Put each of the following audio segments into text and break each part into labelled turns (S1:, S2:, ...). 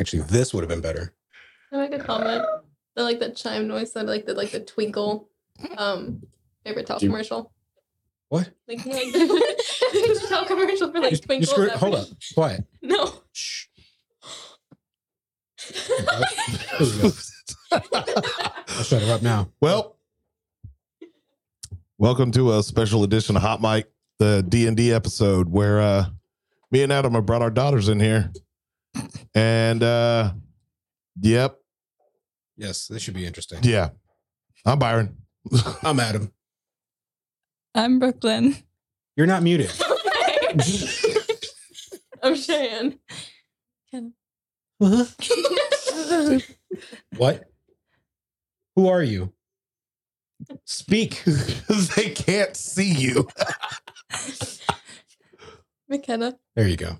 S1: Actually, this would have been better.
S2: Can I make a comment? The like the chime noise that like the like the twinkle um favorite tell
S3: Do-
S2: commercial.
S1: What?
S2: Like, like the tell commercial for like
S1: You- you
S2: twinkle.
S1: screw-
S2: that
S1: hold up.
S2: pretty-
S1: Quiet.
S2: No.
S1: Shh. There we go.
S2: That's
S1: I'll shut her up now.
S4: Well, welcome to a special edition of Hot Mic, the D and D episode where uh, me and Adam have brought our daughters in here, and uh, yep,
S1: Yes, this should be interesting.
S4: yeah, I'm Byron.
S1: I'm Adam.
S5: I'm Brooklyn.
S1: You're not muted.
S2: I'm Cheyenne.
S1: What? Who are you? Speak.
S4: they can't see you.
S2: McKenna.
S1: There you go.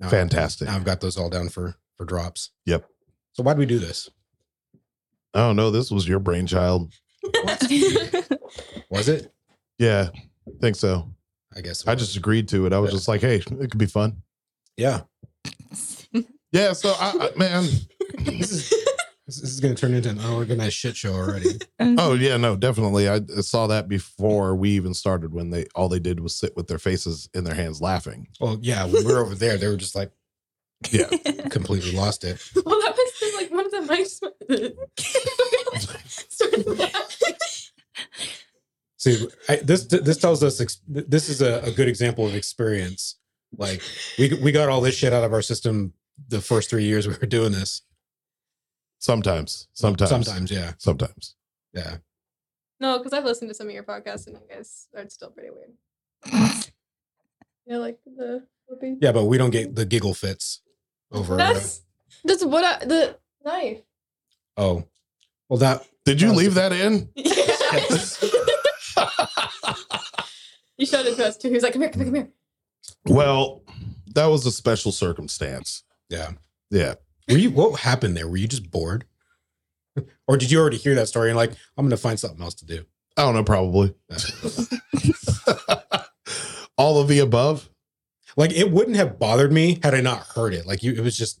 S1: Now,
S4: Fantastic.
S1: now I've got those all down for for drops.
S4: Yep.
S1: So why'd we do this?
S4: Oh no, this was your brainchild.
S1: Was it?
S4: Yeah, I think so.
S1: I guess. it
S4: I
S1: was.
S4: just agreed to it. I was
S1: Yeah.
S4: just like, hey, it could be fun.
S1: yeah.
S4: Yeah. So I, I man.
S1: This is this is going to turn into an unorganized shit show already.
S4: Oh yeah, no, definitely. I I saw that before we even started. When they all they did was sit with their faces in their hands, laughing.
S1: Well, yeah, when we were over there, they were just like
S4: Yeah,
S1: completely lost it.
S2: Well that was just, like one of the mics went- started laughing.
S1: See, I, this this tells us ex- this is a, a good example of experience. Like we we got all this shit out of our system the first three years we were doing this.
S4: sometimes, sometimes,
S1: Sometimes, yeah,
S4: sometimes.
S1: yeah.
S2: No, because I've listened to some of your podcasts and you guys are still pretty weird. Yeah, like the flipping.
S1: Yeah, but we don't get the giggle fits over. uh,
S2: That's that's what I the knife.
S1: oh, well that
S4: Did you leave that in?
S2: you showed it to us too. He was like, "Come here, come here, come here."
S4: Well, that was a special circumstance.
S1: yeah.
S4: Yeah,
S1: Were you what happened there? Were you just bored, or did you already hear that story and like I'm going to find something else to do?
S4: I don't know, probably
S1: Uh,
S4: all of the above.
S1: like it wouldn't have bothered me had I not heard it. Like you, it was just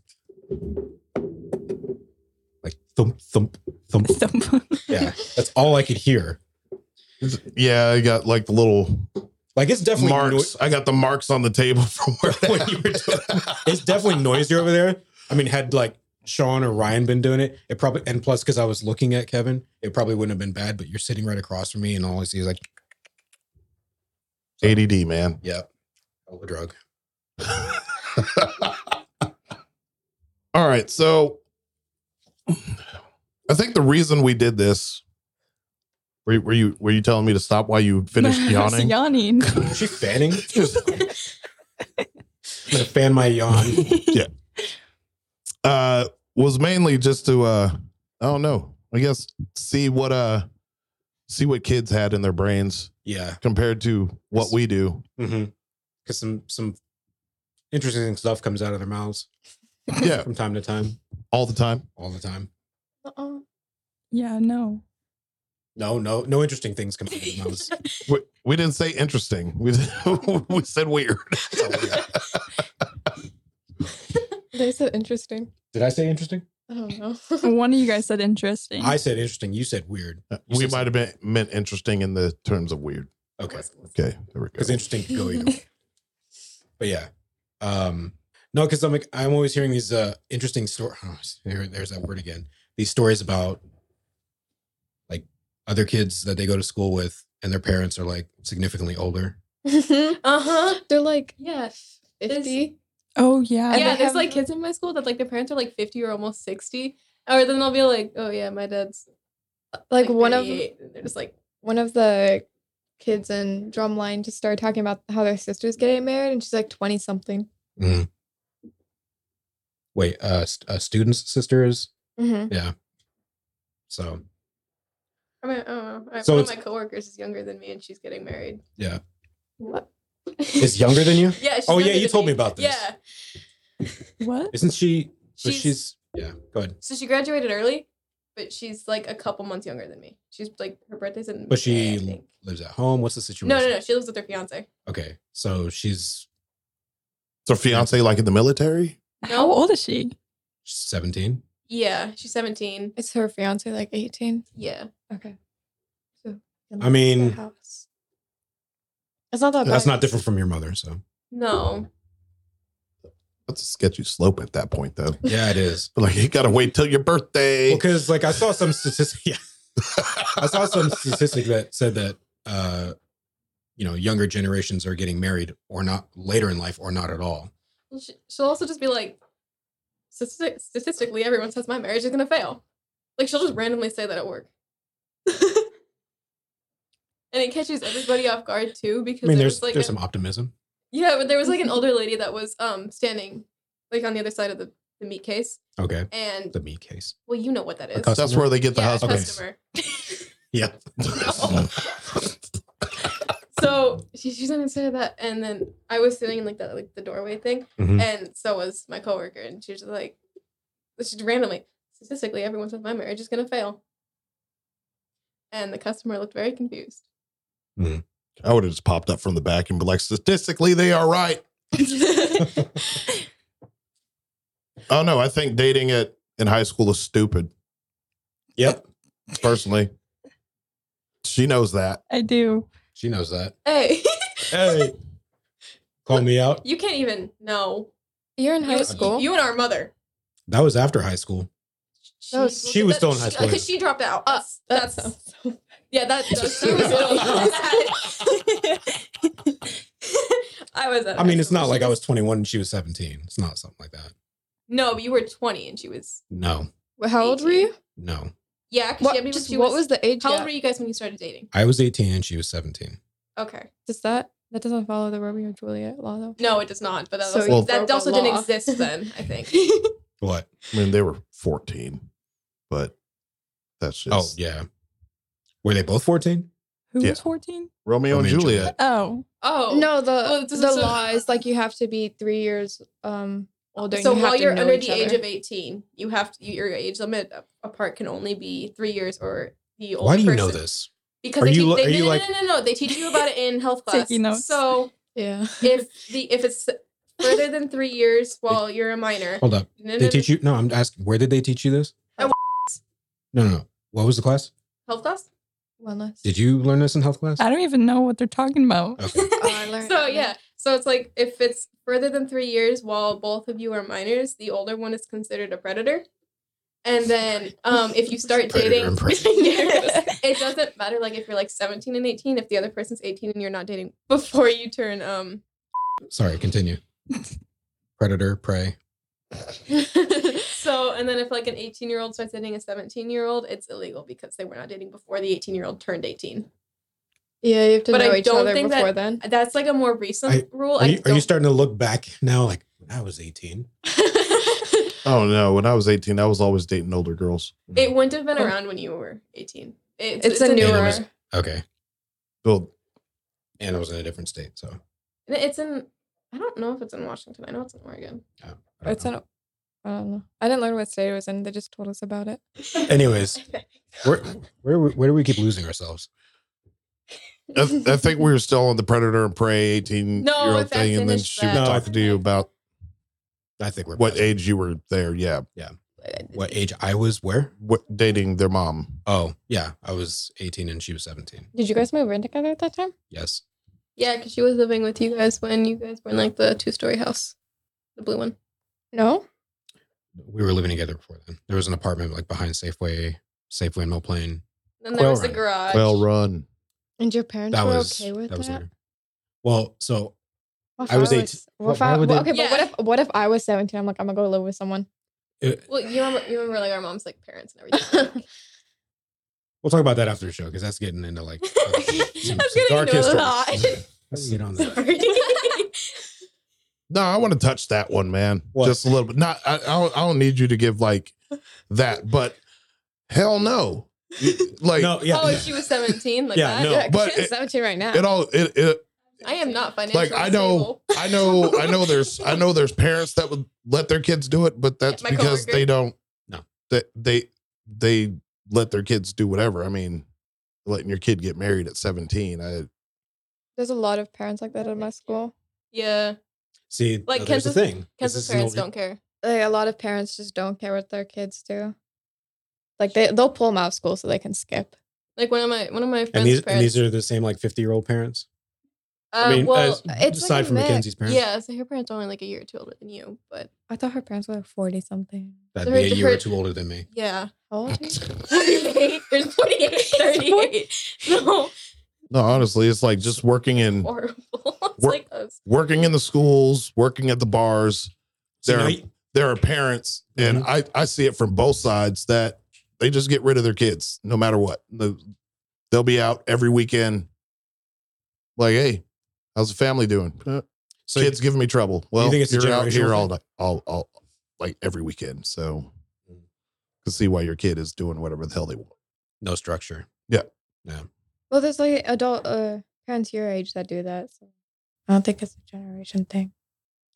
S1: like thump thump thump. Yeah, that's all I could hear.
S4: Yeah, I got like the little
S1: Like it's definitely
S4: marks. I got the marks on the table from where
S1: When
S4: that
S1: you were
S4: happened.
S1: no- it's definitely noisier over there. I mean, had like Sean or Ryan been doing it, it probably and plus because I was looking at Kevin, it probably wouldn't have been bad. But you're sitting right across from me, and all I see is like,
S4: ADD man.
S1: yeah, all the drug.
S4: All right. So I think the reason we did this were you were you, were you telling me to stop while you finished yawning?
S5: yawning.
S1: Is she fanning? I'm gonna fan my yawn.
S4: Uh was mainly just to uh I don't know. I guess see what uh see what kids had in their brains
S1: Yeah,
S4: compared to what we do.
S1: because some some interesting stuff comes out of their mouths
S4: Yeah,
S1: from time to time,
S4: all the time.
S1: all the time.
S2: Uh-uh.
S5: yeah, no.
S1: No, no, no interesting things come out of their mouths.
S4: We, we didn't say interesting. We we said weird.
S2: They said interesting.
S1: Did I say interesting?
S2: I don't know.
S5: One of you guys said interesting.
S1: I said interesting. You said weird. You
S4: We
S1: said
S4: might have been meant interesting in the terms of weird.
S1: Okay.
S4: Okay, there we go.
S1: because interesting could go either way. But yeah, um, no, because I'm like I'm always hearing these uh interesting stories. There, there's that word again. These stories about like other kids that they go to school with, and their parents are like significantly older.
S2: uh huh.
S6: They're like
S2: Yes.
S6: fifty.
S5: oh
S2: yeah,
S5: yeah.
S6: they
S2: there's
S6: have-
S2: like kids in my school that like their parents are like 50 or almost 60. Or then they'll be like, oh yeah, my dad's
S6: Like one of
S2: 38," and they're just like,
S6: one of the kids in drumline just started talking about how their sister's getting married, and she's like twenty something.
S1: Wait, uh, st- uh students' sisters.
S6: Mm-hmm.
S1: So
S2: I mean, I don't know. I-
S1: So
S2: one of
S1: it's-
S2: my coworkers is younger than me and she's getting married.
S1: Yeah.
S2: What?
S1: is younger than you?
S2: yeah. she's
S1: Oh, yeah,
S2: younger
S1: you
S2: than
S1: told me about this.
S2: Yeah.
S5: What?
S1: Isn't she? but
S2: She's,
S1: she's yeah. Go ahead.
S2: so she graduated early, but she's like a couple months younger than me. She's like her birthday's in.
S1: But
S2: May, I
S1: she
S2: think.
S1: lives at home. What's the situation?
S2: No, no, no. She lives with her fiance.
S1: Okay, so she's
S4: So fiance like in the military?
S5: How old is she?
S1: 17.
S2: Yeah, she's 17.
S6: It's her fiance, like 18.
S2: Yeah.
S6: Okay. So,
S1: I mean-
S6: house. it's not that
S1: That's
S6: bad.
S1: not different from your mother. So,
S2: No.
S4: That's a sketchy slope at that point, though.
S1: yeah, it is.
S4: But like, you gotta wait till your birthday.
S1: Because, like, I saw some statistic. Yeah. I saw some statistic that said that, uh, you know, younger generations are getting married or not later in life or not at all.
S2: Well, she- She'll also just be like, "Statistic- statistically, everyone says my marriage is going to fail. Like, she'll just randomly say that at work. and it catches everybody off guard, too,
S1: I
S2: because
S1: mean,
S2: there
S1: there's
S2: was like
S1: there's
S2: a-
S1: some optimism.
S2: Yeah, but there was like an older lady that was um standing like on the other side of the, the meat case.
S1: Okay,
S2: And
S1: the me case.
S2: well, you know what that is.
S1: cus-
S4: That's where they get the
S2: yeah,
S4: husband.
S2: customer.
S1: Yeah,
S2: So she, she's on the side of that, and then I was sitting in like that like the doorway thing,
S1: Mhm.
S2: and so was my coworker, and she was just like, just randomly, statistically, everyone says my marriage is gonna fail. And the customer looked very confused.
S4: I would have just popped up from the back and be like, statistically, they are right. Oh no, I think dating at in high school is stupid.
S1: Yep,
S4: Personally, she knows that.
S5: I do.
S1: she knows that.
S2: hey,
S1: Hey, call me out.
S2: you can't even know.
S6: You're in high
S2: You-
S6: school.
S2: You and our mother.
S1: That was after high school.
S2: She,
S6: was- Uh,
S1: She was still in high school.
S2: because she dropped out. That's, that's
S6: so
S2: yeah. That, that she was still. I was. at
S1: I mean,
S2: high
S1: it's
S2: school.
S1: not
S2: She
S1: like I
S2: was-
S1: was 21 and she was 17. It's not something like that.
S2: No, but you were 20 and she was.
S1: No,
S6: Well, How old were you?
S1: no.
S2: Yeah, because
S6: What,
S2: she, I mean,
S6: just
S2: she
S6: what
S2: was.
S6: was the age
S2: how old
S6: gap?
S2: were you guys when you started dating?
S1: I was 18 and she was 17.
S2: Okay.
S6: Does that that doesn't follow the Romeo and Juliet law though?
S2: No, it does not. But that
S6: So
S2: also,
S4: Well-
S6: broke
S2: that
S6: the
S2: also didn't
S6: law.
S2: exist then, I think.
S1: What?
S4: I mean, they were 14, but that's just
S1: Oh, yeah. Were they both 14?
S5: Who
S4: Yeah.
S5: was 14?
S4: Romeo
S1: Romeo
S4: and
S1: and
S4: Juliet.
S5: Oh,
S2: oh.
S6: No, the
S2: Well, it
S6: the
S2: doesn't- so-
S6: law is like you have to be three years um older.
S2: So
S6: and you
S2: while
S6: have to
S2: you're
S6: know
S2: under
S6: each
S2: the age
S6: other.
S2: of 18, you have to, your age limit apart can only be three years or the older
S1: Why do you know
S2: person.
S1: this?
S2: Because
S1: Are
S2: they,
S1: you
S2: teach-
S1: lo-
S2: they-
S1: are you
S2: no, no,
S1: like-
S2: no, no, no, They teach you about it in health class.
S5: Taking notes.
S2: So
S6: yeah.
S2: if the if it's further than three years while you're a minor,
S1: Hold up.
S2: no, no,
S1: Oh, They
S2: no,
S1: teach you? No, I'm asking, where did they teach you this?
S2: Oh,
S1: No, no, no. What was the class?
S2: health class.
S6: Wellness.
S1: Did you learn this in health class?
S5: I don't even know what they're talking about.
S1: Okay.
S6: Oh, I learned
S2: so
S6: that.
S2: yeah, so it's like if it's further than three years while both of you are minors, the older one is considered a predator. And then um, if you start
S1: Predator
S2: dating,
S1: and predator.
S2: it doesn't matter. Like if you're like 17 and 18, if the other person's 18 and you're not dating before you turn um,
S1: Sorry, continue. Predator, prey.
S2: so and then if like an 18 year old starts dating a 17 year old, it's illegal because they were not dating before the 18 year old turned 18.
S6: Yeah, you have to
S2: But I
S6: know each
S2: don't
S6: other
S2: think that-
S6: before then.
S2: That's like a more recent
S1: I-
S2: rule.
S1: Are you, are
S2: don't-
S1: you starting to look back now? Like, when I was 18.
S4: Oh no, when I was 18, I was always dating older girls.
S2: It wouldn't have been
S6: Oh.
S2: around when you were 18. It's,
S6: It's, a
S1: newer-
S6: newer.
S1: was- Okay.
S4: Well,
S1: And I was in a different state. So
S2: It's in, I don't know if it's in Washington. I know it's in Oregon.
S1: I don't
S6: It's
S1: know.
S6: an. I don't know. I didn't learn what state it was in. They just told us about it.
S1: Anyways, where, where where do we keep losing ourselves?
S4: I, th- I think we were still on the predator and prey 18
S2: No,
S4: year
S2: if
S4: old
S2: that's
S4: thing,
S2: in
S4: and then
S2: this
S4: she
S1: set.
S4: was
S1: No, I
S4: talking to you about
S1: I think we're
S4: what
S1: past-
S4: age you were there. Yeah,
S1: what age I was where?
S4: what dating their mom.
S1: Oh, yeah, I was 18 and she was 17.
S6: Did you guys move in together at that time?
S1: Yes.
S2: Yeah, because she was living with you guys when you guys were in like the two story house, the blue one.
S6: No.
S1: We were living together before then. There was an apartment like behind Safeway, Safeway and Mill Plain.
S2: Then there
S1: Quail
S2: was the
S1: Run.
S2: garage.
S4: Well run.
S6: And your parents
S1: That
S6: were
S1: was
S6: okay with
S1: that
S6: that.
S1: was there. Well, so
S6: What if
S1: I was eight-
S6: What if
S1: why
S6: I,
S1: would they-
S6: okay, but what
S2: Yeah.
S6: if what if I was seventeen? I'm like, I'm gonna go live with someone.
S1: it,
S2: well, you remember, you remember like our mom's like parents and everything.
S1: we'll talk about that after the show because that's getting into like
S2: I
S1: other-
S2: was
S1: some- some
S2: getting
S1: dark
S2: into a
S1: history.
S2: lot.
S1: Let's get on that.
S2: Sorry.
S4: No, I want to touch that one, man.
S1: What?
S4: Just a little bit. Not. I, I, don't, I don't need you to give like that, but hell no. You- Like
S1: No, yeah,
S2: oh,
S1: yeah.
S2: if she was seventeen, like
S1: Yeah,
S2: that.
S1: no,
S6: Yeah, 'cause
S4: but
S6: she's
S4: it-
S6: seventeen right now.
S4: it all. It, it
S2: I am not financially
S4: like I
S2: Oh.
S4: know. I know. I know. There's. I know. There's parents that would let their kids do it, but that's
S2: my
S4: because
S2: coworker.
S4: they don't.
S1: No.
S4: That they they let their kids do whatever. I mean, letting your kid get married at 17. I
S6: There's a lot of parents like that at my school.
S2: Yeah,
S1: See,
S2: Like
S1: like, here's the
S2: Kansas-
S1: thing. This
S2: because
S1: is
S2: the
S1: an
S2: parents
S1: old-
S2: don't care.
S6: like a lot of parents just don't care what their kids do. Like they they'll pull them out of school so they can skip.
S2: Like one of my one of my friends'
S1: And these and
S2: parents.
S1: these are the same like fifty year old parents.
S2: uh,
S1: I mean,
S2: well,
S1: as-
S6: it's like
S1: aside
S6: a
S1: from
S6: mix.
S1: Mackenzie's parents,
S2: yeah. So her parents are only like a year or two older than you, but
S6: I thought her parents were like forty something.
S1: that'd
S2: They're
S1: be a year or
S2: different-
S1: two older than me.
S2: yeah.
S6: How old are you?
S2: 48. There's 48, 38. So
S4: No, honestly, it's like just working in
S2: horrible. It's
S4: We're-
S2: like us.
S4: working in the schools, working at the bars.
S1: So
S4: They're-
S1: now you-
S4: There are parents, and
S1: Mhm.
S4: I I see it from both sides that they just get rid of their kids no matter what. The- They'll be out every weekend. Like, hey, how's the family doing? "Uh,
S1: so
S4: kids giving me trouble. Well, you
S1: think it's a
S4: are out
S1: generational
S4: here all
S1: thing?
S4: night, all, all like every weekend, so
S1: Mm.
S4: can see why your kid is doing whatever the hell they want.
S1: no structure.
S6: Well, there's like adult uh, parents your age that do that. So I don't think it's a generation thing.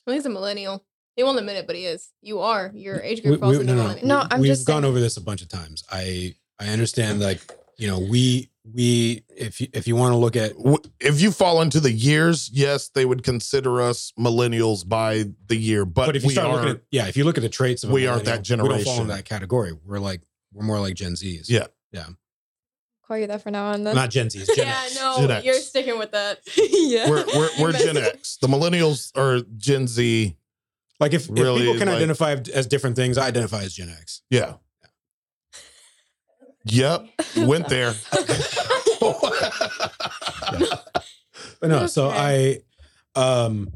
S2: Well, he's a millennial. He won't admit it, but he is. You are. Your age
S1: We-
S2: group falls
S1: we-
S2: into
S1: no, no,
S2: millennial.
S6: No, I'm
S1: We've
S6: just
S1: gone
S6: saying-
S1: over this a bunch of times. I I understand like you know we we if you, if you want to look at
S4: W- If you fall into the years, yes, they would consider us millennials by the year, but,
S1: but, if you
S4: we
S1: start
S4: are
S1: looking at yeah if you look at the traits of a
S4: we aren't that
S1: millennial, we don't fall
S4: generation.
S1: in that category. We're like we're more like Gen Zs.
S4: Yeah.
S6: Call you that for now on then.
S1: not Gen Zs. Gen
S2: yeah,
S1: X.
S2: no,
S4: Gen X.
S2: you're sticking with that. yeah.
S4: we're we're,
S2: You
S4: we're
S2: messed
S4: Gen
S2: it up.
S4: X. The millennials are Gen Z.
S1: Like if, if
S4: Really,
S1: people can
S4: like-
S1: identify as different things, I identify as Gen X.
S4: Yeah. Yep. Went there.
S1: But no, so
S2: Okay.
S1: I, um,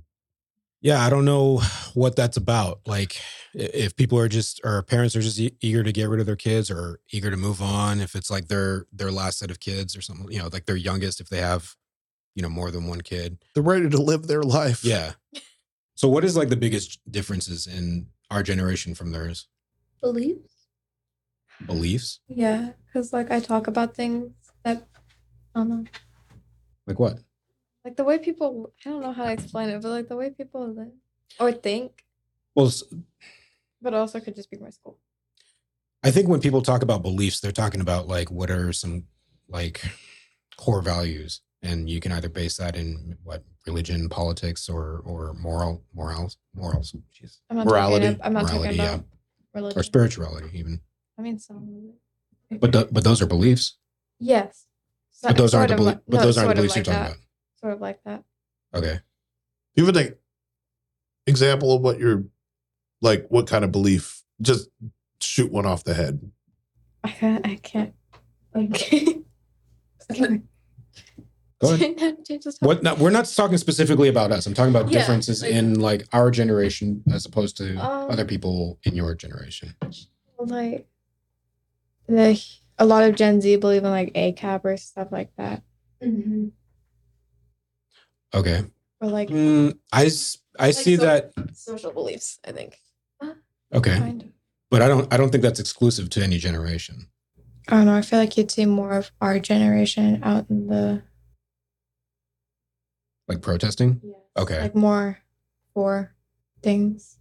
S1: yeah, I don't know what that's about. Like, i- if people are just or parents are just e- eager to get rid of their kids or eager to move on, if it's like their their last set of kids or something, you know, like their youngest, if they have, you know, more than one kid.
S4: They're ready to live their life.
S1: Yeah. So, what is like the biggest differences in our generation from theirs?
S6: Beliefs?
S1: Beliefs,
S6: Yeah, because like I talk about things that I don't know.
S1: like what?
S6: Like the way people, I don't know how to explain it, but like the way people live or think,
S1: Well, s-
S6: but also could just be my school.
S1: I think when people talk about beliefs, they're talking about like what are some like core values, and you can either base that in what religion, politics, or or moral morals, morals, jeez,
S6: I'm not
S4: Morality.
S6: Talking, ab- I'm not
S1: Morality,
S6: talking
S1: yeah.
S6: about religion.
S1: or spirituality even.
S6: I mean, some.
S1: But th- but those are beliefs.
S6: yes. So
S1: But
S6: it's
S1: those aren't the
S6: sort of
S1: belie-
S6: li-
S1: but
S6: no,
S1: those
S6: it's
S1: aren't the
S6: sort of
S1: beliefs you're
S6: like
S1: talking
S6: that. Sort of like that.
S1: about. Okay,
S4: Do you have an example of what your like what kind of belief? Just shoot one off the head.
S6: I can't. I can't. Like,
S1: go ahead.
S6: Change the topic.
S1: What? No, we're not talking specifically about us. I'm talking about
S2: Yeah,
S1: differences
S2: like-
S1: in like our generation as opposed to
S6: Um,
S1: other people in your generation.
S6: like the a lot of Gen Z believe in like ACAB or stuff like that,
S1: Okay,
S6: or like
S1: Mm, I s- I see
S2: so-
S1: that.
S2: Social beliefs, I think.
S1: Okay,
S6: kind of.
S1: but I don't I don't think that's exclusive to any generation.
S6: I don't know. I feel like you'd see more of our generation out in the
S1: Like protesting. Okay.
S6: like more for things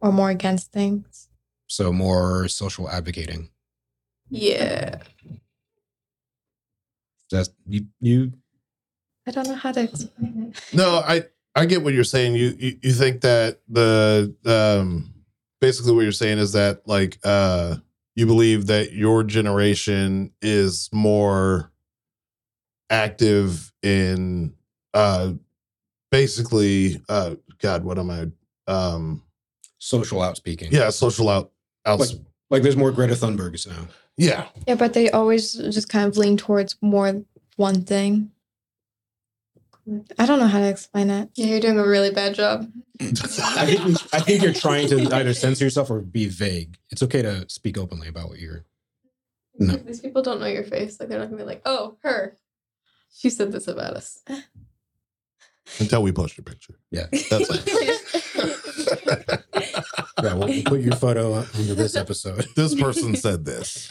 S6: or more against things.
S1: so more social advocating.
S2: Yeah.
S1: That's you. you
S6: I don't know how to explain it.
S4: No, I I get what you're saying. You you, you think that the um basically what you're saying is that like uh you believe that your generation is more active in uh basically uh god what am I um
S1: social outspeaking.
S4: yeah social out out
S1: Like, like there's more Greta Thunbergs now.
S4: yeah
S6: Yeah, but they always just kind of lean towards more one thing. I don't know how to explain it.
S2: Yeah, you're doing a really bad job.
S1: I think you- I think you're trying to either censor yourself or be vague. It's okay to speak openly about what you're. No.
S2: These people don't know your face. Like they're not gonna be like, oh, her. She said this about us.
S4: until we post your picture
S1: Yeah.
S4: that's it
S1: Yeah, we'll, we'll put your photo under this episode.
S4: this person said this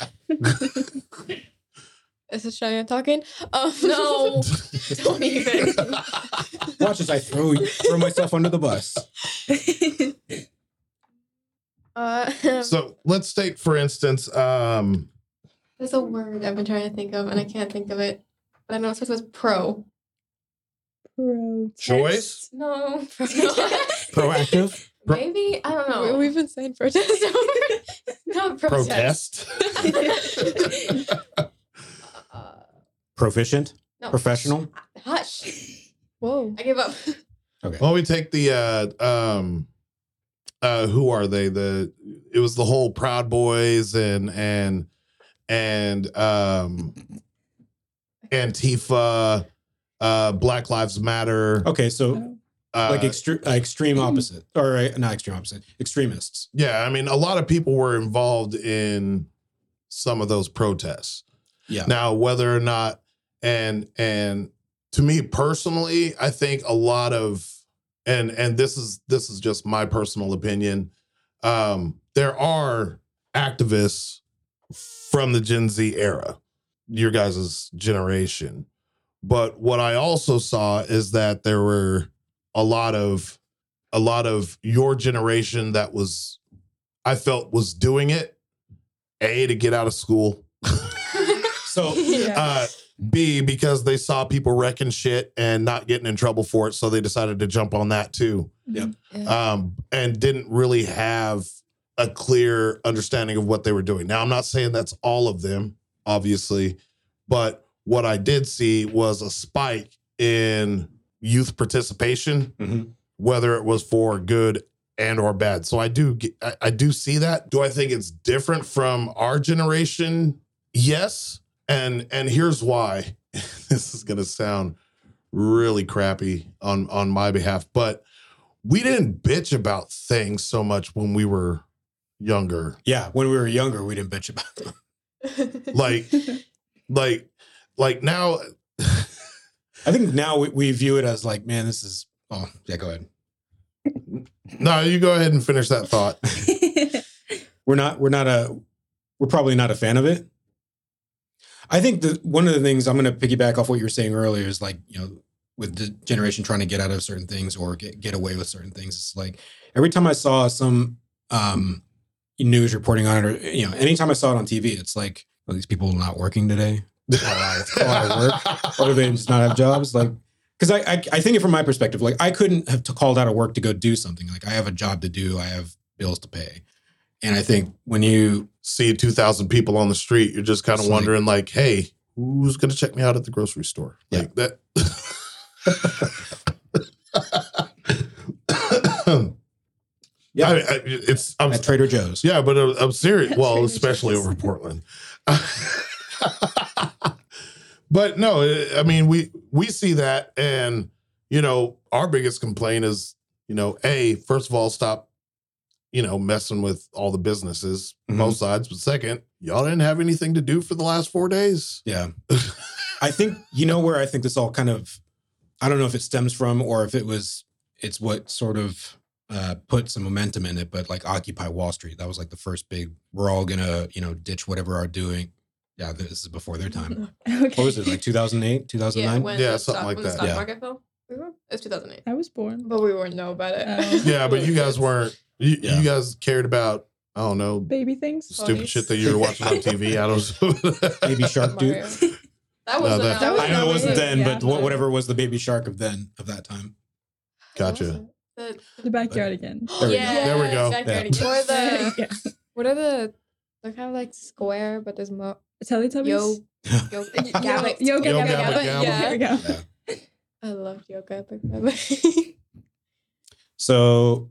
S6: Is this Cheyenne talking? Um,
S2: no, don't even.
S1: Watch as I throw throw myself under the bus.
S6: Uh,
S4: so let's take for instance um
S2: There's a word I've been trying to think of and I can't think of it. But I know it starts with pro.
S4: Joyce?
S2: No.
S1: Proactive.
S4: Pro-
S2: Maybe I don't
S6: We-
S2: know.
S6: We've been saying protest.
S2: Not protest.
S4: Protest.
S2: Uh,
S1: Proficient,
S2: no.
S1: professional.
S2: Hush.
S6: Whoa.
S2: I give up.
S4: Why don't we take the uh um uh who are they? The it was the whole Proud Boys and and and um Antifa, uh Black Lives Matter.
S1: Okay, so
S4: Uh,
S1: like extre- uh, extreme opposite, or uh, not extreme opposite, extremists.
S4: yeah, I mean a lot of people were involved in some of those protests.
S1: Yeah,
S4: Now, whether or not, and and to me personally, I think a lot of, and and this is this is just my personal opinion. Um, there are activists from the Gen Z era, your guys' generation, but what I also saw is that there were a lot of a lot of your generation that was I felt was doing it a to get out of school
S1: so
S6: Yeah.
S4: uh, B because they saw people wrecking shit and not getting in trouble for it, so they decided to jump on that too,
S1: Uh,
S4: um, and didn't really have a clear understanding of what they were doing. Now, I'm not saying that's all of them, obviously, but what I did see was a spike in youth participation,
S1: Mhm.
S4: whether it was for good and or bad. So I do get, I, I do see that. Do I think it's different from our generation? Yes, and and here's why. this is gonna sound really crappy on on my behalf, but we didn't bitch about things so much when we were younger.
S1: yeah, when we were younger, we didn't bitch about them.
S4: Like like like now.
S1: I think now we, we view it as like, man, this is. Oh yeah, go ahead.
S4: No, you go ahead and finish that thought.
S1: We're not. We're not a. We're probably not a fan of it. I think that one of the things I'm going to piggyback off what you were saying earlier is like you know with the generation trying to get out of certain things or get, get away with certain things. It's like every time I saw some um, news reporting on it, or you know, anytime I saw it on TV, it's like are these people not working today. a lot of or do they just not have jobs? Like, because I, I I think it from my perspective, like I couldn't have t- called out of work to go do something. Like I have a job to do, I have bills to pay, and I think when you
S4: see 2,000 people on the street, you're just kind
S1: It's
S4: of
S1: like-
S4: wondering, like, hey, who's going to check me out at the grocery store? Like that. yeah.
S1: Yeah.
S4: I, I- it's, I'm,
S1: at Trader Joe's,
S4: yeah, but uh, I'm, I'm serious. Well,
S6: Trader
S4: especially
S6: Joe's.
S4: over Portland. but no, uh, I- I mean we we see that, and you know our biggest complaint is you know a first of all stop you know messing with all the businesses
S1: Mhm.
S4: both sides, but second y'all didn't have anything to do for the last four days.
S1: yeah, I think you know where I think this all kind of, I don't know if it stems from or if it was it's what sort of. Uh, put some momentum in it, but like Occupy Wall Street, that was like the first big. We're all gonna, you know, ditch whatever are doing. Yeah, this is before their time.
S5: okay.
S1: What was it like 2008,
S2: yeah,
S1: 2009?
S2: when
S4: Yeah,
S2: the
S4: something
S2: stock,
S4: like
S2: when the
S4: that.
S2: stock
S1: Yeah.
S2: market fell. Mm-hmm.
S6: We were-
S2: It was 2008.
S5: I was born.
S6: But we wouldn't know about it.
S5: Oh.
S4: Yeah, but you guys weren't. You,
S1: Yeah.
S4: you guys cared about I don't know
S5: Baby things.
S4: stupid shit that you were watching on TV. I don't.
S1: Baby Shark Dude.
S6: Mario.
S2: That was
S4: that-
S6: That was
S1: I know it wasn't
S6: Yeah.
S1: then, but wha- whatever was the baby shark of then of that time.
S4: Gotcha.
S2: The,
S5: The backyard again.
S1: There we go.
S2: yeah,
S4: There we go.
S2: backyard
S1: Yeah.
S2: again. Or the
S5: yeah.
S6: What are the? They're kind of like square, but there's more.
S5: Teletubbies.
S6: Yo, yo, Gabbit.
S5: Yo,
S4: Yo, Gabba,
S5: Gabba, Gabba.
S4: Gabba.
S5: There we go.
S6: I loved yo, Gabbit, Gabbit.
S1: So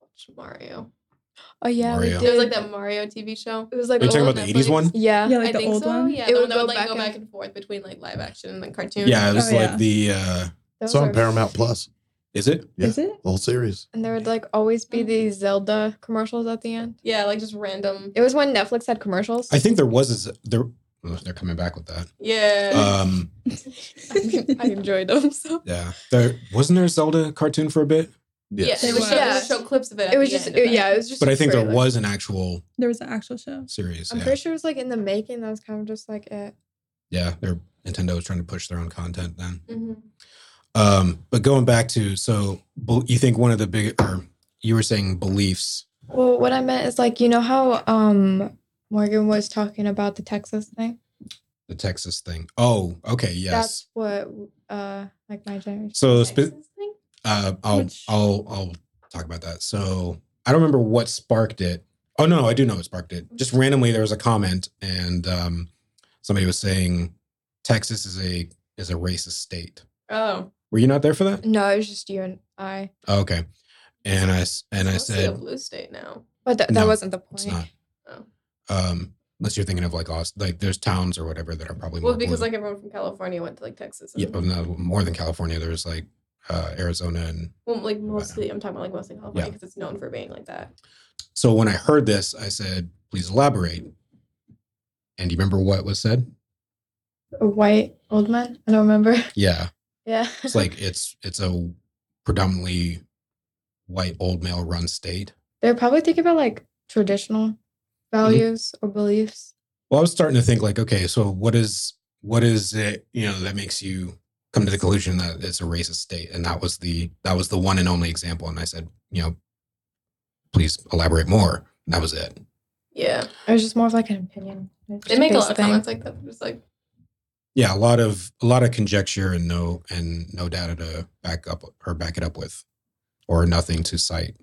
S2: Watch Mario.
S6: oh yeah, we
S1: Mario.
S6: did.
S2: There was like that Mario TV show.
S6: It was like
S1: are you
S6: the
S1: talking
S6: old
S1: about the '80s one?
S6: Yeah.
S5: Yeah,
S2: I
S5: like the
S2: think
S5: old
S2: so.
S5: one.
S2: Yeah,
S6: It
S2: the
S6: would
S2: one that
S6: go
S2: would like
S6: back
S2: go
S6: and-
S2: back and forth between like live action and like cartoons.
S1: Yeah, it was
S5: Oh,
S1: like
S5: yeah.
S1: the uh
S6: Those
S4: It's on
S6: were-
S4: Paramount Plus.
S1: is it?
S4: Yeah.
S5: Is it?
S4: The whole series.
S6: And there would like always be
S2: Mm.
S6: these Zelda commercials at the end.
S2: Yeah, like just random.
S6: It was when Netflix had commercials.
S1: I think there was a z- there ugh, they're coming back with that.
S2: Yeah.
S1: Um
S6: I enjoyed them so.
S1: yeah. There wasn't there a Zelda cartoon for a bit,
S2: yeah, they
S5: There
S2: would show,
S6: was.
S2: they would show clips of it. at
S6: It was
S2: the
S6: just
S2: end of it.
S6: yeah, it was just.
S1: but I think there
S6: trailer.
S1: was an actual
S5: There was an actual show.
S1: series.
S6: I'm
S1: yeah.
S6: pretty sure it was like in the making. That was kind of just like it.
S1: yeah, they're Nintendo was trying to push their own content then.
S2: Mhm.
S1: Um but going back to so bel- you think one of the big or you were saying beliefs.
S6: Well, what I meant is like you know how um Morgan was talking about the Texas thing.
S1: The Texas thing. Oh, okay, yes.
S6: That's what uh like my generation.
S1: so spe-
S2: Texas thing?
S1: uh, I'll
S5: Which-
S1: I'll I'll talk about that. So I don't remember what sparked it. Oh no, I do know what sparked it. Just randomly, there was a comment, and um, somebody was saying Texas is a is a racist state.
S2: Oh,
S1: Were you not there for that?
S6: No, it was just you and I.
S1: Oh, okay. And I s- and I
S2: must be a
S1: said
S2: blue state now.
S6: But that that
S1: No,
S6: wasn't the point.
S1: it's not.
S2: Oh.
S1: Um, unless you're thinking of like Austin, like there's towns or whatever that are probably
S2: Well,
S1: more
S2: because
S1: blue.
S2: like everyone from California went to like Texas.
S1: yeah,
S2: and-
S1: but no, more than California. There's like uh, Arizona and
S2: Well, like mostly, I'm talking about like mostly California
S1: Yeah.
S2: because it's known for being like that.
S1: so when I heard this, I said, "Please elaborate." And do you remember what was said?
S6: A white old man? I don't remember.
S1: Yeah.
S6: Yeah.
S1: it's like it's it's a predominantly white old male run state.
S6: They're probably thinking about like traditional
S1: Mm-hmm.
S6: values or beliefs.
S1: Well, I was starting to think like, okay, so what is what is it you know that makes you come to the conclusion that it's a racist state? And that was the that was the one and only example. And I said, you know, please elaborate more. And that was it.
S2: Yeah,
S6: It was just more of like an opinion. It's
S2: they
S6: just
S2: make a
S6: based
S2: lot of
S6: thing.
S2: comments like that. Just like
S1: Yeah, a lot of a lot of conjecture and no and no data to back up or back it up with, or nothing to cite.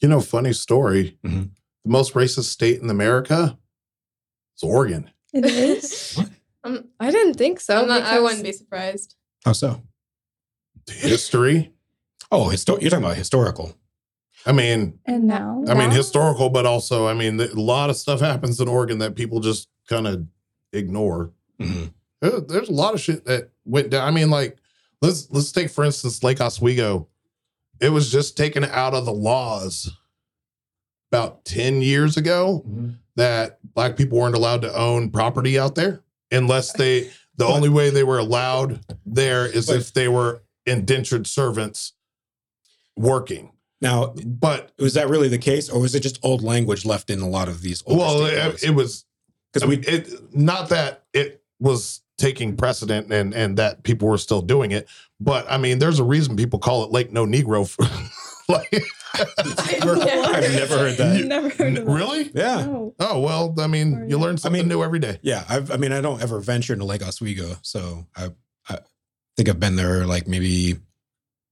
S4: You know, funny story.
S1: Mhm.
S4: The most racist state in America is Oregon.
S5: It is.
S2: I'm,
S6: I didn't think so.
S2: I'm not, I
S6: because-
S2: wouldn't be surprised.
S1: How so?
S4: The history.
S1: Oh, histo- you're talking about historical.
S4: I mean,
S5: And now.
S4: I mean
S6: Wow.
S4: historical, but also I mean a lot of stuff happens in Oregon that people just kind of ignore.
S1: Mhm.
S4: There- There's a lot of shit that went down. I mean, like let's let's take for instance Lake Oswego. It was just taken out of the laws about ten years ago that black people weren't allowed to own property out there unless they. The only way they were allowed there is
S1: But-
S4: if they were indentured servants working.
S1: Now,
S4: But
S1: was that really the case, or was it just old language left in a lot of these?
S4: well, it, it was
S1: because
S4: I
S1: we
S4: mean, it not that it was taking precedent and and that people were still doing it, but I mean, there's a reason people call it Lake No Negro. For, like,
S1: I've never heard that.
S5: never heard of that.
S4: really?
S1: Yeah,
S5: No.
S4: Oh well, I mean, you learn something
S1: I mean-
S4: new every day.
S1: yeah. I've, I mean, I don't ever venture into Lake Oswego, so I, I think I've been there like maybe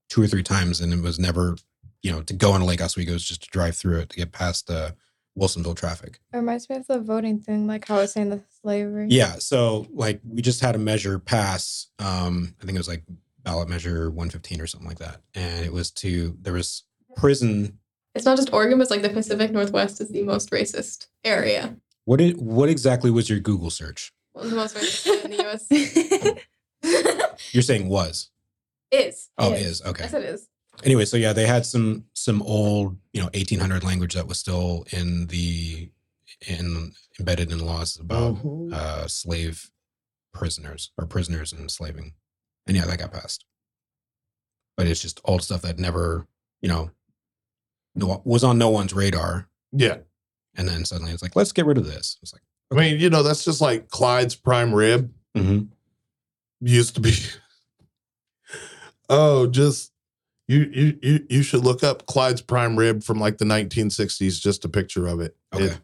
S1: two or three times, and it was never, you know, to go into Lake Oswego is just to drive through it to get past uh, Wilsonville traffic.
S6: It reminds me of the voting thing, like how I was saying the slavery.
S1: Yeah, so like we just had a measure pass. Um, I think it was like ballot measure 115 or something like that, and it was to there was prison
S2: It's not just Oregon, but it's like the Pacific Northwest is the most racist area.
S1: What did, what exactly was your Google search?
S2: Well, the most racist state in the U.S.
S1: You're saying was.
S2: is.
S1: Oh,
S5: Is.
S1: is.
S2: I
S1: Okay.
S2: said is.
S1: Anyway, so yeah, they had some some old, you know, 1800 language that was still in the in embedded in laws about
S4: Oh.
S1: uh slave prisoners or prisoners and enslaving. And yeah, that got passed. But it's just old stuff that never, you know, no, was on no one's radar.
S4: Yeah,
S1: And then suddenly it's like, let's get rid of this. It's like,
S4: I mean, you know, that's just like Clyde's prime rib
S1: mhm.
S4: used to be. oh, just you you you you should look up Clyde's prime rib from like the 1960s, just a picture of it.
S1: okay.
S4: It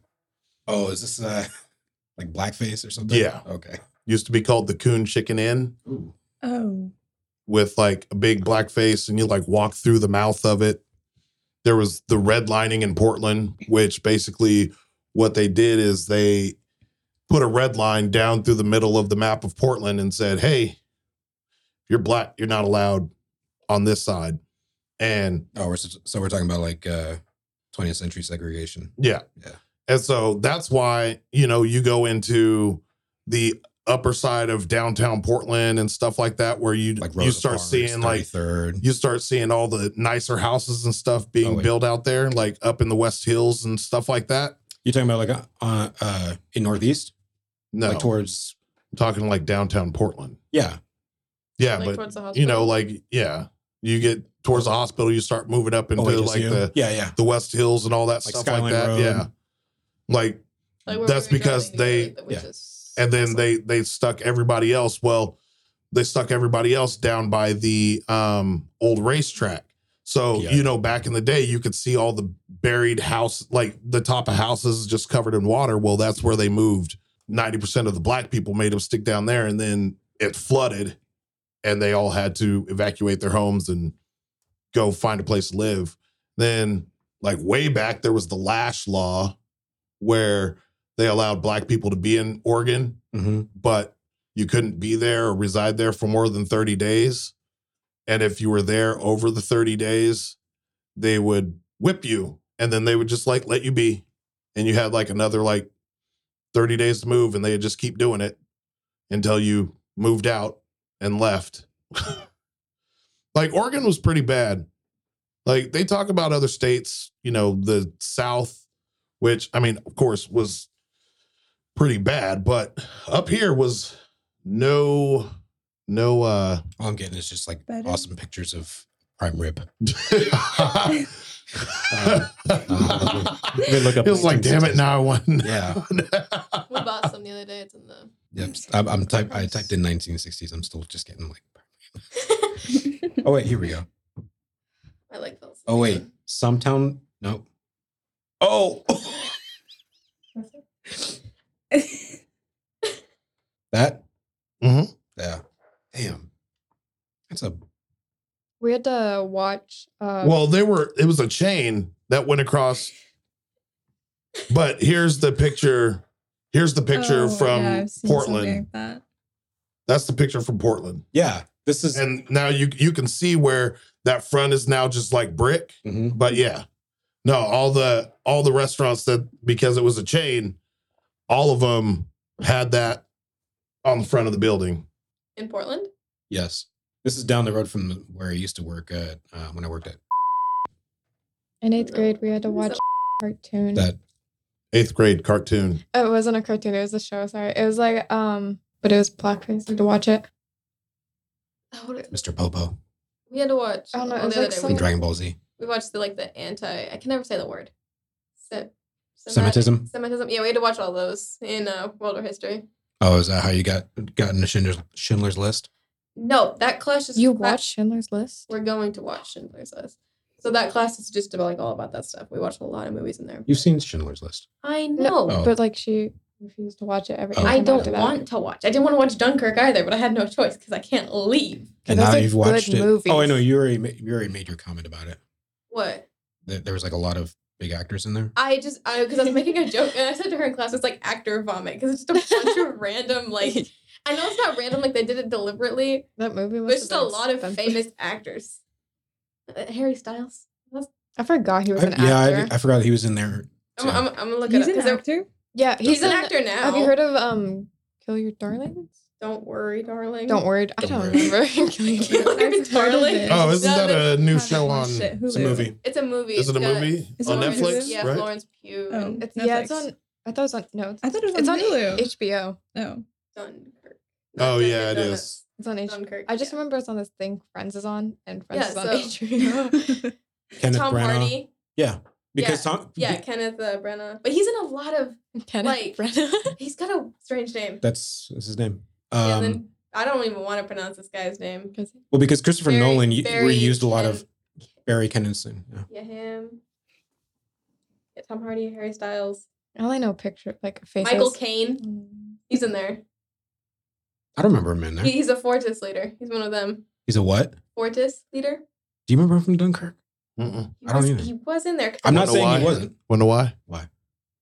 S1: oh, is this uh like blackface or something?
S4: Yeah.
S1: Okay.
S4: used to be called the Coon Chicken Inn.
S1: Ooh.
S5: Oh.
S4: with like a big black face and you like walk through the mouth of it. There was the redlining in Portland, which basically what they did is they put a red line down through the middle of the map of Portland and said, Hey, you're black, you're not allowed on this side. And
S1: Oh, we're, so we're talking about like uh 20th century segregation.
S4: yeah.
S1: Yeah.
S4: And so that's why, you know, you go into the upper side of downtown Portland and stuff like that, where you
S1: Like
S4: you start seeing like
S1: third.
S4: you start seeing all the nicer houses and stuff being
S1: Oh, yeah.
S4: built out there, like up in the West Hills and stuff like that.
S1: You're talking about like uh, uh, uh in northeast,
S4: No,
S1: like towards
S4: I'm talking like downtown Portland.
S1: yeah.
S4: Yeah,
S2: Like
S4: but
S2: towards the hospital.
S4: you know, like yeah, you get towards the hospital, you start moving up into like
S1: HSU?
S4: the
S1: yeah, yeah.
S4: the West Hills and all that
S1: Like
S4: stuff
S1: Skyline
S4: like that.
S1: Road.
S4: Yeah, like
S2: Like, where
S4: that's
S2: we were
S4: because
S2: driving the
S4: they
S2: other day, which
S1: yeah.
S2: is-
S4: and then they they stuck everybody else well they stuck everybody else down by the um old racetrack so
S1: Yeah.
S4: you know back in the day you could see all the buried house like the top of houses just covered in water well that's where they moved 90% of the black people made them stick down there and then it flooded and they all had to evacuate their homes and go find a place to live Then, like way back, there was the Lash Law, where they allowed black people to be in Oregon,
S1: Mm-hmm.
S4: but you couldn't be there or reside there for more than 30 days. And if you were there over the 30 days, they would whip you and then they would just like let you be. And you had like another like 30 days to move and they would just keep doing it until you moved out and left. like Oregon was pretty bad. Like they talk about other states, you know, the South, which I mean, of course, was pretty bad, but up here was no no uh
S1: All I'm getting is just like
S5: Better.
S1: awesome pictures of prime rib. Um,
S4: it
S3: Uh, look up
S4: was like damn it now i won
S1: Yeah.
S2: We bought some the other day. It's in the.
S1: Yep. I'm, I'm type. I typed in 1960s. I'm still just getting like. Oh wait, here we go.
S2: I like those.
S1: Oh wait, some town. Nope. Oh, that.
S4: Mhm.
S1: Yeah. Damn. That's a.
S6: We had to watch. Uh,
S4: well they were it was a chain that went across but here's the picture here's the picture
S5: Oh,
S4: from
S5: yeah, I've seen something
S4: portland
S5: Like that.
S4: that's the picture from portland
S1: Yeah. This is.
S4: and now you you can see where that front is now just like brick
S1: Mhm.
S4: but yeah no all the all the restaurants that because it was a chain all of them had that on the front of the building
S2: In Portland?
S1: Yes. This is down the road from where I used to work at uh, when I worked at
S6: in eighth
S2: No.
S6: grade, we had to
S2: What
S6: watch
S2: is
S6: cartoon.
S1: that.
S4: eighth grade cartoon
S6: it wasn't a cartoon. It was a show. Sorry, it was like um, but it was blackface. and To watch it,
S2: Oh, what-
S1: Mr. Popo
S2: we had to watch.
S6: I don't know,
S2: on
S6: Oh, it was
S2: the other
S6: like
S2: day,
S6: some-
S2: we,
S1: in Dragon Ball Z.
S2: we watched the like the anti. I can never say the word. Se-
S1: Semitism?
S2: Semitism. Yeah, we had to watch all those in uh, World War History.
S1: Oh, is that how you got gotten to Schindler's, Schindler's List?
S2: No, that class is
S6: you
S2: cla-
S6: watch Schindler's List.
S2: We're going to watch Schindler's List. So that class is just about like all about that stuff. We watched a lot of movies in there.
S1: You've seen Schindler's List.
S2: I know.
S1: Oh.
S6: But like she refused to watch it every.
S1: Oh.
S6: every
S2: I
S6: time
S2: don't
S6: after that.
S2: want to watch. I didn't want to watch Dunkirk either, but I had no choice because I can't leave.
S1: And
S6: Those
S1: now
S6: are
S1: you've watched
S6: good
S1: it. Oh, I know.
S6: movies.
S1: You already, ma- you already made your comment about it.
S2: What?
S1: There, there was like a lot of big actors in there.
S2: I just I because I was making a joke and I said to her in class, it's like actor vomit because it's just a bunch of random like. I know it's not random, like they did it deliberately,
S6: That movie
S2: but
S6: was
S2: it's just a lot of famous actors. Uh, Harry Styles. That's,
S6: I forgot he was
S1: I-
S6: an
S1: yeah,
S6: actor.
S1: I, I forgot he was in there.
S2: I'm,
S1: too.
S2: I'm, I'm gonna look
S5: He's
S2: it up.
S5: an
S2: 'cause they're-
S5: actor.
S6: yeah,
S2: He's an actor now.
S6: Have you heard of um, Kill Your Darlings?
S2: Don't worry, darling.
S6: Don't worry, I
S1: Don't
S6: don't
S1: worry.
S6: remember. Kill Your
S2: Kill
S6: Darlings.
S2: Your
S5: I've heard of
S2: Darling.
S5: it.
S4: oh isn't
S2: No,
S4: that a new
S5: Haven't
S4: show on
S5: watched it.
S4: it's a
S5: Hulu.
S4: movie
S2: It's a movie.
S4: is it a
S2: It's got-
S4: movie
S5: Is it
S4: on
S5: on Hulu?
S4: netflix
S2: Yeah,
S4: right
S2: Florence Pugh
S5: Oh.
S2: and
S6: It's, yeah, it's
S5: Netflix.
S6: on. I thought it was on. No, it's,
S5: I thought it was
S6: it's
S5: on
S6: on
S5: Hulu.
S6: HBO.
S5: oh,
S2: Dunkirk.
S4: Oh,
S2: Dunkin'
S4: yeah, it
S2: Donuts.
S4: is.
S6: It's on HBO.
S2: Dunkirk.
S6: I just
S2: Um, yeah.
S6: remember it's on this thing Friends is on, and Friends
S2: Yeah,
S6: is on
S2: so-
S6: HBO.
S1: Kenneth
S2: Tom
S1: Branagh.
S2: Hardy.
S1: Yeah, because Tom.
S2: Yeah, Kenneth uh, Branagh. But he's in a lot of.
S6: Kenneth
S2: Like-
S6: Branagh.
S2: He's got a strange name.
S1: That's, that's his name. Um,
S2: yeah, then I don't even want to pronounce this guy's name.
S1: well, because Christopher
S2: Barry-
S1: Nolan y-
S2: Barry
S1: reused a lot of
S2: Ken-
S1: Barry Kenninson. Yeah.
S2: Yeah, him. Yeah, Tom Hardy, Harry Styles,
S6: All I know picture like faces.
S2: Michael Caine.
S6: Mm.
S2: He's in there.
S1: I don't remember him in there.
S2: He, he's a Fortis leader. He's one of them.
S1: He's a what?
S2: Fortis leader.
S1: Do you remember him from Dunkirk?
S4: Mm-mm.
S2: He
S1: I don't
S2: was,
S1: either.
S2: He was in there.
S1: I'm not
S4: Wonder
S1: saying
S4: why.
S1: he wasn't.
S4: wonder why
S1: Why?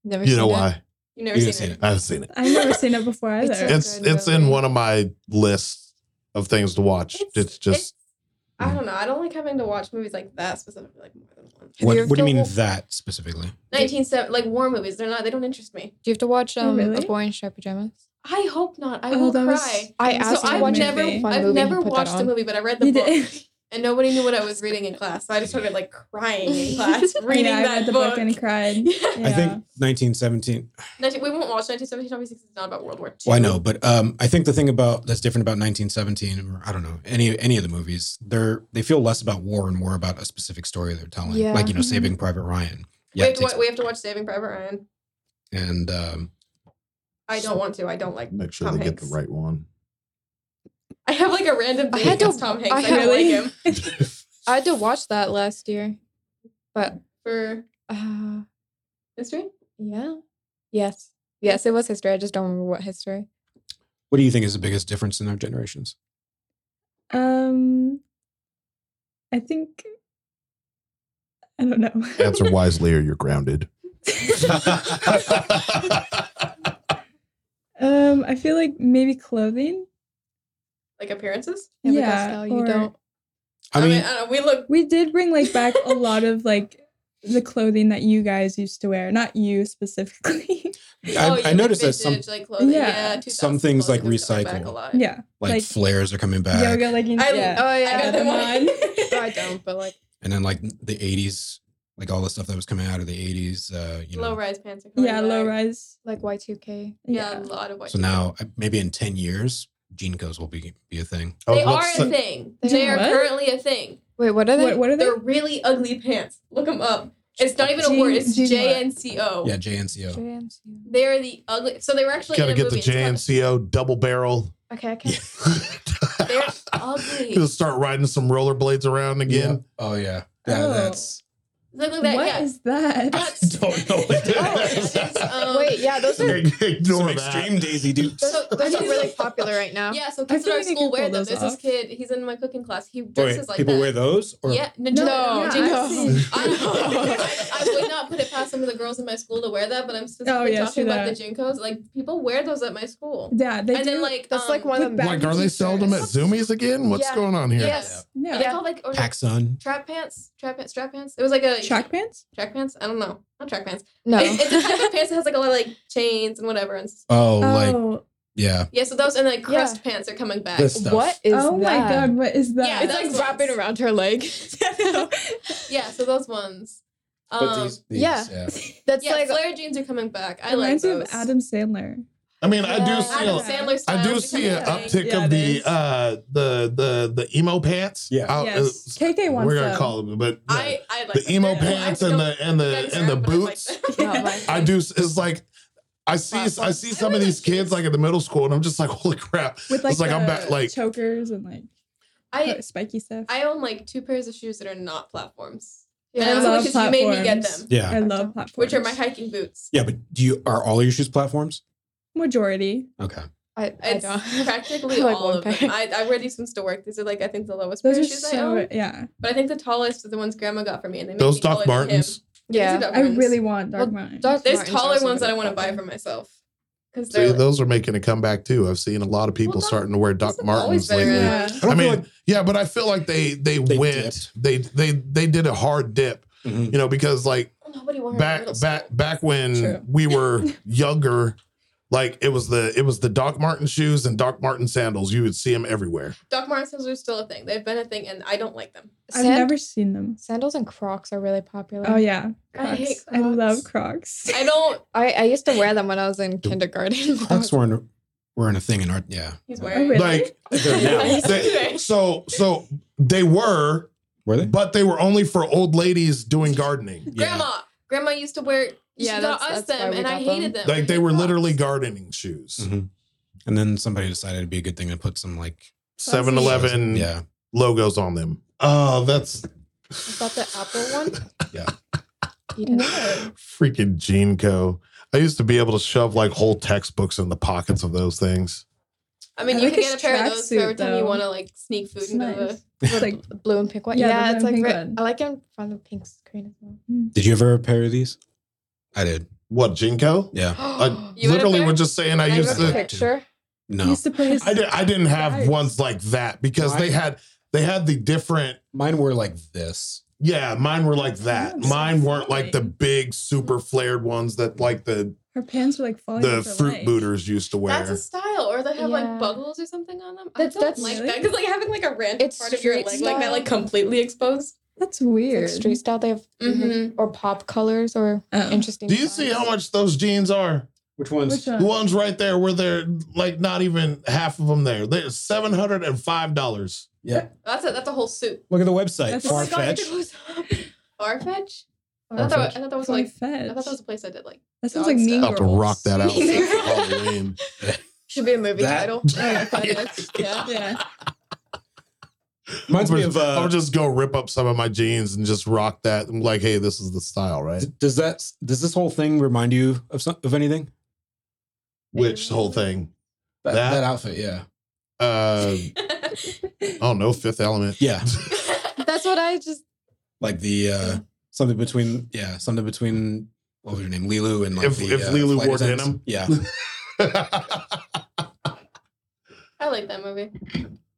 S6: Never
S4: you know
S6: seen it.
S4: why
S2: You've never
S1: You
S2: seen it.
S4: i haven't seen it
S5: I've never seen it before
S6: It's
S5: either.
S6: a-
S4: it's
S6: good
S4: it's in
S6: movie.
S4: one of my lists of things to watch it's,
S2: it's-
S4: just
S1: mm.
S2: I don't know. I don't like having to watch movies like that specifically, like more than one.
S6: Have
S1: What,
S6: you
S1: what do you
S6: ever-
S1: mean that specifically?
S2: 1970, like war movies. They're not. They don't interest me.
S6: Do you have to watch
S5: Oh,
S6: um, A
S5: really?
S6: Boy in Striped Pajamas?
S2: I hope not. I
S5: Oh,
S2: will
S5: that was-
S2: cry.
S6: I
S5: So
S6: asked
S2: so
S6: him to
S2: I've
S6: watch
S2: never,
S6: a fun
S2: I've
S6: movie.
S2: never
S6: he put that
S2: watched the
S6: on.
S2: movie, but I read the
S5: You
S2: book,
S5: did.
S2: and nobody knew what I was reading in class, so I just started like crying in class
S5: Oh,
S2: reading
S5: yeah, I
S2: that
S5: read the
S2: book.
S5: book and cried.
S2: yeah.
S1: I think
S5: Yeah.
S1: 1917.
S2: Nineteen- we won't watch 1917 obviously 'cause it's not about World War II.
S1: Well, I know, but um, I think the thing about that's different about 1917, or I don't know any any of the movies, they're they feel less about war and more about a specific story they're telling,
S6: Yeah.
S1: like you know,
S5: Mhm.
S1: Saving Private Ryan.
S2: we, have
S1: it
S2: to wa-
S1: takes-
S2: we have to watch Saving Private Ryan.
S1: and um,
S2: I don't want to. I don't like.
S4: make sure
S2: Tom
S4: they get
S2: Hanks.
S4: the right one
S2: I have like a random
S6: I
S2: thing
S6: had to-
S2: against Tom Hanks. I,
S6: I
S2: don't
S6: had-
S2: like him.
S6: I had to watch that last year, but
S2: For
S6: uh,
S2: history,
S6: yeah, yes, yes, it was history. I just don't remember what history.
S1: what do you think is the biggest difference in our generations?
S5: Um, I think I don't know.
S4: Answer wisely or you're grounded.
S5: um, I feel like maybe clothing.
S2: Like appearances?
S6: Yeah, but that's how you
S5: or-
S6: don't-
S1: I mean,
S2: I don't know, we look
S5: We did bring like back a lot of like the clothing that you guys used to wear, not you specifically.
S1: I, I
S2: oh, yeah, like
S1: noticed that some
S2: vintage, like clothing.
S5: Yeah.
S2: Yeah, 2000s
S1: Some things, like,
S2: clothing is coming back a
S1: recycle.
S2: lot.
S5: yeah,
S1: like,
S5: like-
S1: flares are coming back,
S5: yoga leggings.
S2: I-
S5: yeah.
S6: Oh
S2: I
S6: yeah,
S2: got them on.
S6: No, I don't. But like,
S1: and then like the '80s, like all the stuff that was coming out of the '80s. Uh, you know,
S2: Low rise pants. Are coming
S5: yeah,
S2: back.
S5: low rise.
S6: like Y two K.
S2: Yeah, a lot of white.
S1: so now I- maybe in ten years, jean co's will be be a thing.
S4: I was
S2: they
S4: about
S2: are
S4: to
S2: a
S4: say-
S2: thing.
S6: They
S2: They
S5: are
S2: are
S5: what?
S2: currently a thing.
S6: Wait, what are they?
S5: What, what are they?
S2: They're really ugly pants. Look them up. It's not even a word. It's
S5: Jean- Jean what?
S2: J N C O.
S1: Yeah, JNCO.
S6: Trans, yeah.
S2: They are the ugly. So they were actually
S4: Gotta
S2: in a
S4: get the
S2: movie. It's
S4: JNCO double barrel.
S6: Okay, I can't.
S2: called- They're ugly.
S4: Gonna start riding some rollerblades around
S1: Yeah.
S4: again.
S1: Oh yeah. Yeah.
S5: Oh.
S1: That's.
S2: Look like
S5: What
S2: that.
S5: is
S2: yeah.
S5: that?
S1: I don't know what
S2: Oh,
S1: that
S2: it's
S1: is.
S2: just, um,
S6: Wait, yeah, those are
S1: Some
S4: Ignore
S1: extreme Daisy dude.
S6: those,
S2: So-
S6: those are really popular right now.
S2: Yeah, so
S5: I
S2: kids at
S5: feel
S2: our
S5: like I
S2: school
S5: could
S2: wear
S5: pull
S2: them.
S5: those
S2: There's this
S5: off.
S2: kid, he's in my cooking class. He
S1: Wait,
S2: dresses like
S1: people
S2: that.
S1: wear those, or
S2: yeah, no,
S5: No,
S2: no,
S5: yeah,
S2: Jane-
S5: I've seen-
S2: I, I would not put it past some of the girls in my school to wear that, but I'm specifically
S5: Oh, yeah,
S2: talking
S5: true
S2: about
S5: that.
S2: the Jinkos. Like people wear those at my school,
S5: Yeah, they
S2: and
S5: do.
S2: then like
S6: That's
S2: um,
S6: like one
S5: Like
S6: of them.
S4: Like,
S5: back-
S4: are they selling them at Zoomies again? What's
S6: Yeah.
S4: going on here?
S2: yes,
S5: yeah.
S2: Are they called like or like,
S1: Paxson.
S2: trap pants, trap pants, strap pants. It was like a
S5: track pants.
S2: track pants. I don't know, not track pants.
S6: No.
S2: It's, it's a type of pants that has like a lot of like chains and whatever. And s-
S1: Oh, like
S5: Oh,
S1: yeah.
S2: yeah, so those and like
S6: Yeah.
S2: crust pants are coming back.
S1: This- stuff.
S6: What is
S5: oh my
S6: that?
S5: god, what is that?
S2: Yeah,
S6: It's like
S2: That's
S6: wrapping
S2: ones.
S6: around her leg.
S2: Yeah, so those ones. Um,
S1: But these, these,
S6: yeah. That's
S2: yeah,
S6: like
S2: flare jeans are coming back. I like
S5: reminds me
S2: those.
S5: of Adam Sandler.
S4: I mean, I do
S6: Yeah.
S4: see
S2: Adam
S4: a,
S2: Sandler style.
S4: I do
S2: is
S4: see
S2: becoming
S4: an
S2: a thing.
S4: uptick
S5: Yeah,
S4: of
S5: it
S4: the
S5: is.
S4: uh the the the emo pants.
S1: Yeah.
S4: I'll-
S5: Yes.
S4: uh,
S5: KK wants
S4: we're gonna
S5: them.
S4: call them, but yeah.
S2: I, I like
S4: the
S2: that.
S4: emo
S2: I
S4: pants
S2: don't
S4: and the and the
S2: think I
S4: and the
S2: deserve, but I like
S4: boots.
S2: that.
S6: Not my-
S4: I do. It's like I see I see some of these kids like at the middle school, and I'm just like, holy crap!
S5: with like,
S4: it's like I'm
S5: the
S4: back like
S5: chokers and like
S2: I
S5: spiky stuff.
S2: I own like two pairs of shoes that are not platforms,
S6: yeah,
S2: And I
S5: I
S2: was
S5: love
S2: like, 'cause you made me get
S5: platforms.
S2: them,
S1: yeah,
S5: I love
S6: don't-
S5: platforms,
S2: which are my hiking boots.
S1: yeah. But do you are all your shoes platforms?
S5: majority.
S1: Okay.
S6: I, I
S2: It's
S6: don't.
S2: practically
S6: Oh I like
S2: all
S6: one
S2: of them.
S6: pair.
S2: I, I wear these ones to work. These are like "Oh, I think the lowest
S5: Those
S2: pair
S5: are
S2: of shoes I
S5: so
S2: own.
S5: yeah.
S2: But I think the tallest are the ones Grandma got for me, and they make
S4: those
S2: me
S4: Doc
S2: taller than him.
S4: Martens.
S2: These are
S6: Yeah.
S2: Doc
S5: I
S2: Martens.
S5: really want dark
S6: Well,
S5: mine.
S6: Doc-
S2: There's
S6: Martens are
S2: taller
S6: also
S2: ones that I
S6: good
S2: want to buy
S6: platform.
S2: for myself because
S4: See,
S2: they're
S4: those are making a comeback too. I've seen a lot of people
S2: Well, Doc-
S4: starting to wear
S2: those
S4: Doc
S2: have always
S4: Martens
S2: been
S4: lately.
S2: around.
S5: yeah.
S1: I
S4: I
S1: don't feel
S4: mean,
S1: like-
S4: yeah, but I feel like they they
S1: They
S4: went they they they did a hard dip,
S1: Mhm.
S4: you know, because like
S2: nobody wore 'em in
S4: back
S2: middle
S4: back
S2: school.
S4: back when
S5: True.
S4: we were younger like it was the it was the Doc Martin shoes and Doc Martin sandals you would see them everywhere
S2: Doc Martens are still a thing. They've been a thing, and I don't like them.
S5: I've
S6: Sand-
S5: never seen them.
S6: Sandals and Crocs are really popular.
S5: Oh yeah.
S2: I hate
S5: Crocs. I love Crocs.
S2: I don't.
S6: I, I used to wear them when I was in
S1: Do-
S6: kindergarten.
S1: Crocs weren't weren't a thing in our yeah.
S2: He's
S1: Uh,
S2: wearing.
S5: Really?
S4: like
S1: They're now.
S4: they- so so they were
S1: Were they?
S4: but they were only for old ladies doing gardening
S2: Grandma. Grandma used to wear.
S6: Yeah,
S2: Yeah, she got
S6: that's-
S2: us
S6: that's why
S2: them,
S6: we
S2: and I
S6: got
S2: hated them.
S4: like they were literally gardening shoes
S1: Mhm. And then somebody decided it'd be a good thing to put some like
S4: 7-Eleven
S1: yeah
S4: logos on them oh that's
S6: Is that the Apple one?
S1: Yeah.
S6: You didn't know.
S4: freaking Gene Co. I used to be able to shove like whole textbooks in the pockets of those things
S2: I mean,
S5: I
S2: you
S5: like
S2: can get a
S5: his
S2: pair of those for
S5: tracksuit,
S2: every time you
S5: though.
S2: want to like sneak food
S5: It's
S2: into
S5: nice.
S2: the.
S5: It's like
S6: The blue and pink one.
S5: Yeah,
S6: Yeah,
S5: the blue and
S6: it's like
S5: pink
S6: ri-
S5: one.
S6: I like it from the pink screen as well.
S1: Did you ever have a pair of these? I did.
S4: what Gene Co?
S1: Yeah.
S4: I
S2: You had a
S4: literally
S2: pair?
S4: was just saying I
S6: I
S4: used
S6: got
S1: the-
S6: a
S4: to
S6: picture.
S1: No.
S5: used to play his
S4: I, did, I didn't have
S5: Right.
S4: ones like that because
S1: Mine-
S4: they had they had the different
S1: Mine were like this.
S4: yeah mine were like that
S5: Yeah,
S4: mine
S5: so
S4: weren't like the
S5: funny.
S4: big super flared ones that like the
S5: her pants were like falling.
S4: the
S5: off her
S4: fruit
S5: leg.
S4: booters used to wear
S2: That's a style, or they have
S6: Yeah.
S2: like buckles or something on them. I
S6: That's-
S2: don't
S6: that's-
S2: like
S5: Really?
S2: that because like having like a random
S6: It's
S2: part of your leg
S6: street
S2: like that,
S6: style.
S2: like completely exposed.
S5: That's
S6: It's
S5: weird.
S6: like street style. They have mm-hmm.
S2: Mhm.
S6: or pop colors or
S5: Oh.
S6: interesting.
S4: do you see
S6: designs.
S4: how much those jeans are
S1: Which ones?
S5: Which
S4: the
S5: one?
S4: ones right there where they're like not even half of them there they're $705
S1: Yeah.
S2: That's a that's a whole suit.
S1: Look at the website.
S5: That's- Oh my
S1: Far
S5: God,
S1: fetch.
S2: Farfetch. I thought, that was,
S1: Farfetch.
S2: I thought that was like I thought that was a place I did like.
S5: That sounds like
S2: dog
S5: mean
S2: stuff.
S4: have to rock
S5: Girls.
S4: that out for
S2: Yeah.
S4: Halloween.
S6: Should be a movie
S1: That-
S6: title.
S4: Oh.
S2: Yeah.
S5: Yeah.
S1: Reminds me of.
S4: I'll
S1: Uh,
S4: just go rip up some of my jeans and just rock that. I'm like, hey, this is the style, right?
S1: d- does that does this whole thing remind you of some, of anything?
S4: Which whole thing?
S1: That,
S4: That?
S1: outfit. Yeah.
S4: Uh, I don't know, Fifth Element.
S1: Yeah.
S6: That's what I just.
S1: Like the uh, something between yeah, something between what was her name, Lilu and like
S4: If-
S1: the, uh,
S4: if Lilu
S1: flight
S4: wore
S1: attendants.
S4: denim?
S1: yeah,
S2: I like that movie.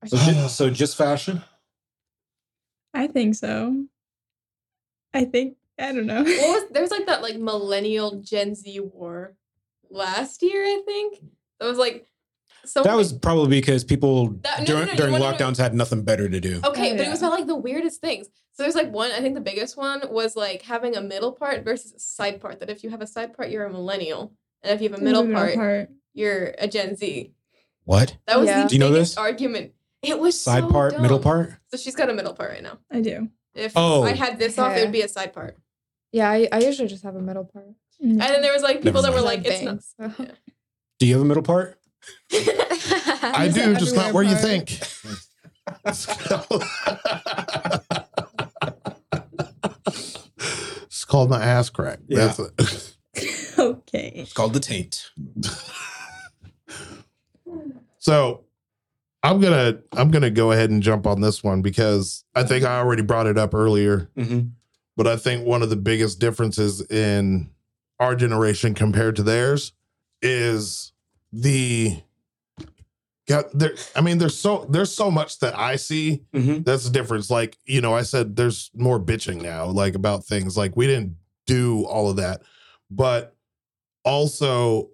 S1: so just, so just fashion.
S5: I think so. I think I don't know.
S2: What was there was like that like millennial Gen Z war last year, I think. That was like so
S1: That was probably because people
S2: That- no, no,
S1: during,
S2: no, you
S1: during
S2: wanna know-
S1: lockdowns had nothing better to do.
S2: Okay,
S5: Oh,
S2: but it was
S5: yeah.
S2: about like the weirdest things. So there's like one, I think the biggest one was like having a middle part versus a side part. That if you have a side part, you're a millennial. And if you have a Mm-hmm, middle part, you're a Gen Z.
S1: What
S2: That was
S6: Yeah.
S2: the
S1: Do you know
S2: biggest
S1: this?
S2: argument. It was
S1: side
S2: so
S1: part, middle
S2: dumb.
S1: part?
S2: So she's got a middle part right now.
S5: I do.
S2: If
S1: Oh.
S2: I had this off, it
S6: Okay.
S2: would be a side part.
S6: Yeah, I, I usually just have a middle part.
S2: And then there was like people that
S1: Never
S2: were
S6: I
S2: like, it's not.
S6: bang, so.
S2: yeah.
S1: Do you have a middle part?
S4: I
S5: Is it
S4: do, just not where
S5: everywhere
S4: you
S5: part?
S4: think. it's called my ass crack.
S1: Yeah.
S4: That's it.
S5: okay.
S1: It's called the taint.
S4: So I'm gonna I'm gonna go ahead and jump on this one because I think I already brought it up earlier,
S1: Mm-hmm.
S4: but I think one of the biggest differences in our generation compared to theirs is the God, there, I mean, there's so there's so much that I see
S1: Mm-hmm.
S4: that's the difference. Like, you know, I said there's more bitching now, like about things. Like, we didn't do all of that. But also,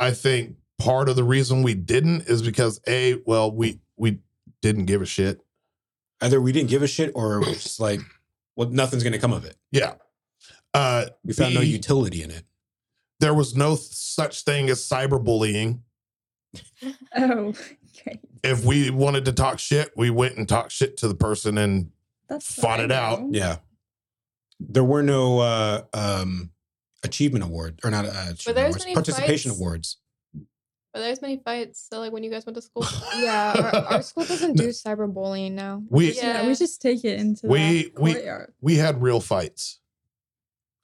S4: I think part of the reason we didn't is because A, well, we we didn't give a shit.
S1: Either we didn't give a shit, or we're just like, well, nothing's gonna come of it.
S4: Yeah. Uh
S1: We found no
S4: The-
S1: utility in it.
S4: there was no such thing as cyberbullying.
S5: Oh, okay.
S4: If we wanted to talk shit, we went and talked shit to the person and
S5: That's
S4: Fought it out.
S1: Yeah, there were no uh, um, achievement award or not uh, achievement
S2: Were there as
S1: awards,
S2: many
S1: participation
S2: fights?
S1: awards.
S2: Were there as many fights? So like when you guys went to school?
S6: Yeah, our, our school doesn't do cyberbullying now.
S4: we
S5: Yeah.
S2: Yeah.
S5: we just take it into
S4: We-
S5: we,
S4: we-
S5: courtyard.
S4: we had real fights.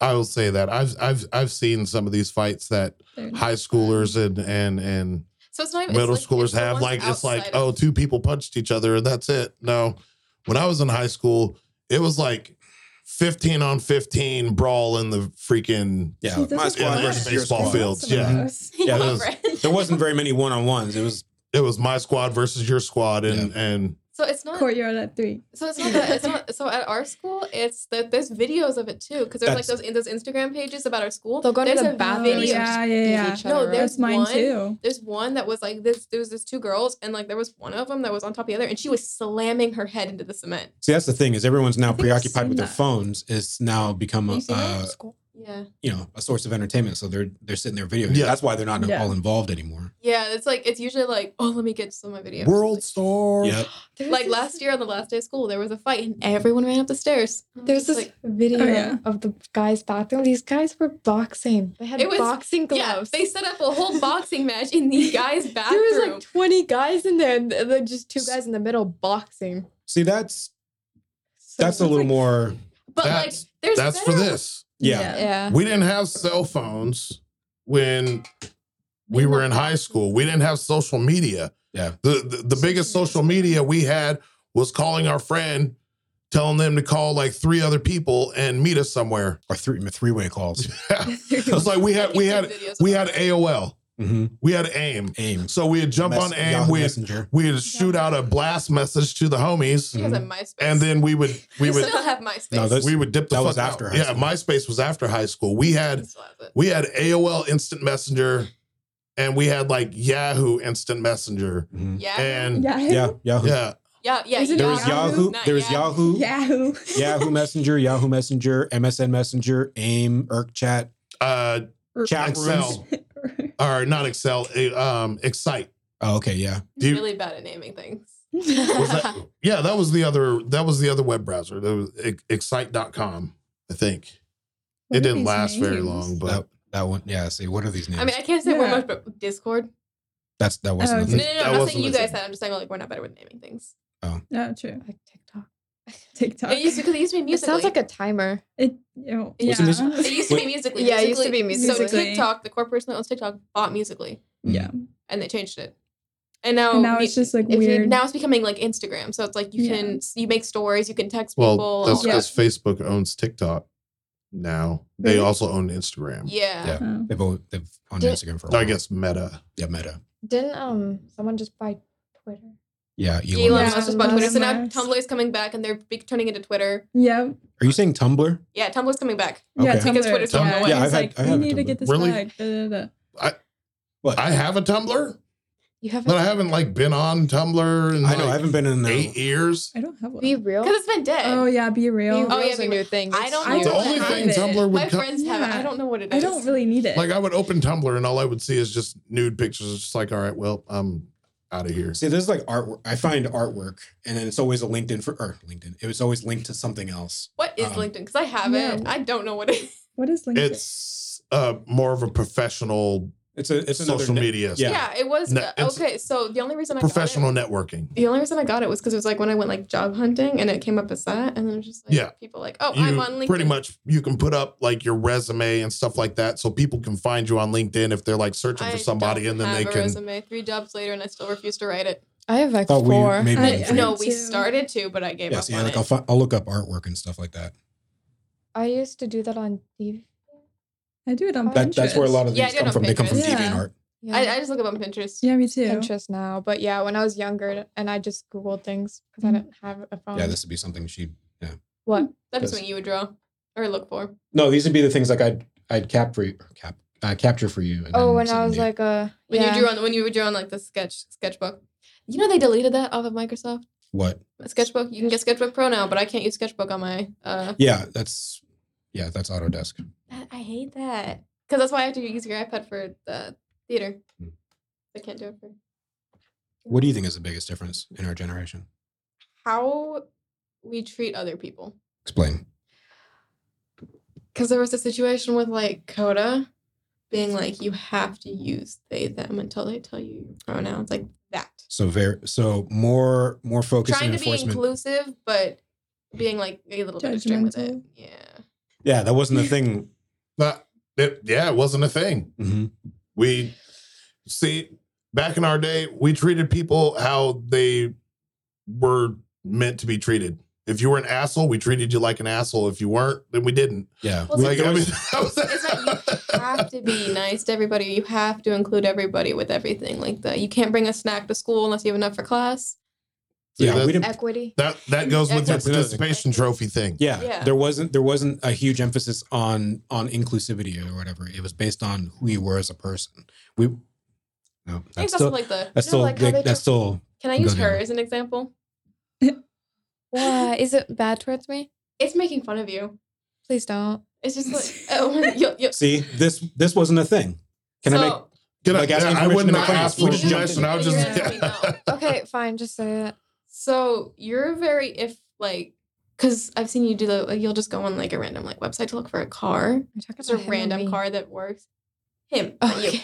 S4: I will say that I've I've I've seen some of these fights that
S5: They're not
S4: high schoolers and and and
S2: So it's not even it's
S4: middle
S2: like- it's
S4: schoolers
S2: the
S4: have
S2: ones
S4: like it's like
S2: outside
S4: oh
S2: of-
S4: two people punched each other and that's it no when i was in high school it was like 15 on 15 brawl in the freaking
S1: Yeah,
S5: He
S1: my
S5: doesn't
S1: squad
S5: want
S1: versus
S4: us.
S1: your
S4: Baseball
S1: squad.
S4: field. fields, oh,
S5: awesome
S4: yeah.
S5: of us.
S1: Yeah,
S4: those-
S2: right.
S1: There wasn't very many one on ones. It was
S4: it was my squad versus your squad and and
S2: So it's not
S5: courtyard at three.
S2: So it's not that. It's not. So at our school, it's that there's videos of it too, because there's like those in those Instagram pages about our school.
S6: They'll go to
S2: there's
S6: the
S2: a
S6: bathroom.
S5: Oh,
S2: video.
S5: yeah, yeah,
S6: beat
S5: yeah.
S6: each
S2: No,
S6: other up.
S2: there's
S5: That's mine
S2: one-
S5: too.
S2: There's one that was like this. There was this two girls, and like there was one of them that was on top of the other, and she was slamming her head into the cement.
S1: see that's the thing is everyone's now
S5: think I've
S1: preoccupied
S5: seen
S1: with their
S5: that.
S1: phones. It's now become a
S6: You see that?
S1: uh,
S6: School.
S2: Yeah.
S1: you know a source of entertainment. So they're they're sitting there videoing.
S4: Yeah.
S1: That's why they're not
S5: Yeah.
S1: all involved anymore.
S2: Yeah. It's like it's usually like oh let me get some of my videos.
S4: world star
S1: Yep.
S6: There's
S2: Like
S6: this-
S2: last year on the last day of school, there was a fight, and everyone ran up the stairs.
S6: There's this
S2: Like,
S6: video
S5: Oh, yeah.
S6: of the guys' bathroom. These guys were boxing. They had
S2: It was-
S6: boxing
S2: yeah,
S6: gloves.
S2: they set up a whole boxing match in the guys'
S6: there
S2: bathroom.
S6: was like 20 guys in there, and then just two guys in the middle boxing.
S1: See that's
S6: So
S1: that's a
S6: it's
S1: little
S6: like-
S1: more
S2: but like
S4: that's-
S2: there's
S4: that's for
S2: better-
S4: this
S1: yeah.
S6: Yeah.
S4: we didn't have cell phones when we were in high school we didn't have social media
S1: Yeah.
S4: the the, the biggest social media we had was calling our friend telling them to call like three other people and meet us somewhere
S1: or three three way calls.
S4: it was like we had we had we had AOL,
S1: hmm
S4: we had AIM.
S1: Aim.
S4: So we'd jump on
S1: Mess-
S4: AIM,
S1: Yahoo
S4: we'd
S1: Messenger.
S4: we'd shoot out a blast message to the homies,
S2: She has a MySpace.
S4: Mm-hmm. and then we would we
S2: we
S4: would
S2: still have MySpace.
S1: No, those-
S4: we would dip the
S1: That
S4: fuck
S1: was after
S4: out.
S1: high
S4: yeah,
S1: school.
S4: MySpace was after high school. We
S2: She
S4: had
S2: still has it.
S4: we had AOL Instant Messenger, and we had like Yahoo Instant Messenger,
S1: Mhm.
S2: Yeah.
S4: and
S5: Yeah.
S1: Yeah, Yahoo.
S4: yeah,
S2: yeah, yeah.
S5: Is it
S1: There was
S5: Yahoo?
S1: Yahoo.
S2: Not
S1: There was Yahoo.
S5: Yahoo.
S1: Yahoo Messenger, Yahoo Messenger, MSN Messenger, AIM, Irk Chat,
S4: uh,
S1: chat rooms.
S4: Excel. or not Excel, eh, um, Excite.
S1: Oh, okay, yeah.
S2: He's
S4: Do-
S2: really bad at naming things.
S4: Was that- yeah, that was the other that was the other web browser. That was E, Ex- Excite.com, I think.
S5: What
S4: it
S5: are
S4: didn't
S5: these
S4: last very
S5: names?
S4: long, but
S1: That, that one. Yeah. See, what are these names?
S2: I mean, I can't say we're
S5: Yeah.
S2: much, but Discord.
S1: That's that wasn't.
S5: Oh,
S1: a
S2: No,
S1: thing.
S2: no, no.
S4: Mm-hmm. That
S2: I'm not
S4: wasn't
S2: saying you
S4: listed.
S2: guys said. I'm just saying like we're not better with naming things.
S5: Oh, true.
S6: Like TikTok.
S5: TikTok.
S2: It used to because it used to be
S6: It
S2: music.
S6: sounds like a timer.
S5: It, oh,
S1: It used to
S5: yeah.
S2: It used to be musically.
S6: Yeah, it used to be
S2: So
S5: Musical.ly.
S2: TikTok, the corporation that owns TikTok, bought musically,
S1: Mm.
S5: yeah.
S2: and they changed it. And now,
S5: and now
S2: you-
S5: it's just like
S2: if you-
S5: weird.
S2: now it's becoming like Instagram. So it's like you
S5: Yeah.
S2: can you make stories, you can text
S4: well,
S2: people.
S4: that's
S2: all that.
S4: because Facebook owns TikTok. now. They
S5: Really?
S4: also own Instagram.
S2: Yeah.
S1: Yeah.
S5: Oh.
S1: They've, o- they've on
S6: Did-
S1: Instagram for a
S4: I
S1: while.
S4: guess Meta.
S1: Yeah, Meta.
S6: Didn't um someone just buy Twitter?
S1: Yeah, Elon.
S2: Elon
S5: Yeah,
S1: Musk.
S2: Musk just bought
S5: Elon
S2: Twitter, so now
S5: Musk.
S2: Tumblr is coming back, and they're be- turning into Twitter.
S5: Yep.
S1: Are you saying Tumblr?
S2: Yeah, Tumblr's coming back.
S5: Yeah,
S1: Okay.
S5: Tumblr.
S2: Because Twitter's
S5: yeah,
S2: going away.
S1: Yeah,
S5: He's
S1: I've had-
S5: like,
S1: I
S5: we
S1: have a
S5: need to
S1: Tumblr.
S5: get this
S4: Really?
S5: back. Da, da, da.
S1: What?
S4: I have a Tumblr,
S6: You haven't.
S4: but I haven't like been on Tumblr in
S1: I know.
S4: like,
S1: I haven't been in there.
S4: eight years.
S5: I don't have one.
S6: Be real.
S2: Because it's been dead.
S5: oh yeah, be
S6: Be
S5: real.
S6: real's
S2: Oh, yeah,
S6: a
S2: be
S6: new
S2: real.
S6: thing.
S2: I don't- I
S6: It's
S4: The
S2: don't
S6: new.
S4: only
S2: have
S4: thing
S5: it.
S4: Tumblr
S2: My
S4: would come.
S2: friends have it.
S5: Yeah.
S2: I don't know what it
S5: I
S2: is.
S5: don't really need it.
S4: Like
S1: uh,
S4: I would open Tumblr and all I would see is just nude pictures. It's just like, all right, well, I'm out of here.
S1: See, this is like artwork. I find artwork, and then it's always a LinkedIn for or LinkedIn. It was always linked to something else.
S2: What is
S1: Um,
S2: LinkedIn? Because I have
S5: yeah.
S2: it. I don't know what it is.
S5: what is LinkedIn?
S4: It's uh more of a professional
S1: It's a it's another
S4: social
S1: ne-
S4: media.
S1: Yeah.
S2: Yeah, it was
S4: No,
S2: uh,
S4: it's-
S2: okay. So the only reason I
S4: Professional
S2: Got
S4: networking.
S2: it, the only reason I got it was because it was like when I went like job hunting and it came up as that, and then it was just like
S4: Yeah.
S2: people like, oh, I'm on
S4: You
S2: LinkedIn.
S4: pretty much you can put up like your resume and stuff like that, so people can find you on LinkedIn if they're like searching
S2: I
S4: for somebody,
S2: don't
S4: and then
S2: have
S4: they
S2: a
S4: can.
S2: resume. Three jobs later, and I still refuse to write it.
S6: I have like
S1: Thought we
S6: four.
S1: maybe
S5: I-
S1: yeah,
S5: I-
S2: No,
S5: Me
S2: we
S5: too.
S2: started to, but I gave up
S1: yes, yeah.
S2: on
S1: Like
S2: it.
S1: I'll fi- I'll look up artwork and stuff like that.
S6: I used to do that on TV.
S5: I do it on
S1: That
S5: Pinterest.
S1: that's where a lot of these
S2: Yeah, I did
S1: come
S2: on
S1: from. They come from
S5: Pinterest. Yeah.
S1: DeviantArt.
S6: Yeah.
S2: I, I just look up on Pinterest.
S5: Yeah, me too.
S6: Pinterest now, but yeah, when I was younger and I just Googled things because I
S5: Mhm.
S6: didn't have a phone.
S1: Yeah, this would be something she.
S6: what?
S2: That's
S1: Yes.
S2: something you would draw or look for.
S1: No, these would be the things like I'd I'd cap for you, or cap uh, capture for you. And
S6: Oh,
S1: then
S6: when
S1: send
S6: I was
S1: you.
S6: like a
S2: When
S6: yeah.
S2: you drew on when you drew on like the sketch sketchbook. You know they deleted that off of Microsoft
S1: what?
S2: Sketchbook. You can get Sketchbook Pro now, but I can't use Sketchbook on my. uh
S1: Yeah, that's yeah, that's Autodesk.
S2: that- I hate that because that's why I have to use your iPad for the theater.
S1: Hmm.
S2: I can't do it for
S1: What do you think is the biggest difference in our generation?
S2: how we treat other people.
S1: Explain.
S2: Because there was a situation with like Coda being like, you have to use they them until they tell you your pronouns, like that.
S1: So very so more more focus
S2: Trying
S1: on
S2: to be
S1: enforcement.
S2: inclusive, but being like a little bit extreme with it.
S5: Judgmental.
S2: Yeah.
S1: yeah, that wasn't a thing.
S4: Not, it, yeah, it wasn't a thing.
S1: Mhm.
S4: We see back in our day, we treated people how they were meant to be treated. If you were an asshole, we treated you like an asshole. If you weren't, then we didn't.
S1: Yeah,
S2: Well,
S1: We-
S4: Like,
S1: there
S4: I mean,
S1: was-
S4: that was-
S2: It's that you have to be nice to everybody. You have to include everybody with everything. Like that. You can't bring a snack to school unless you have enough for class.
S1: yeah,
S4: that-
S1: we didn't.
S6: equity.
S4: that that goes with your
S1: That's another thing.
S4: participation trophy thing.
S1: Yeah,
S2: Yeah.
S1: there wasn't there wasn't a huge emphasis on on inclusivity or whatever. It was based on who you were as a person. We no,
S2: I think
S1: that's
S2: that's
S1: still
S2: like the
S1: that's
S6: No,
S1: still
S6: like how
S1: big-
S6: they
S1: that's
S6: just-
S1: still
S2: Can I
S1: Go
S2: use
S1: ahead.
S2: her as an example?
S6: Why is it bad towards me?
S2: It's making fun of you.
S6: Please don't.
S2: It's just like, oh, you, you,
S1: see this this wasn't a thing. Can I make
S2: So,
S4: Can I,
S1: Like asking
S4: I
S1: permission
S4: would
S1: to
S4: not
S1: claim.
S4: ask for
S1: You jumped
S4: suggestion.
S1: in.
S4: I would
S2: You're
S4: just.
S2: asking now.
S6: Okay, fine, just say it.
S2: so you're very if like because I've seen you do the like, you'll just go on like a random like website to look for a car.
S6: You're talking
S2: It's a
S6: about him or
S2: random
S6: me?
S2: car that works. Him, not
S6: Okay.
S2: you.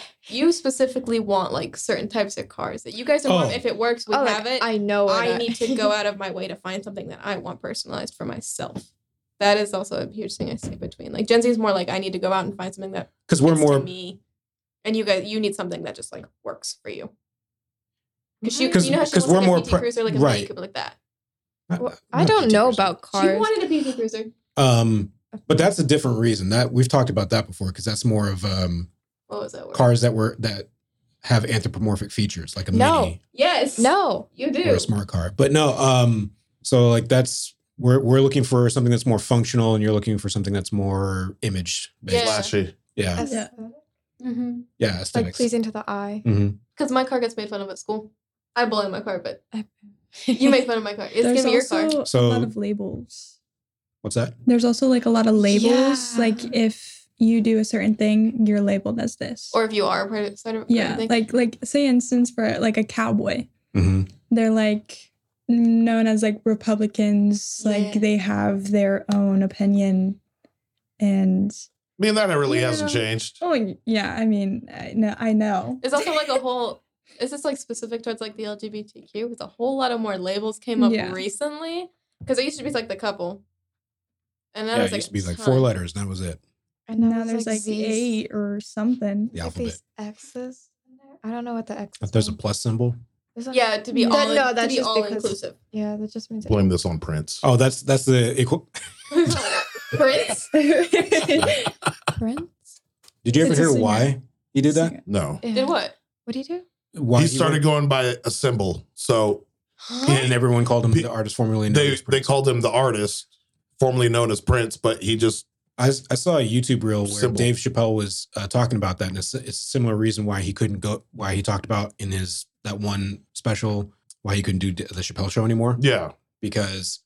S2: You specifically want like certain types of cars that you guys don't want.
S1: Oh.
S2: If it works, we
S6: Oh, like,
S2: have it. I,
S6: I know. it.
S2: need to go out of my way to find something that I want personalized for myself. That is also a huge thing I see between like Gen Z is more like I need to go out and find something that
S1: because we're
S2: fits to
S1: more
S2: me, and you guys you need something that just like works for you. Because you,
S1: 'Cause-
S2: you know how she
S1: 'cause
S2: wants
S1: we're
S2: like
S1: more
S2: a PT
S1: pre-
S2: Cruiser, like a
S1: right.
S2: right. like that.
S6: Well, I don't know about cars.
S2: She wanted a PT Cruiser.
S1: um, but that's a different reason that we've talked about that before because that's more of um
S2: What was that word?
S1: cars that were that have anthropomorphic features like a
S6: No.
S1: mini
S2: Yes.
S6: no.
S2: You do.
S1: or a smart car. But no, um, so like that's we're we're looking for something that's more functional, and you're looking for something that's more image based.
S2: Yeah.
S4: Flashy.
S1: Yeah,
S6: That's-
S2: mm-hmm.
S1: yeah,
S6: Like
S1: aesthetics.
S6: pleasing to the eye.
S1: Mhm.
S2: Because my car gets made fun of at school. I blow my car, but you make fun of my car. It's
S5: There's
S2: gonna be your
S5: also
S2: car.
S1: So-
S5: a lot of labels.
S1: What's that?
S5: There's also like a lot of labels.
S6: Yeah.
S5: Like if you do a certain thing, you're labeled as this.
S2: Or if you are part of side of
S5: yeah,
S2: anything.
S5: like like say instance for like a cowboy,
S1: hmm
S5: they're like known as like Republicans. Like
S2: Yeah.
S5: they have their own opinion, and
S4: I mean, that really hasn't
S5: Yeah.
S4: changed.
S5: oh y- yeah, I mean I know I know.
S2: it's also like a whole is this like specific towards like the LGBTQ? Because a whole lot of more labels came up
S5: Yeah.
S2: recently. Because it used to be like the couple. And now
S1: Yeah,
S2: it's
S1: it
S2: like
S1: used to be
S2: a
S1: like
S2: ton.
S1: four letters, and that was it.
S6: And
S5: now there's like, eight or something.
S1: The
S6: Like
S1: alphabet.
S6: these X's. in there. I don't know what the X.
S1: But there's a plus symbol.
S2: Yeah, to be
S6: That-
S2: all no,
S6: no,
S2: that's
S6: that's
S2: to be
S6: just
S2: all
S6: because-
S2: inclusive.
S6: Yeah, that just means.
S4: Blame this on Prince.
S1: Oh, that's that's the equal.
S2: Prince?
S6: Prince?
S1: Did you ever
S5: It's a
S1: hear
S5: singer.
S1: why he did that?
S4: No.
S2: Did what?
S6: What do you do?
S1: Why
S4: he started
S1: went-
S4: going by a symbol. So
S1: and everyone called him
S4: Pe-
S1: the artist formerly known
S4: they
S1: as
S4: they
S1: Prince.
S4: called him the artist, formerly known as Prince, but he just
S1: I, s- I saw a YouTube reel where
S4: Symbol.
S1: Dave Chappelle was uh, talking about that, and it's, it's a similar reason why he couldn't go, why he talked about in his that one special why he couldn't do the Chappelle show anymore
S4: yeah.
S1: because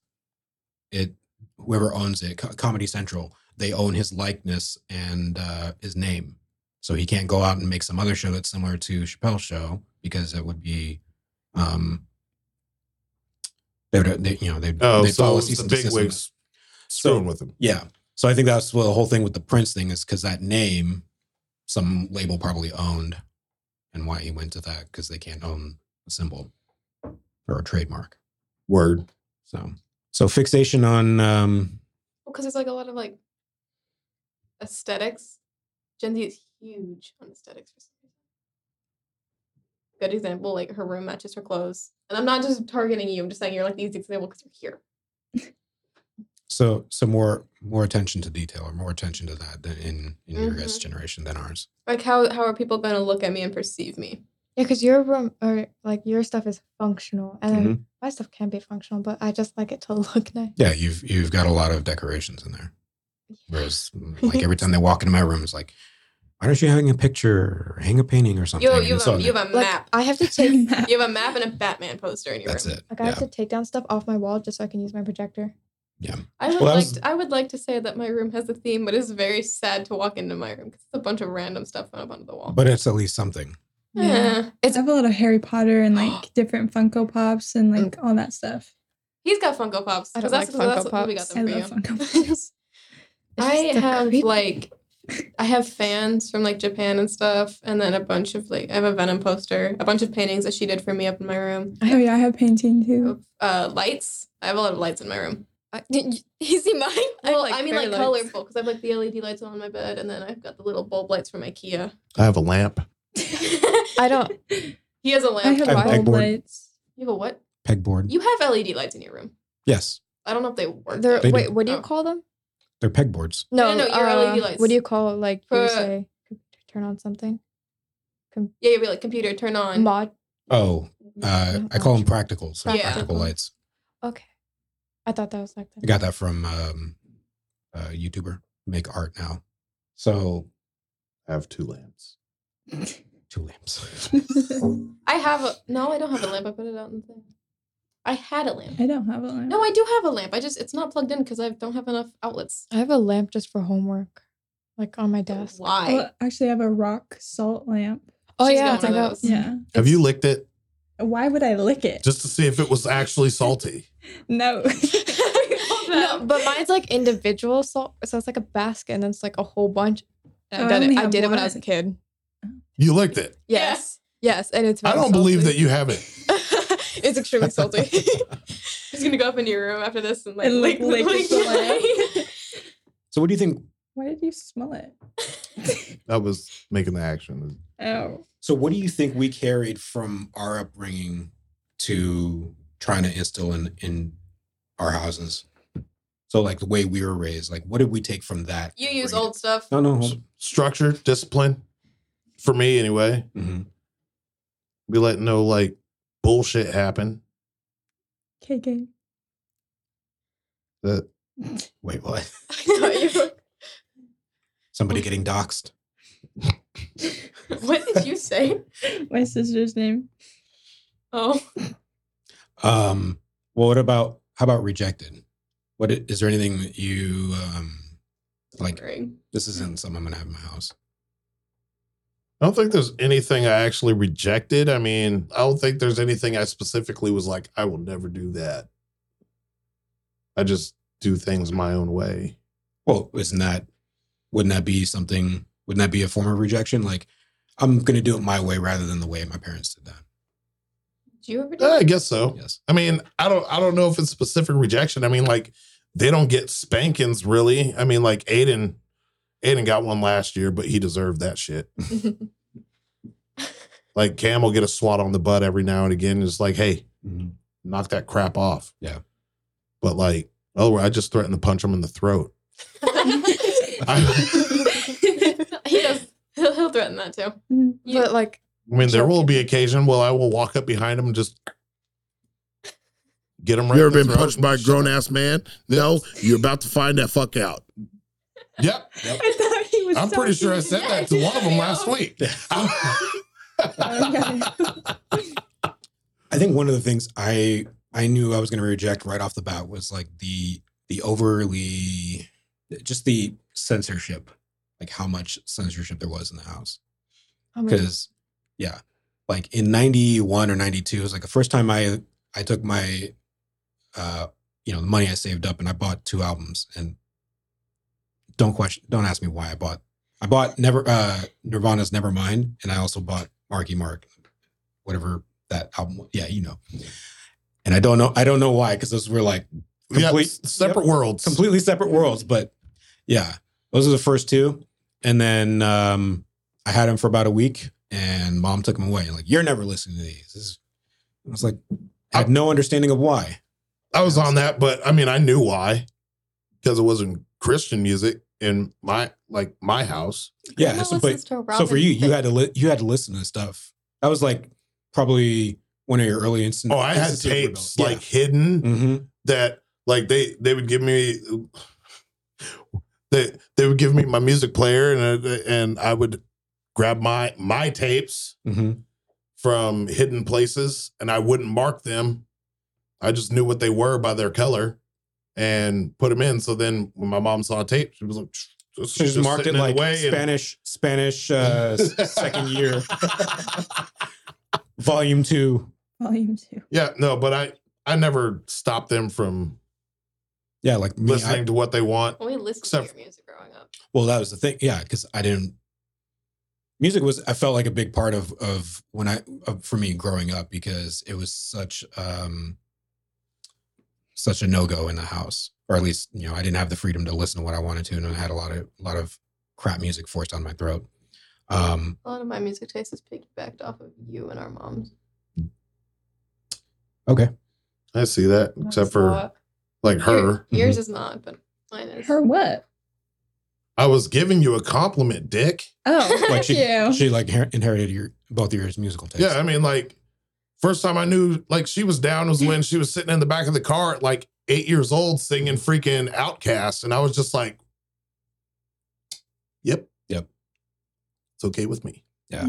S1: it whoever owns it, Co- Comedy Central, they own his likeness and uh, his name, so he can't go out and make some other show that's similar to Chappelle's show because it would be. Um, they would, uh, they, you know, they
S4: Oh,
S1: they
S4: so
S1: cease
S4: the
S1: and
S4: big
S1: desist on that.
S4: wigs screwing with him.
S1: Yeah. So I think that's the whole thing with the Prince thing is because that name, some label probably owned, and why he went to that because they can't own a symbol or a trademark.
S4: Word.
S1: So, so fixation on um,
S2: Because there's like a lot of like aesthetics. Gen Z is huge on aesthetics for some reason. Good example, like her room matches her clothes. And I'm not just targeting you, I'm just saying you're like the easy example because you're here.
S1: so so more more attention to detail or more attention to that than in in your guys'
S2: Mhm.
S1: generation than ours.
S2: Like how how are people gonna look at me and perceive me?
S6: Yeah, because your room or like your stuff is functional, and then
S1: Mhm.
S6: my stuff can be functional, but I just like it to look nice.
S1: Yeah, you've you've got a lot of decorations in there. Whereas, like every time they walk into my room, it's like, why don't you hang a picture or hang a painting or something?
S2: You have,
S1: And
S2: you
S1: it's
S2: have,
S1: on
S2: a, you
S1: there.
S2: have a
S6: Like
S2: map.
S6: I have to take
S2: You have a map and a Batman poster in your
S1: that's
S2: room.
S1: it.
S6: like I
S1: Yeah.
S6: have to take down stuff off my wall just so I can use my projector.
S2: I
S1: Well, that
S2: would like
S1: was-
S2: to, I would like to say that my room has a theme, but it's very sad to walk into my room because it's a bunch of random stuff up onto the wall.
S1: But it's at least something.
S5: yeah.
S2: Eh.
S5: It's I have a lot of Harry Potter and like different Funko Pops and
S2: Oh.
S5: like all that stuff.
S2: He's got Funko Pops.
S6: I
S2: 'cause
S6: don't
S2: that's,
S6: like
S2: that's
S6: Funko
S2: what we got
S6: Pops.
S5: I
S2: them for
S5: love
S2: you.
S5: Funko Pops.
S6: It's
S2: I
S6: just a
S2: have
S6: creep.
S2: like, I have fans from like Japan and stuff, and then a bunch of like I have a Venom poster, a bunch of paintings that she did for me up in my room.
S5: Oh yeah, I have painting too.
S2: Uh, lights. I have a lot of lights in my room.
S6: I, did you, you see mine?
S2: Well, I mean like
S6: fairy lights.
S2: colorful because I have like the LED lights on my bed, and then I've got the little bulb lights from IKEA.
S4: I have a lamp.
S2: he
S6: I don't.
S2: has a
S5: I
S2: lamp.
S5: have
S1: I have
S5: wild
S1: pegboard.
S5: lights.
S2: you have a what?
S1: Pegboard.
S2: You have LED lights in your room.
S1: yes,
S2: I don't know if they work.
S6: They're,
S1: They do.
S6: wait, what do you
S2: Oh.
S6: call them? uh,
S1: they're pegboards.
S2: No, no, your LED lights.
S6: What do you call like
S2: For-
S6: you say c- turn on something?
S2: yeah, you'd be like computer turn on.
S6: Mod.
S1: Oh, uh,
S6: not
S1: I call them
S6: mod-
S1: practicals. They're
S2: Yeah. Uh-huh.
S1: practical lights.
S6: Okay, I thought that was like
S1: I
S6: that.
S1: got that from um, a YouTuber. Make art now. So
S4: I have two lamps.
S1: two lamps.
S2: I have a no. I don't have a lamp. I put it out in the thing. I had a lamp.
S5: I don't have a lamp.
S2: No, I do have a lamp. I just it's not plugged in because I don't have enough outlets.
S6: I have a lamp just for homework, like on my desk.
S2: Why?
S5: well, actually I have a rock salt lamp.
S6: Oh
S2: She's
S6: yeah,
S2: got one
S6: I
S2: of
S6: got-
S2: those.
S5: Yeah.
S4: Have you licked it
S5: Why would I lick it?
S4: just to see if it was actually salty?
S5: no.
S6: No, but mine's like individual salt, so it's like a basket, and then it's like a whole bunch.
S5: Oh, I
S6: And I've done
S5: only
S6: it. I
S5: have
S6: did it when I was a
S5: one.
S6: kid.
S4: You licked it.
S2: Yeah.
S6: Yes, yes, and it's.
S4: I
S6: very
S4: don't believe that
S6: salty.
S4: you haven't.
S6: it's extremely salty.
S2: She's gonna go up into your room after this and like
S5: And, like,
S2: lick-
S5: lick
S2: lick
S5: the
S2: the
S5: lamp.
S2: lamp.
S1: so what do you think?
S5: Why did you smell it?
S4: I was making the action.
S5: oh.
S1: So what do you think we carried from our upbringing to trying to instill in in our houses? So like the way we were raised, like what did we take from that?
S2: you
S1: and
S2: use
S1: bring it-
S2: old stuff.
S1: No, no. hold-
S4: Structure, discipline, for me anyway.
S1: Mhm.
S4: We let no like bullshit happen.
S5: KK.
S4: That
S1: Wait, what?
S2: what
S1: Somebody getting doxxed.
S2: did you say?
S5: My sister's name.
S2: Oh,
S1: Um, well, what about how about rejected? What i- is there anything that you um like?
S2: boring.
S1: This isn't something I'm gonna have in my house.
S4: I don't think there's anything I actually rejected. I mean, I don't think there's anything I specifically was like, I will never do that. I just do things my own way.
S1: Well, isn't that wouldn't that be something? Wouldn't that be a form of rejection? Like, I'm gonna do it my way rather than the way my parents did that.
S2: do you ever do?
S4: Eh, I
S2: that?
S4: guess so.
S1: Yes.
S4: I mean, I don't I don't know if it's specific rejection. I mean, like they don't get spankings really. I mean, like Aiden Aiden got one last year, but he deserved that shit. Like Cam will get a swat on the butt every now and again. It's like, hey, knock that crap off.
S1: Yeah.
S4: But like, oh, I just threatened to punch him in the throat.
S2: he does. He'll, he'll threaten that too.
S5: Mhm.
S2: You-
S6: but like,
S4: I mean, there will be occasion where I will walk up behind him and just get him right.
S3: you ever
S4: in the
S3: been
S4: throat
S3: punched
S4: and
S3: by a
S4: shove
S3: grown
S4: it.
S3: ass man? No, you're about to find that fuck out.
S4: Yep. yep.
S5: I thought he was.
S4: I'm pretty sure I said that to one of them last week.
S1: I think one of the things I I knew I was going to reject right off the bat was like the the overly just the censorship, like how much censorship there was in the house.
S6: oh my God.
S1: Because yeah, like in '91 or '92 it was like the first time I I took my uh you know the money I saved up and I bought two albums and don't question don't ask me why I bought I bought Never uh Nirvana's Nevermind and I also bought Marky Mark whatever that album was. yeah you know and I don't know I don't know why because those were like
S4: Yeah,
S1: complete
S4: separate worlds.
S1: completely separate worlds but yeah those are the first two and then um i had him for about a week and mom took him away like you're never listening to these This is- i was like i had no understanding of why
S4: I was on that, but I mean, I knew why because it wasn't Christian music in my like my house.
S1: yeah
S6: Grandma
S1: so,
S6: listens
S1: but,
S6: to
S1: so for
S6: Robin
S1: you you
S6: Thicke.
S1: had to li- you had to listen to stuff that was like probably one of your early instances
S4: Oh, I had tapes like hidden
S1: hmm
S4: that like they they would give me they they would give me my music player and uh, and I would grab my my tapes
S1: hmm
S4: from hidden places and I wouldn't mark them. I just knew what they were by their color and put them in. So then when my mom saw a tape, she was like, "This is
S1: she just, marked it
S4: sitting in the
S1: like
S4: way," and-
S1: spanish spanish uh s- second year volume two
S5: Volume two.
S4: yeah, no, but I I never stopped them from
S1: yeah like me, I-
S4: listening to what they want.
S2: when we listened
S4: Except-
S2: to your music growing up.
S1: Well, that was the thing. Yeah, because I didn't. Music was I felt like a big part of of when I of, for me growing up because it was such um such a no go in the house, or at least you know I didn't have the freedom to listen to what I wanted to, and I had a lot of a lot of crap music forced on my throat. Um,
S2: A lot of my music taste is piggybacked off of you and our moms.
S1: okay,
S4: I see that, except for like her. Mm-hmm.
S2: Yours is not, but mine is.
S5: Her what?
S4: I was giving you a compliment, Dick.
S5: Oh,
S1: like
S5: thank
S1: she
S5: you.
S1: she like her- inherited your both of your musical tastes.
S4: Yeah, I mean, like, first time I knew like she was down was when she was sitting in the back of the car at like eight years old singing freaking Outcast, and I was just like, "Yep,
S1: Yep.
S4: it's okay with me."
S1: yeah.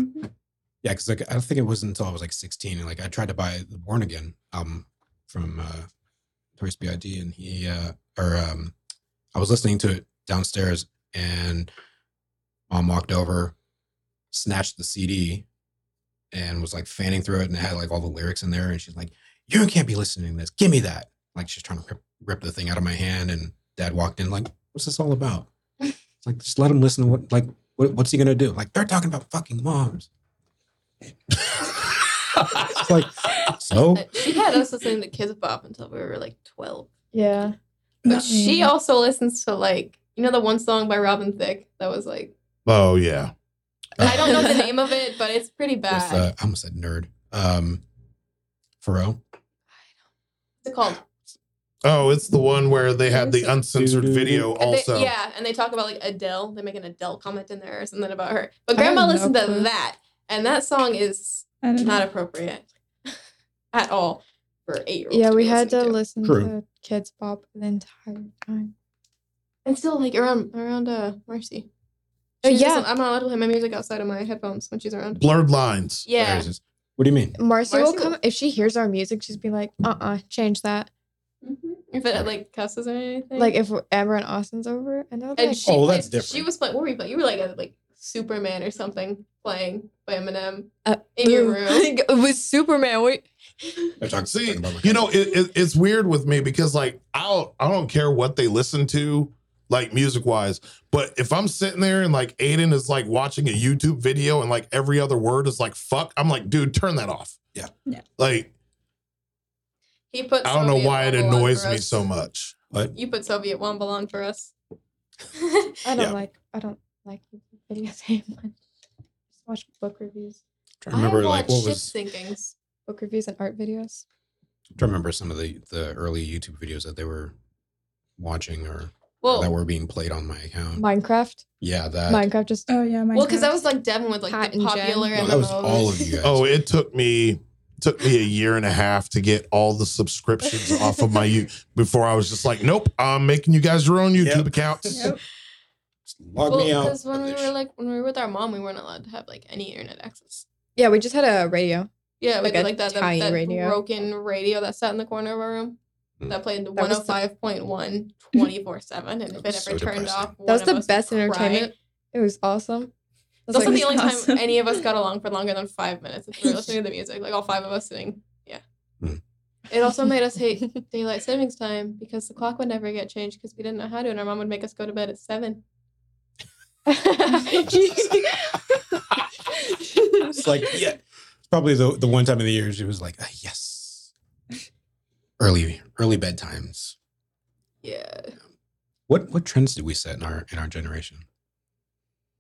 S1: Yeah, because like I don't think it wasn't until I was like 16 and like I tried to buy the Born Again album from uh Toys B.I.D. and he uh or um I was listening to it downstairs and mom walked over, snatched the CD and was like fanning through it and it had like all the lyrics in there and she's like, You can't be listening to this. Give me that. Like she's trying to rip, rip the thing out of my hand and dad walked in like, What's this all about? It's like just let him listen to what like what, what's he gonna do? Like they're talking about fucking moms. It's like, so
S2: Uh, She had us listening to Kids Bop until we were like 12.
S6: yeah,
S2: But
S5: Not
S2: she
S5: me.
S2: also listens to like, you know, the one song by Robin Thicke that was like,
S4: Oh yeah,
S2: I don't know the name of it, but it's pretty bad.
S1: with, uh, I almost said nerd. Um, Pharrell.
S2: What's it called?
S4: oh, it's the one where they had the uncensored
S1: Doo-doo-doo.
S4: video
S2: And they-
S4: also.
S2: yeah, and they talk about like Adele. They make an Adele comment in there or something about her. But
S5: I have
S2: grandma
S5: no
S2: listened to
S5: clue.
S2: that, and that song is
S5: I don't
S2: not
S5: know.
S2: appropriate at all for eight year olds.
S6: yeah. We had to
S2: listen.
S6: listen
S1: True.
S6: to Kids Bop the entire time.
S2: And still, like around around uh Marcy.
S6: Oh,
S2: She's
S6: yeah.
S2: just- I'm not allowed to play my music outside of my headphones when she's around.
S4: Blurred lines.
S2: Yeah.
S1: There it is. What do you mean?
S6: Marcy, will
S2: Marcy will-
S6: come if she hears our music. She's be like, "Uh, uh change that."
S2: Mhm. If it like cusses or anything.
S6: Mm-hmm. Like if Amber and Austin's over, and they'll be
S2: and
S6: like,
S2: she
S1: Oh,
S2: played-
S1: that's different.
S2: She was playing. What were you playing? You were like a, like Superman or something playing by Eminem
S6: Uh,
S2: in your
S6: "Boo."
S2: room.
S6: it was Superman. We-
S1: They're talking-
S4: See,
S1: talking about my
S4: you know,
S1: cousin.
S4: it, it, it's weird with me because like I'll I don't care what they listen to, like music wise. But if I'm sitting there and like Aiden is like watching a YouTube video and like every other word is like fuck, I'm like, dude, turn that off.
S1: Yeah.
S5: Yeah.
S4: Like
S2: He put.
S4: I don't know
S2: Soviet
S4: why it
S2: Womble on
S4: annoys
S2: for
S4: me
S2: us.
S4: so much.
S1: But
S2: You put Soviet Womble on for us.
S6: I don't
S1: Yeah.
S6: like. I don't like YouTube videos very much. Just watch book reviews,
S1: I remember like
S2: watched
S1: what
S2: ship
S1: was.
S2: sinkings.
S6: book reviews, and art videos.
S1: I remember some of the the early YouTube videos that they were watching or
S2: Well,
S1: that were being played on my account.
S6: Minecraft.
S1: yeah, that.
S6: Minecraft just
S5: Oh yeah, my
S2: well, because that was like Devin with like
S6: Pat
S2: the
S6: and Jen.
S2: popular
S1: well,
S2: and
S1: that was all of you guys.
S4: Oh, it took me took me a year and a half to get all the subscriptions off of my you before I was just like, nope, I'm making you guys your own YouTube
S1: Yep.
S4: accounts.
S5: Yep.
S1: log
S2: Well,
S1: me out.
S2: because when we
S1: of
S2: were
S1: this.
S2: like when we were with our mom, we weren't allowed to have like any internet access.
S6: yeah. We just had a radio.
S2: Yeah, we
S6: Like
S2: had
S6: a
S2: like that, that,
S6: tiny
S2: that
S6: radio.
S2: broken radio that sat in the corner of our room
S1: Mm.
S2: that played
S6: was the-
S2: 105.1 24 7. And if
S1: That
S2: it
S1: was so
S2: ever turned
S1: depressing.
S2: off,
S6: That
S2: one
S6: was
S2: of
S6: the
S2: us
S6: best
S2: would cry.
S6: entertainment. It was awesome. I was
S2: That's
S6: like,
S2: not the only
S5: awesome.
S2: time any of us got along for longer than five minutes. If we were listening to the music, like all five of us sitting. Yeah.
S1: Mm.
S2: It also made us hate daylight savings time because the clock would never get changed because we didn't know how to, and our mom would make us go to bed at seven.
S1: It's like, yeah. It's probably the, the one time of the year she was like, ah, yes. Early early bedtimes.
S2: Yeah.
S1: What what trends did we set in our in our generation?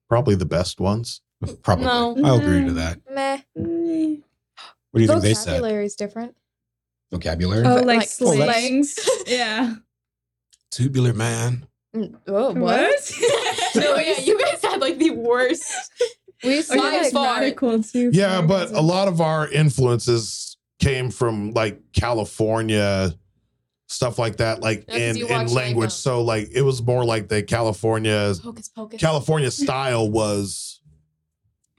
S4: Probably the best ones.
S1: Probably.
S2: No. Mm-hmm.
S1: I'll agree to that.
S6: Meh.
S5: Mm.
S1: What do you think they said?
S6: Vocabulary is different.
S1: Vocabulary?
S5: Oh,
S6: But,
S5: like,
S6: like,
S5: slangs. yeah.
S1: Tubular man.
S6: Mm, Oh,
S2: No, yeah, you guys had like the worst.
S6: We used to
S5: Or
S2: By
S5: Oh, like
S6: like,
S2: far.
S5: nautical too.
S4: Yeah,
S5: for
S4: but
S5: reason.
S4: a lot of our influences came from like California, stuff like that, like
S2: Yeah, 'cause
S4: in,
S2: you um,
S4: in
S2: watched
S4: language.
S2: Lego.
S4: So like it was more like the California
S2: Hocus pocus.
S4: California style was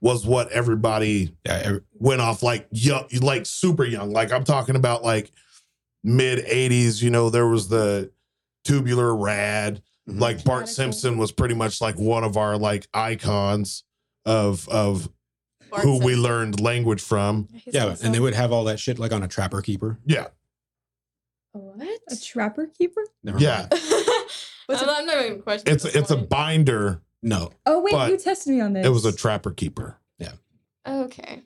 S4: was what everybody
S1: Yeah, e-, every-
S4: went off like young, like super young. Like I'm talking about like mid '80s. You know, there was the tubular rad.
S1: Mm-hmm.
S4: Like Bart
S2: Radical.
S4: Simpson was pretty much like one of our like icons of of
S2: Bart
S4: who we
S2: Simpson.
S4: learned language from.
S6: He's
S1: yeah,
S6: awesome.
S1: and they would have all that shit like on a trapper keeper.
S4: Yeah,
S6: What?
S5: a trapper keeper.
S1: Never
S4: yeah.
S1: mind.
S5: Um,
S2: What's I'm, I'm not even questioning.
S4: It's
S2: at
S4: it's
S2: this
S4: a
S2: point.
S4: binder.
S1: No.
S5: Oh wait,
S4: But
S5: you tested me on this.
S4: It was a trapper keeper.
S2: Okay.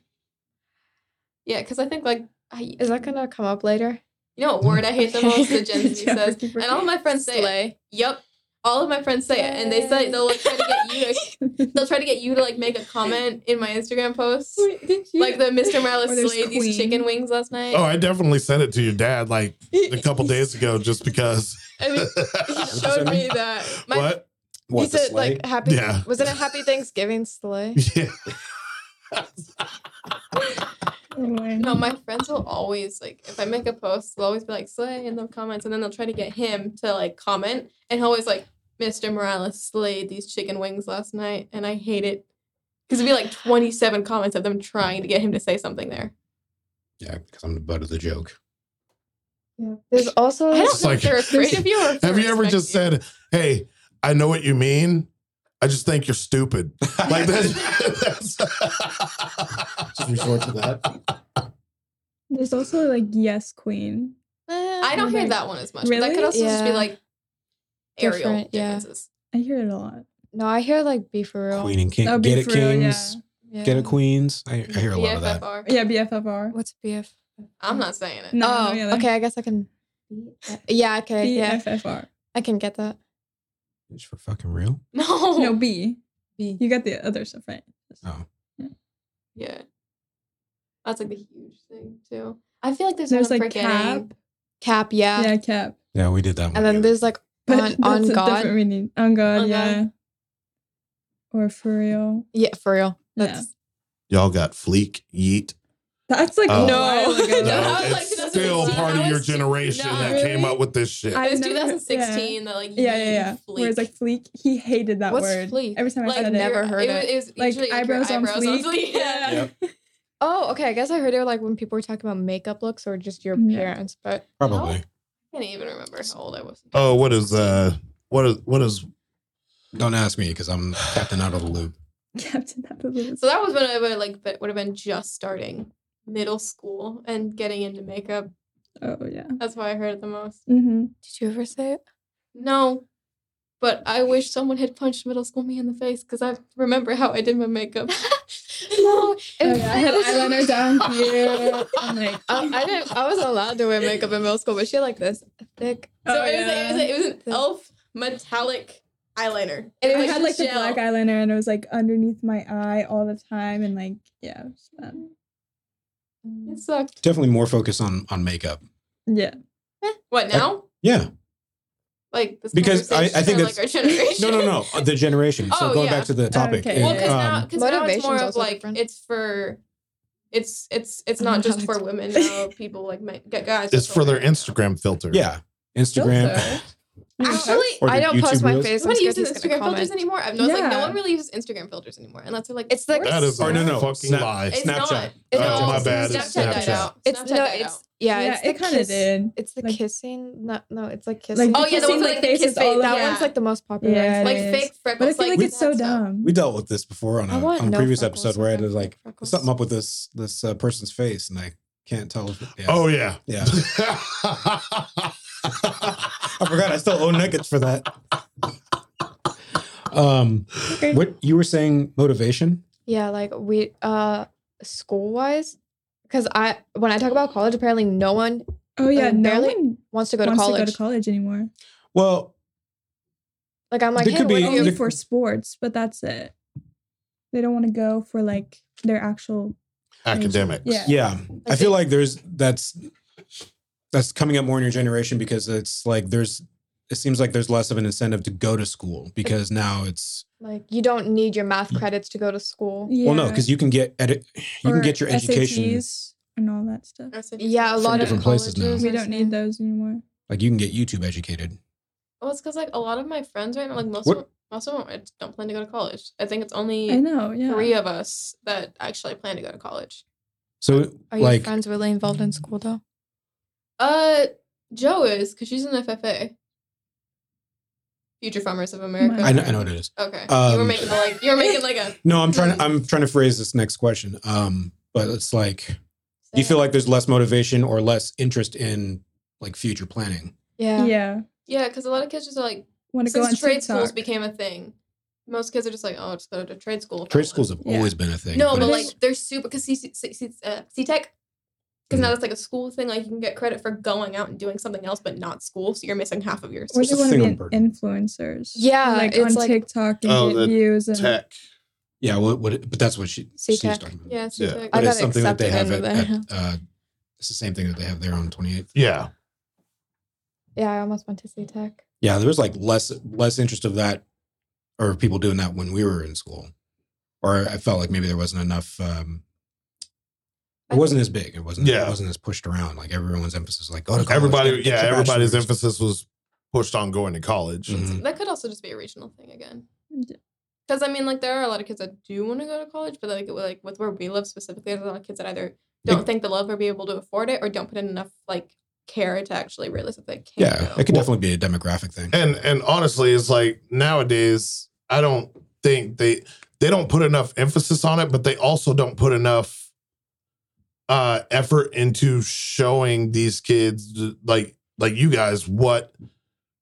S2: Yeah, because I think like I you
S6: Is that gonna come up later?
S2: know what word I hate the most that Gen Z
S5: Trapper
S2: says,
S5: keeper.
S2: and all my friends say it.
S6: Slay.
S2: Yep, all of my friends say it, and they say they'll like, try to get you. To, they'll try to get you to like make a comment in my Instagram post,
S5: Wait, did you-
S2: like the Mr.
S5: Or
S2: Morales
S5: there's
S2: slayed
S5: Queen.
S2: these chicken wings last night.
S4: Oh, I definitely sent it to your dad like a couple days ago, just because.
S2: I mean, he showed me that. My,
S4: what?
S1: What
S6: he
S1: the
S6: said
S1: sleigh?
S6: like happy.
S4: Yeah.
S6: Wasn't it Happy Thanksgiving sleigh?
S4: Yeah.
S2: No, my friends will always like if I make a post, they'll always be like slay in the comments, and then they'll try to get him to like comment, and he'll always like Mr. Morales slayed these chicken wings last night, and I hate it because it'd be like twenty seven comments of them trying to get him to say something there.
S1: Yeah, because I'm the butt of the joke.
S6: There's
S2: I
S6: also
S2: don't
S6: this
S4: It's
S2: know
S4: like-
S2: if they're afraid of you. Or if
S4: Have
S2: they
S4: you ever
S2: respect
S4: just said, "Hey, I know what you mean. I just think you're stupid." Like that's,
S1: Just resort to that.
S5: There's also like yes queen.
S2: I don't hear
S5: like,
S2: that one as much. but That could
S5: really?
S2: also just be
S6: Yeah.
S2: like aerial
S6: Different, yeah.
S2: differences.
S5: I hear it a lot.
S6: No, I hear like be for real.
S1: Queen and
S5: Oh,
S1: King.
S5: be
S1: Get it,
S5: for real,
S1: Kings.
S6: Yeah.
S1: Get it, Queens. I, I hear a lot of that.
S2: BFFR.
S5: Yeah, BFFR.
S6: What's BF?
S2: I'm not saying it.
S5: No,
S6: oh,
S5: me neither.
S6: okay. I guess I can. Yeah. Okay. Yeah,
S5: BFFR.
S6: I can get that.
S1: It's for fucking real.
S2: No.
S5: No, B.
S6: B.
S5: You got the other stuff right.
S1: Oh.
S2: Yeah. That's like the huge thing too. I feel like there's,
S5: There's
S2: one
S5: like
S2: forgetting.
S5: cap.
S6: Cap. Yeah.
S5: Yeah, cap.
S1: Yeah, we did that one.
S6: And then
S1: together.
S6: there's like
S5: But
S6: On- on
S5: that's a
S6: God?
S5: different meaning. On God,
S2: On God.
S5: yeah. Or for real.
S6: yeah for real.
S5: Yeah.
S6: That's
S4: Y'all got fleek, yeet.
S5: That's like
S4: Oh.
S5: a while
S2: No. No,
S5: ago. though.
S4: No,
S2: I was like,
S4: it's
S2: 2016,
S4: still part
S2: I
S4: of your
S2: was-
S4: generation
S2: no,
S4: that
S5: really?
S4: came up with this shit.
S5: I-
S2: It was
S5: never-
S2: 2016 that like
S5: Yeah, yeah, yeah.
S2: yeet
S5: Whereas like fleek, he hated that
S6: What's
S5: word.
S6: fleek?
S5: Every time I
S2: like
S5: said
S6: never
S2: your-
S6: heard it.
S2: It was
S5: Like,
S2: usually like your
S5: eyebrows on fleek?
S2: Yeah.
S5: Yeah.
S6: Oh, okay. I guess I heard it like when people were talking about makeup looks or just your
S5: Yeah.
S6: parents, but
S1: probably.
S2: I can't even remember how old I was.
S4: oh, what is uh, what is what is?
S1: Don't ask me because I'm captain out of the loop.
S5: it. Captain Absolute.
S2: So that was when I would like but would have been just starting middle school and getting into makeup.
S5: Oh yeah.
S2: That's why I heard it the most.
S5: Mm-hmm.
S6: did you ever say it?
S2: No. But I wish someone had punched middle school me in the face because I remember how I did my makeup.
S6: No, it
S5: Oh, yeah. I had
S6: was-
S5: eyeliner down here. I'm like,
S6: I, I didn't. I wasn't allowed to wear makeup in middle school, but she had like this thick.
S2: So
S5: Oh,
S2: it, was a, it, was
S5: yeah.
S2: a, it was an
S6: The-
S2: elf metallic eyeliner.
S5: I
S2: And it was
S5: had like
S2: just
S5: the
S2: gel.
S5: black eyeliner and it was like underneath my eye all the time and like yeah, it was bad.
S2: It sucked.
S1: Definitely more focus on on makeup.
S5: yeah.
S2: Eh, What now?
S1: Yeah.
S2: like this
S1: Because I- I
S2: conversation
S1: think
S2: and,
S1: that's-
S2: like our
S1: No,
S2: generation.
S1: no, no. The generation. so
S2: Oh,
S1: going
S2: yeah.
S1: back to the topic.
S5: Okay.
S2: Well,
S5: Yeah.
S2: because
S1: um,
S2: now, cause now it's
S6: Motivation's
S2: more of
S6: also
S2: like
S6: different.
S2: it's for, it's it's it's
S6: I don't
S2: not
S6: know
S2: just
S6: how
S2: for
S6: to
S2: women.
S5: explain.
S2: No, people like men, gu- guys.
S4: It's
S2: also
S4: for their
S2: wear it.
S4: Instagram filter.
S1: yeah. Instagram.
S2: Actually,
S1: Or
S6: I
S1: the
S6: don't post
S1: YouTube
S6: my
S1: reels?
S6: face. I'm
S2: Nobody
S6: scared
S2: uses
S6: he's gonna
S2: Instagram filters
S6: comment.
S2: anymore. I've noticed like no
S5: Yeah.
S2: one really uses Instagram filters anymore unless they're like
S6: It's like-
S4: That is
S1: Or
S4: a
S1: no, no,
S4: fucking
S1: Snap-
S4: lie.
S2: It's
S1: Snapchat.
S2: not. It's
S4: Oh,
S2: not.
S4: my bad,
S2: Snapchat,
S4: it's
S2: died
S4: Snapchat.
S2: out.
S6: It's
S2: Snapchat
S6: no,
S2: died
S6: it's
S2: out.
S6: yeah,
S5: Yeah,
S6: it's
S5: it
S6: the
S5: kind of
S6: kiss.
S5: did.
S6: It's the
S5: Like-
S6: kissing. No, no, it's like kissing.
S2: Oh, yeah, the
S5: kissing,
S2: ones that, like, kiss
S5: faces
S2: face,
S5: all
S6: that
S5: over.
S2: yeah.
S6: one's like the most popular.
S5: Yeah,
S6: It's
S5: it
S2: Like
S5: is.
S2: fake freckles.
S5: But I feel
S2: like,
S5: like it's so
S2: that stuff.
S5: dumb.
S1: We dealt with this before on a,
S6: I want
S1: on a
S6: no
S1: previous
S6: freckles,
S1: episode where I had to
S6: I want no
S1: like
S6: freckles.
S1: something up with this this uh, person's face and I can't tell. If, yeah.
S4: Oh yeah.
S1: yeah. I forgot. I still owe nuggets for that. Um,
S5: Okay.
S1: what you were saying, motivation?
S6: Yeah, like we uh school wise, because I when I talk about college, apparently no one
S5: Oh yeah,
S6: Like,
S5: no
S6: barely
S5: one
S6: wants to go to
S5: wants
S6: college.
S5: to go to college anymore.
S1: Well,
S6: Like I'm like,
S1: There
S6: hey,
S1: could be-
S6: what do
S1: Yeah,
S5: Only
S6: you?
S1: the-
S5: for sports, but that's it. They don't want to go for like their actual.
S4: Academics.
S5: Yeah.
S1: yeah, I feel
S6: Like they-
S1: like there's that's that's coming up more in your generation because it's like there's it seems like there's less of an incentive to go to school because now it's
S6: Like you don't need your
S1: Mm.
S6: math credits to go to school.
S5: Yeah.
S1: well no because you can get edit you
S5: Or
S1: can get your education
S5: SATs and all that stuff.
S2: That's it.
S6: Yeah, a
S1: From
S6: lot of
S1: different places now.
S6: colleges
S5: We
S6: are
S5: don't need
S6: saying-
S5: those anymore.
S1: like you can get YouTube educated.
S2: Well, it's because like a lot of my friends right now, like most
S1: What-
S2: of, most of them I just don't plan to go to college. I think it's only
S5: I know. Yeah.
S2: three of us that actually plan to go to college.
S1: So
S6: Are your
S1: like
S6: friends really involved in school though?
S2: Uh, Joe is because she's an FFA. Future Farmers of America.
S5: My-
S1: I know, I know what it is.
S2: Okay, you were
S1: Um,
S2: making a, like you were making like a.
S1: No, I'm trying. To, I'm trying to phrase this next question. Um, but it's like, do you feel like there's less motivation or less interest in like future planning?
S6: Yeah.
S5: Yeah.
S2: Yeah, because a lot of kids just are like
S5: Want to go on
S2: since trade
S5: TikTok.
S2: schools became a thing, most kids are just like, oh, I'll just go to trade school. if I
S1: Trade
S2: want."
S1: schools have
S5: Yeah.
S1: always been a thing.
S2: No, but
S1: it's-
S2: like they're super because C C- C- uh, C Tech, because
S1: Mm.
S2: now that's like a school thing. Like you can get credit for going out and doing something else, but not school. So you're missing half of your.
S5: or
S1: It's
S5: they
S1: a
S5: want to be
S1: thing
S5: an
S1: on burden.
S5: influencers.
S6: Yeah,
S5: like
S6: it's
S5: on
S6: like-
S5: TikTok and
S4: Oh, the
S5: get views and
S4: Tech.
S1: yeah, well, what, but that's what she,
S6: See,
S2: E
S1: she's
S6: tech.
S1: talking about.
S2: Yeah,
S4: Yeah.
S2: C-Tech.
S6: I
S1: but it's
S6: got
S1: something that they have at,
S6: accepted
S1: at
S6: into
S1: uh, it's the same thing that they have there on 28th.
S4: Yeah.
S6: Yeah, I almost went to say tech.
S1: Yeah, there was like less less interest of that, or people doing that when we were in school, or I felt like maybe there wasn't enough. Um, it wasn't as big. It wasn't.
S4: Yeah.
S1: It wasn't as pushed around. Like everyone's emphasis, like go to college.
S4: Everybody.
S1: get- get
S4: Yeah.
S1: your
S4: Everybody's
S1: bachelor's.
S4: emphasis was pushed on going to college.
S1: Mhm.
S2: that could also just be a regional thing again.
S5: Yeah.
S2: Because I mean, like there are a lot of kids that do want to go to college, but like like with where we live specifically, there's a lot of kids that either don't think they'll ever be able to afford it or don't put in enough like care to actually realize that they can't.
S1: Yeah,
S2: go.
S1: it could
S4: Well-
S1: definitely be a demographic thing.
S4: And and honestly, it's like nowadays, I don't think they they don't put enough emphasis on it, but they also don't put enough uh effort into showing these kids like like you guys what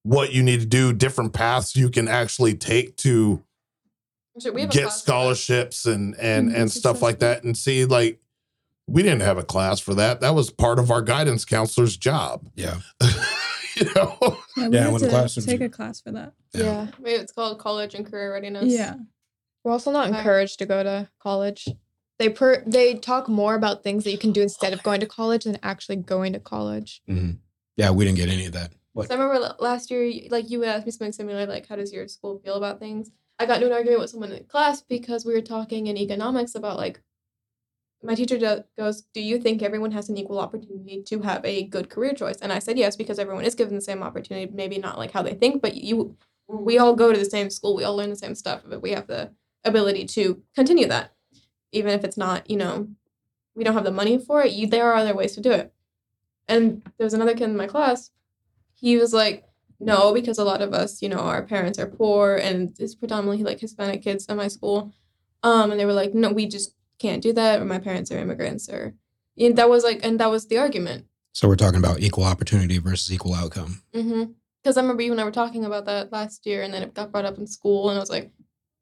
S4: what you need to do, different paths you can actually take to
S2: Should we have a
S4: get
S2: class for that? Mm-hmm.
S4: scholarships and and
S5: Mhm,
S4: and stuff like
S5: successful.
S4: that and see like we didn't have a class for that. That was part of our guidance counselor's job.
S1: Yeah.
S4: you know.
S5: yeah,
S1: Yeah,
S5: we
S1: when
S5: had
S1: the
S5: to
S1: classrooms
S5: take
S1: are-
S5: a class for that.
S1: Yeah.
S6: Yeah.
S2: Maybe it's called college and career readiness.
S5: Yeah,
S6: We're also not
S2: Right.
S6: encouraged to go to college. They per- they talk more about things that you can do instead of going to college than actually going to college.
S1: Mhm. Yeah, we didn't get any of that. What?
S2: So I remember l- last year, y- like you asked me something similar, like how does your school feel about things? I got into an argument with someone in class because we were talking in economics about like, my teacher do- goes, "Do you think everyone has an equal opportunity to have a good career choice?" And I said yes because everyone is given the same opportunity. Maybe not like how they think, but you, we all go to the same school, we all learn the same stuff, but we have the ability to continue that, even if it's not, you know, we don't have the money for it. You, there are other ways to do it. And there was another kid in my class he was like, no, because a lot of us, you know, our parents are poor and it's predominantly like Hispanic kids in my school. Um, and they were like, no, we just can't do that. Or my parents are immigrants or and that was like, and that was the argument.
S1: So we're talking about equal opportunity versus equal outcome.
S2: Mm-hmm. Cause I remember you and I were talking about that last year and then it got brought up in school and I was like,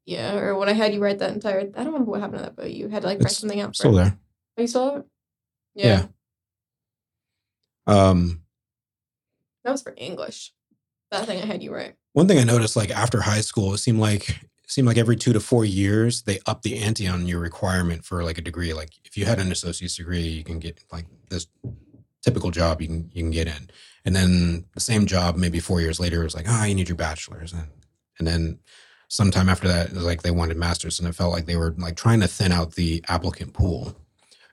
S2: yeah. Or when I had you write that entire, I don't remember what happened to that, but you had to like write
S1: It's
S2: something out. For
S1: Still
S2: it.
S1: there.
S2: Are you still have it? Yeah.
S1: Yeah. Um,
S2: That was for English. That thing I had you write.
S1: one thing I noticed, like after high school, it seemed like it seemed like every two to four years they up the ante on your requirement for like a degree. Like if you had an associate's degree, you can get like this typical job you can you can get in. And then the same job maybe four years later it was like, ah, you need your bachelor's. And and then sometime after that, it was like they wanted masters, and it felt like they were like trying to thin out the applicant pool.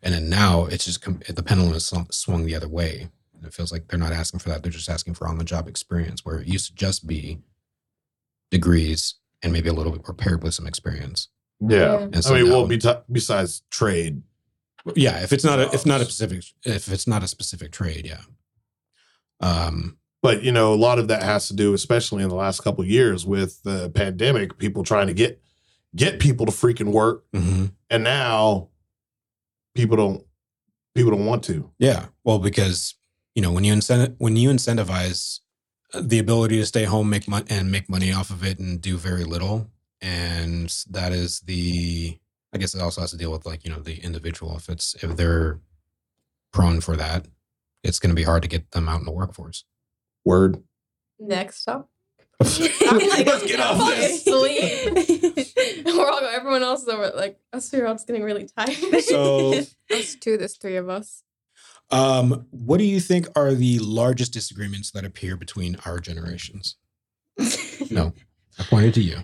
S1: And then now it's just com- the pendulum has swung- swung the other way. And it feels like they're not asking for that; they're just asking for on the job experience, where it used to just be degrees and maybe a little bit or paired with some experience.
S4: Yeah.
S1: And
S4: I mean,
S1: now-
S4: well, be besides trade,
S1: yeah, if it's not a, if not a specific if it's not a specific trade, yeah. Um,
S4: but you know, a lot of that has to do, especially in the last couple of years with the pandemic, people trying to get get people to freaking work,
S1: mhm.
S4: and now people don't people don't want to.
S1: yeah. Well, because you know when you incent when you incentivize uh, the ability to stay home, make money and make money off of it, and do very little, and that is the I guess it also has to deal with like you know the individual if it's if they're prone for that, it's going to be hard to get them out in the workforce.
S4: Word.
S2: Next stop.
S1: Let's get off
S2: fucking
S1: this.
S2: Sleep. We're all going. Everyone else is over. Like us, we're all just getting really tired.
S1: So-
S2: us two, there's three of us.
S1: Um, what do you think are the largest disagreements that appear between our generations? No, I pointed to you.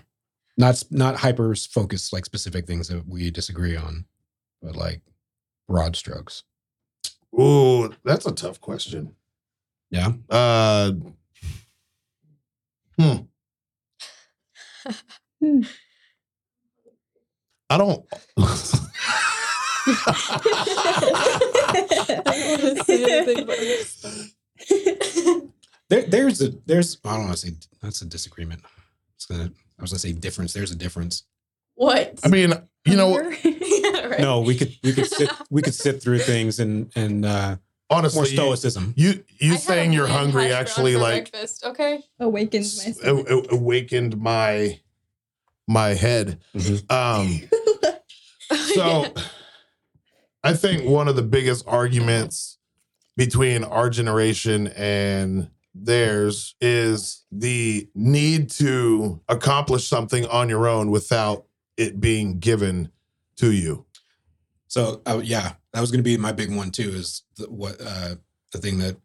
S1: Not s- not hyper focused like specific things that we disagree on, but like broad strokes.
S4: Ooh, that's a tough question.
S1: Yeah.
S4: Uh, hmm.
S5: Hmm.
S4: I don't.
S1: There, there's a there's I don't want to say that's a disagreement. It's gonna I was gonna say difference. There's a difference.
S2: what?
S4: I mean, you know,
S2: yeah, right.
S1: No, we could we could sit we could sit through things and and uh, more
S4: honestly, you
S1: stoicism.
S4: you,
S2: I
S4: you
S2: had a
S4: saying you're
S2: plain hash
S4: hungry
S2: brown
S4: actually
S2: for
S4: like
S2: breakfast, okay.
S5: Awakens
S4: s-
S1: oh.
S5: myself.
S4: a- a- awakened my my head.
S1: Mhm.
S4: Um. So I think one of the biggest arguments between our generation and theirs is the need to accomplish something on your own without it being given to you.
S1: So uh, yeah, that was going to be my big one too. Is the, what uh, the thing that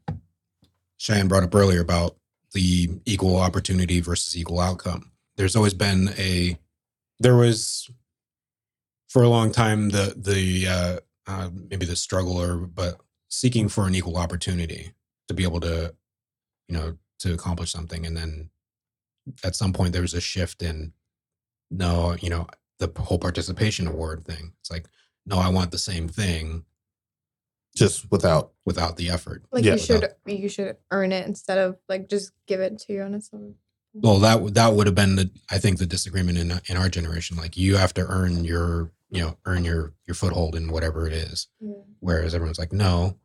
S1: Cheyenne brought up earlier about the equal opportunity versus equal outcome. There's always been a there was for a long time the the uh, uh, maybe the struggle or but seeking for an equal opportunity to be able to you know to accomplish something, and then at some point there was a shift in no, you know the whole participation award thing. It's like no, I want the same thing
S4: Just without
S1: without the effort.
S6: Like
S4: Yeah.
S6: you should you should earn it instead of like just give it to you on its own.
S1: Well, that would- that would have been the I think the disagreement in in our generation. Like you have to earn your you know earn your your foothold in whatever it is.
S6: Yeah.
S1: Whereas everyone's like, no,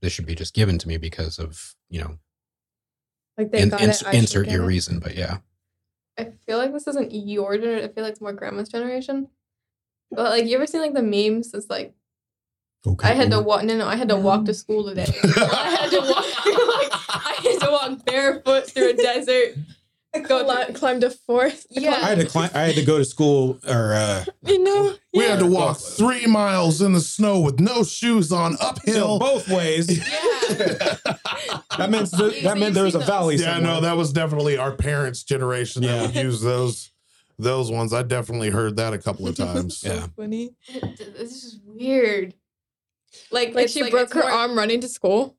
S1: this should be just given to me because of you know
S6: Like they
S1: in,
S6: got
S1: ins-
S6: it. I should
S1: insert
S6: get
S1: your
S6: it.
S1: reason. But yeah,
S2: I feel like this isn't your generation. I feel like it's more grandma's generation. But like, you ever seen like the memes? It's like
S1: okay.
S2: I had to walk. No, no, I had to walk to school today. I had to walk. Like, I had to walk barefoot through a desert. Go
S6: Cli- climbed a fourth.
S1: I
S2: Yeah.
S1: had to climb, I had to go to school or uh,
S6: you know.
S4: we had to walk three miles in the snow with no shoes on
S1: so
S4: uphill.
S1: both ways.
S2: Yeah.
S1: That meant th- that meant there was a valley.
S4: yeah, no, that was definitely our parents' generation that
S1: Yeah.
S4: would use those those ones. I definitely heard that a couple of times.
S1: Yeah. So
S6: funny.
S2: This is weird. Like,
S6: Like
S2: it's
S6: she broke
S2: it's
S6: her
S2: more-
S6: arm running to school,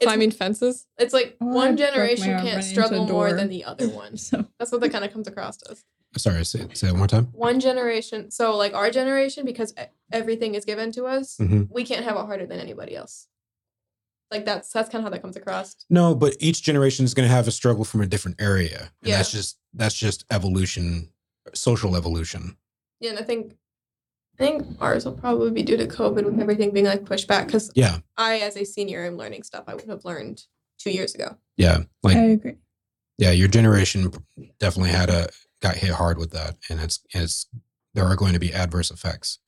S2: It's-
S6: climbing fences.
S2: It's like
S5: Oh, I
S2: one
S5: broke my
S2: generation
S5: arm
S2: can't
S5: running into
S2: struggle
S5: a
S2: more
S5: door.
S2: than the other one.
S5: So
S2: That's what that kind of comes across to us.
S1: Oh, Sorry, say, say that one more time.
S2: One generation, so like our generation, because e- everything is given to us,
S1: Mhm.
S2: we can't have it harder than anybody else. Like that's that's kind of how that comes across.
S1: No, but each generation is going to have a struggle from a different area. And
S2: Yeah.
S1: that's just that's just evolution, social evolution.
S2: Yeah, and I think I think ours will probably be due to COVID with everything being like pushed back. Because
S1: Yeah.
S2: I, as a senior, am learning stuff I would have learned two years ago.
S1: Yeah, like
S5: I agree.
S1: yeah, your generation definitely had a got hit hard with that, and it's it's there are going to be adverse effects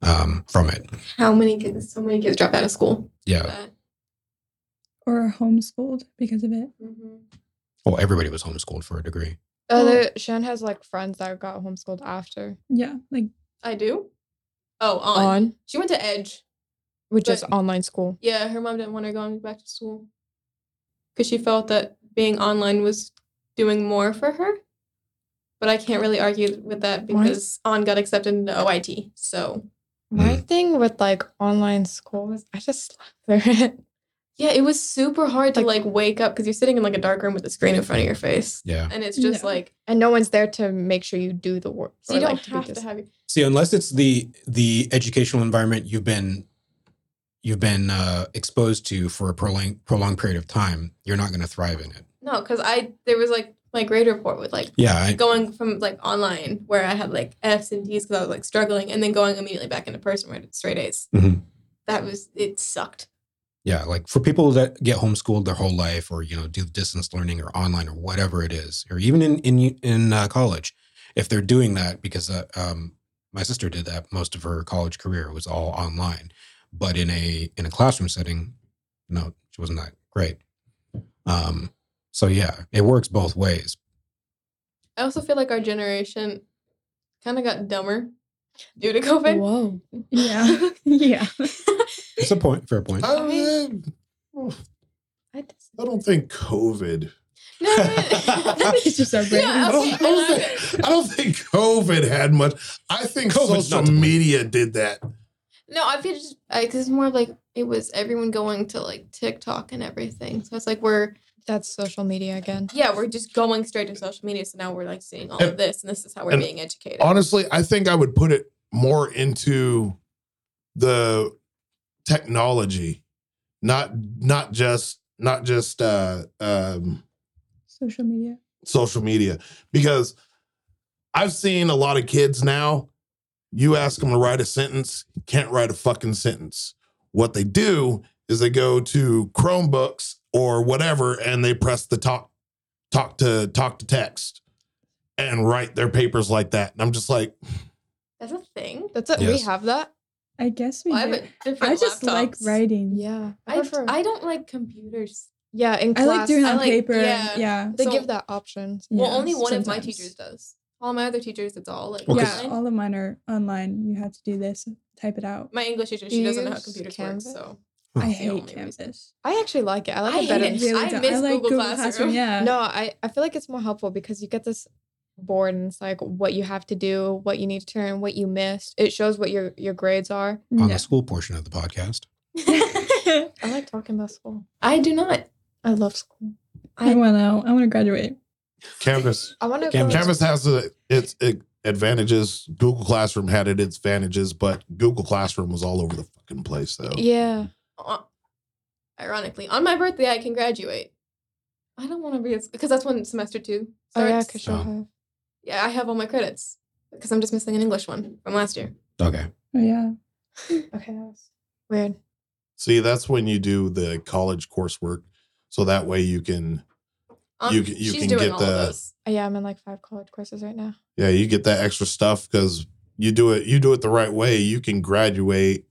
S1: um, from it.
S2: How many kids? So many kids dropped out of school. Uh,
S1: Yeah,
S5: Or are homeschooled because of it.
S2: mm-hmm.
S1: well, everybody was homeschooled for a degree.
S6: Other Oh, Shan has like friends that got homeschooled after.
S5: Yeah, like
S2: I do. Oh, on.
S6: On.
S2: She went to Edge.
S6: which is
S2: But-
S6: online school.
S2: Yeah, her mom didn't want her going back to school because she felt that being online was doing more for her. But I can't really argue with that
S6: Why?
S2: because On got accepted into OIT. So
S4: Hmm.
S6: My thing with like online school is I just love it.
S2: yeah, it was super hard to like wake up because you're sitting in like a dark room with a screen in front of your face,
S1: Yeah.
S2: and it's just
S5: No.
S2: like
S6: and no one's there to make sure you do the work.
S2: so you
S6: or,
S2: don't
S6: like, be
S2: have to
S6: dis-
S2: have your
S1: See, unless it's the the educational environment you've been you've been uh, exposed to for a prolonged prolonged period of time, you're not going to thrive in it.
S2: no because I there was like my grade report with like
S1: Yeah, I,
S2: going from like online where I had like F's and D's because I was like struggling, and then going immediately back into person where I did straight A's.
S1: Mhm.
S2: That was it sucked.
S1: yeah. Like for people that get homeschooled their whole life, or you know, do distance learning or online or whatever it is, or even in in in uh, college, if they're doing that, because uh, um, my sister did that most of her college career it was all online, but in a in a classroom setting, no, she wasn't that great. Um, so yeah, it works both ways.
S2: I also feel like our generation kind of got dumber due to COVID.
S6: Whoa.
S5: Yeah. yeah.
S1: It's a point, fair point.
S4: I,
S2: mean-
S4: uh,
S6: I just,
S4: I don't think COVID.
S2: no, I mean-
S5: It's just our brain.
S2: Yeah,
S4: I
S2: okay,
S4: don't, I, don't
S2: I
S4: think, I don't think COVID had much. I think
S1: COVID's not
S4: social
S1: to blame.
S4: media did that.
S2: no, I feel just because it's more of, like it was everyone going to like TikTok and everything. So it's like we're
S6: that's social media again.
S2: yeah we're just going straight to social media. So now we're like seeing all of
S4: And-
S2: this, and this is how we're
S4: and
S2: being educated.
S4: Honestly, I think I would put it more into the technology, not not just not just uh, um,
S5: Social media.
S4: social media, because I've seen a lot of kids now. You ask them to write a sentence, can't write a fucking sentence. What they do is they go to Chromebooks or whatever, and they press the talk talk to talk to text and write their papers like that. And I'm just like.
S2: That's a thing.
S6: That's it. We
S1: Yes.
S6: have that.
S5: I guess we.
S2: Well, I have
S5: did.
S2: a different
S5: I just like
S2: laptops.
S5: writing.
S6: Yeah. I,
S2: I,
S6: prefer-
S2: I don't like computers.
S6: yeah, in
S5: I
S6: class.
S5: like doing it
S2: I
S5: on
S2: like-
S5: paper.
S2: yeah.
S5: Yeah. yeah.
S6: they
S2: so-
S6: give that option.
S2: Well, only one of my
S5: sometimes.
S2: teachers does. All my other teachers, it's all like
S1: Well, 'cause-
S5: yeah,
S2: online.
S5: all of mine are online. You have to do this, type it out.
S2: my English teacher,
S6: Do
S2: she
S6: you
S2: doesn't know how
S6: use
S2: computers work.
S6: Canvas?
S2: So
S5: I
S2: That's the
S5: hate
S2: only reason.
S5: Canvas.
S6: I actually like it. I like
S2: I
S6: it
S2: hate
S6: better.
S2: it.
S6: than-
S2: Really I miss Google Classroom.
S5: Yeah.
S6: No, I, I feel like it's more helpful because you get this board and it's like what you have to do, what you need to turn, what you missed. It shows what your, your grades are.
S1: on
S5: Yeah.
S1: the school portion of the podcast.
S6: I like talking about school.
S2: I do not.
S6: I love school.
S5: I want to. I want to graduate.
S4: Canvas.
S6: I want to
S1: Canvas.
S4: Canvas has uh, its uh, advantages. Google Classroom had it, its advantages, but Google Classroom was all over the fucking place, though.
S6: Yeah.
S2: Uh, Ironically, on my birthday, I can graduate. I don't want to be because that's when semester two
S6: Oh,
S2: starts.
S6: yeah, because
S1: Oh.
S6: she'll have.
S2: Yeah, I have all my credits because I'm just missing an English one from last year.
S1: Okay.
S5: Oh yeah.
S6: Okay, that was weird.
S4: See, that's when you do the college coursework, so that way you can,
S2: Um,
S4: You can- you
S2: she's
S4: can
S2: doing
S4: get
S2: all
S4: the-
S2: of those.
S6: Oh, yeah, I'm in like five college courses right now.
S4: yeah, you get that extra stuff because you do it, you do it the right way. You can graduate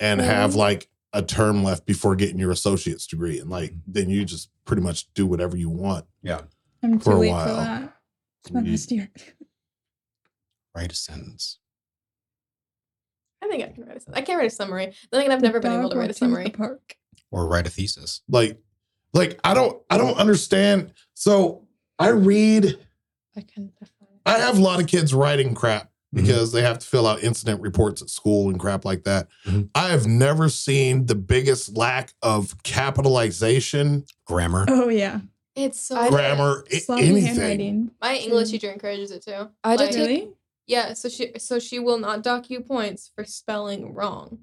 S4: and have
S6: Mhm.
S4: like a term left before getting your associate's degree, and like then you just pretty much do whatever you want.
S5: I'm too
S4: For a
S5: late for
S4: while.
S5: that. It's my
S4: You-
S5: last year.
S1: Write a sentence.
S2: I think I can write a summary. I can't write a summary. Then again, I've never been able to write a summary.
S5: Park.
S1: Or write a thesis.
S4: Like, like I don't, I don't understand. So I read.
S6: I can define.
S4: I have a lot of kids writing crap
S1: Mm-hmm.
S4: because they have to fill out incident reports at school and crap like that.
S1: Mhm.
S4: I have never seen the biggest lack of capitalization,
S1: Grammar.
S5: Oh yeah.
S2: It's so
S6: I-
S2: bad.
S4: grammar, i-
S5: Sloppy
S4: anything.
S5: handwriting.
S2: My English
S5: Mm.
S2: teacher encourages it too.
S6: I did
S2: Like-
S6: take-
S5: Really?
S2: Yeah, so she so she will not dock you points for spelling wrong.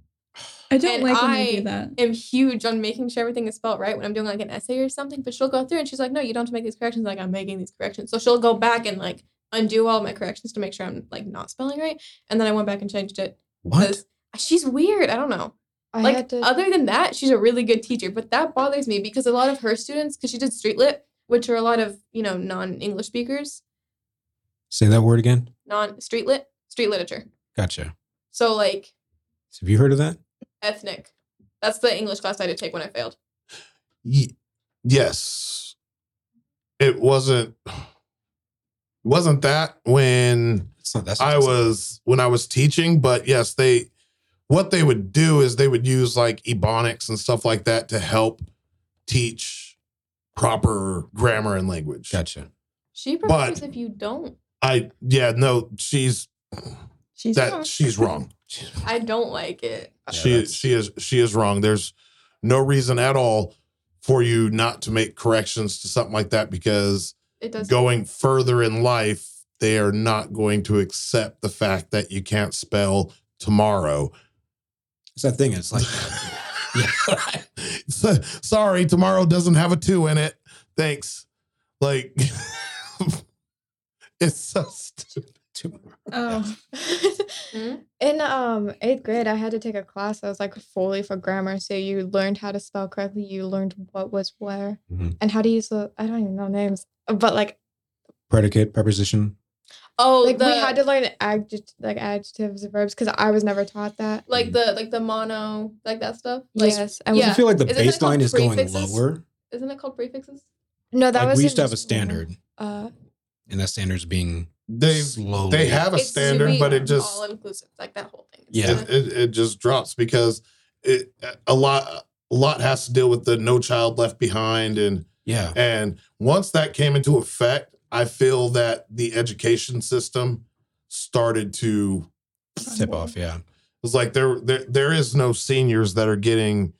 S5: I don't
S2: And
S5: like when they
S2: I-
S5: do that.
S2: am huge on making sure everything is spelled right when I'm doing like an essay or something. But she'll go through and she's like, "No, you don't have to make these corrections." Like I'm making these corrections, so she'll go back and like undo all my corrections to make sure I'm like not spelling right. And then I went back and changed it.
S1: What?
S2: 'cause She's weird. I don't know.
S6: I
S2: like
S6: had to.
S2: other than that, she's a really good teacher. But that bothers me because a lot of her students, because she did street lit, which are a lot of you know non-English speakers,
S1: Say that word again.
S2: non-street lit, street literature.
S1: Gotcha.
S2: So like
S1: So have you heard of that?
S2: ethnic. That's the English class I did take when I failed.
S4: Ye- Yes. It wasn't wasn't that when
S1: It's not. That's.
S4: I was when I was teaching, but yes, they what they would do is they would use like ebonics and stuff like that to help teach proper grammar and language.
S1: Gotcha.
S2: She
S4: But-
S2: prefers if you don't.
S4: I yeah, no, she's
S5: She's
S4: that
S5: wrong.
S4: she's wrong.
S2: I don't like it.
S4: she
S1: that's-
S4: she is she is wrong. There's no reason at all for you not to make corrections to something like that because
S2: It does.
S4: going further in life, they are not going to accept the fact that you can't spell tomorrow.
S1: It's that thing. It's like
S4: So- sorry, tomorrow doesn't have a two in it. Thanks. Like it's so stupid.
S5: Oh,
S6: Um,
S2: Hmm?
S6: In um eighth grade, I had to take a class that was like fully for grammar. So you learned how to spell correctly. You learned what was where
S2: Mm-hmm.
S1: Mhm.
S6: and how to use the I don't even know names, but like
S1: predicate, preposition.
S2: oh,
S6: like
S2: the,
S6: we had to learn adject like adjectives and verbs because I was never taught that.
S2: like the like the mono like that stuff. Like,
S6: Mm. yes,
S1: I
S6: and
S2: Yeah.
S1: feel like the
S2: Isn't it called
S1: baseline is going
S2: prefixes?
S1: lower.
S2: Isn't it called prefixes?
S6: no, that
S1: like
S6: was
S1: we
S6: in
S1: used to have a
S6: school.
S1: standard,
S6: Uh,
S1: and that standard's being
S4: They
S1: slowly.
S4: they have a
S2: It's to
S4: standard,
S2: be
S4: but it just
S2: all inclusive, like that whole thing. It's
S1: Yeah.
S2: not-
S4: it, it, it just drops because it a lot a lot has to deal with the no child left behind and
S1: Yeah.
S4: and once that came into effect i feel that the education system started to
S1: Tip off. Yeah.
S4: it's like there there, there is no seniors that are getting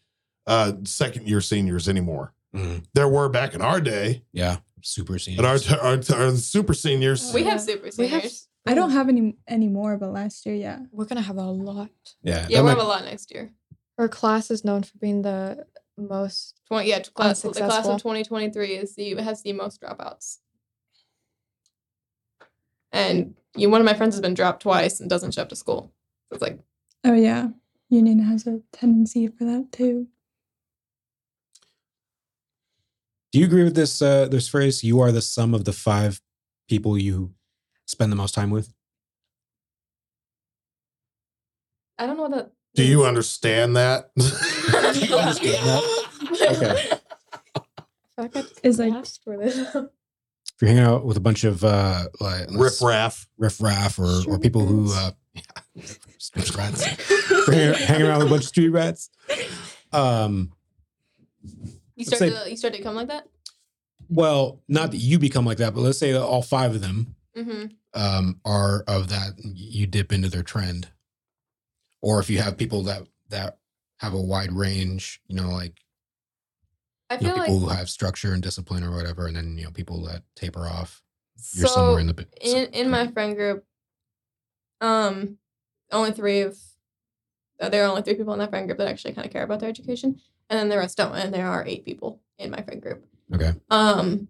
S4: uh second year seniors anymore
S1: Mhm.
S4: there were back in our day
S1: Yeah. Super senior.
S4: but our our, our super seniors
S2: we have super seniors. Hmm.
S6: we have.
S5: I don't have any anymore, but last year, yeah.
S6: We're gonna have a lot.
S1: yeah.
S2: yeah,
S1: that
S2: we
S1: might-
S2: have a lot next year.
S6: Our class is known for being the most.
S2: Twenty, yeah, class the class
S6: Unsuccessful.
S2: of twenty twenty three is the has the most dropouts. And you, one of my friends has been dropped twice and doesn't show up to school. So it's like
S5: Oh yeah, union has a tendency for that too.
S1: Do you agree with this uh, this phrase? You are the sum of the five people you spend the most time with.
S2: I don't know what that.
S4: do you
S2: means.
S4: understand that
S1: Okay.
S6: I feel like I
S5: Is like
S6: asked for this.
S1: If you're hanging out with a bunch of uh, like
S4: riff raff
S1: riffraff or or people who uh, street rats, If you're hanging- hanging around with a bunch of street rats. Um,
S2: You
S1: Let's
S2: start to you start to come like that.
S1: well, not that you become like that, but let's say that all five of them
S2: Mm-hmm.
S1: um, are of that. You dip into their trend, or if you have people that that have a wide range, you know, like
S2: I
S1: you know,
S2: feel
S1: people
S2: like
S1: who have structure and discipline or whatever, and then you know people that taper off. You're
S2: so
S1: somewhere in the bi-
S2: in in my friend group, um, only three of uh, there are only three people in that friend group that actually kind of care about their education, and then the rest don't. And there are eight people in my friend group.
S1: okay.
S2: Um,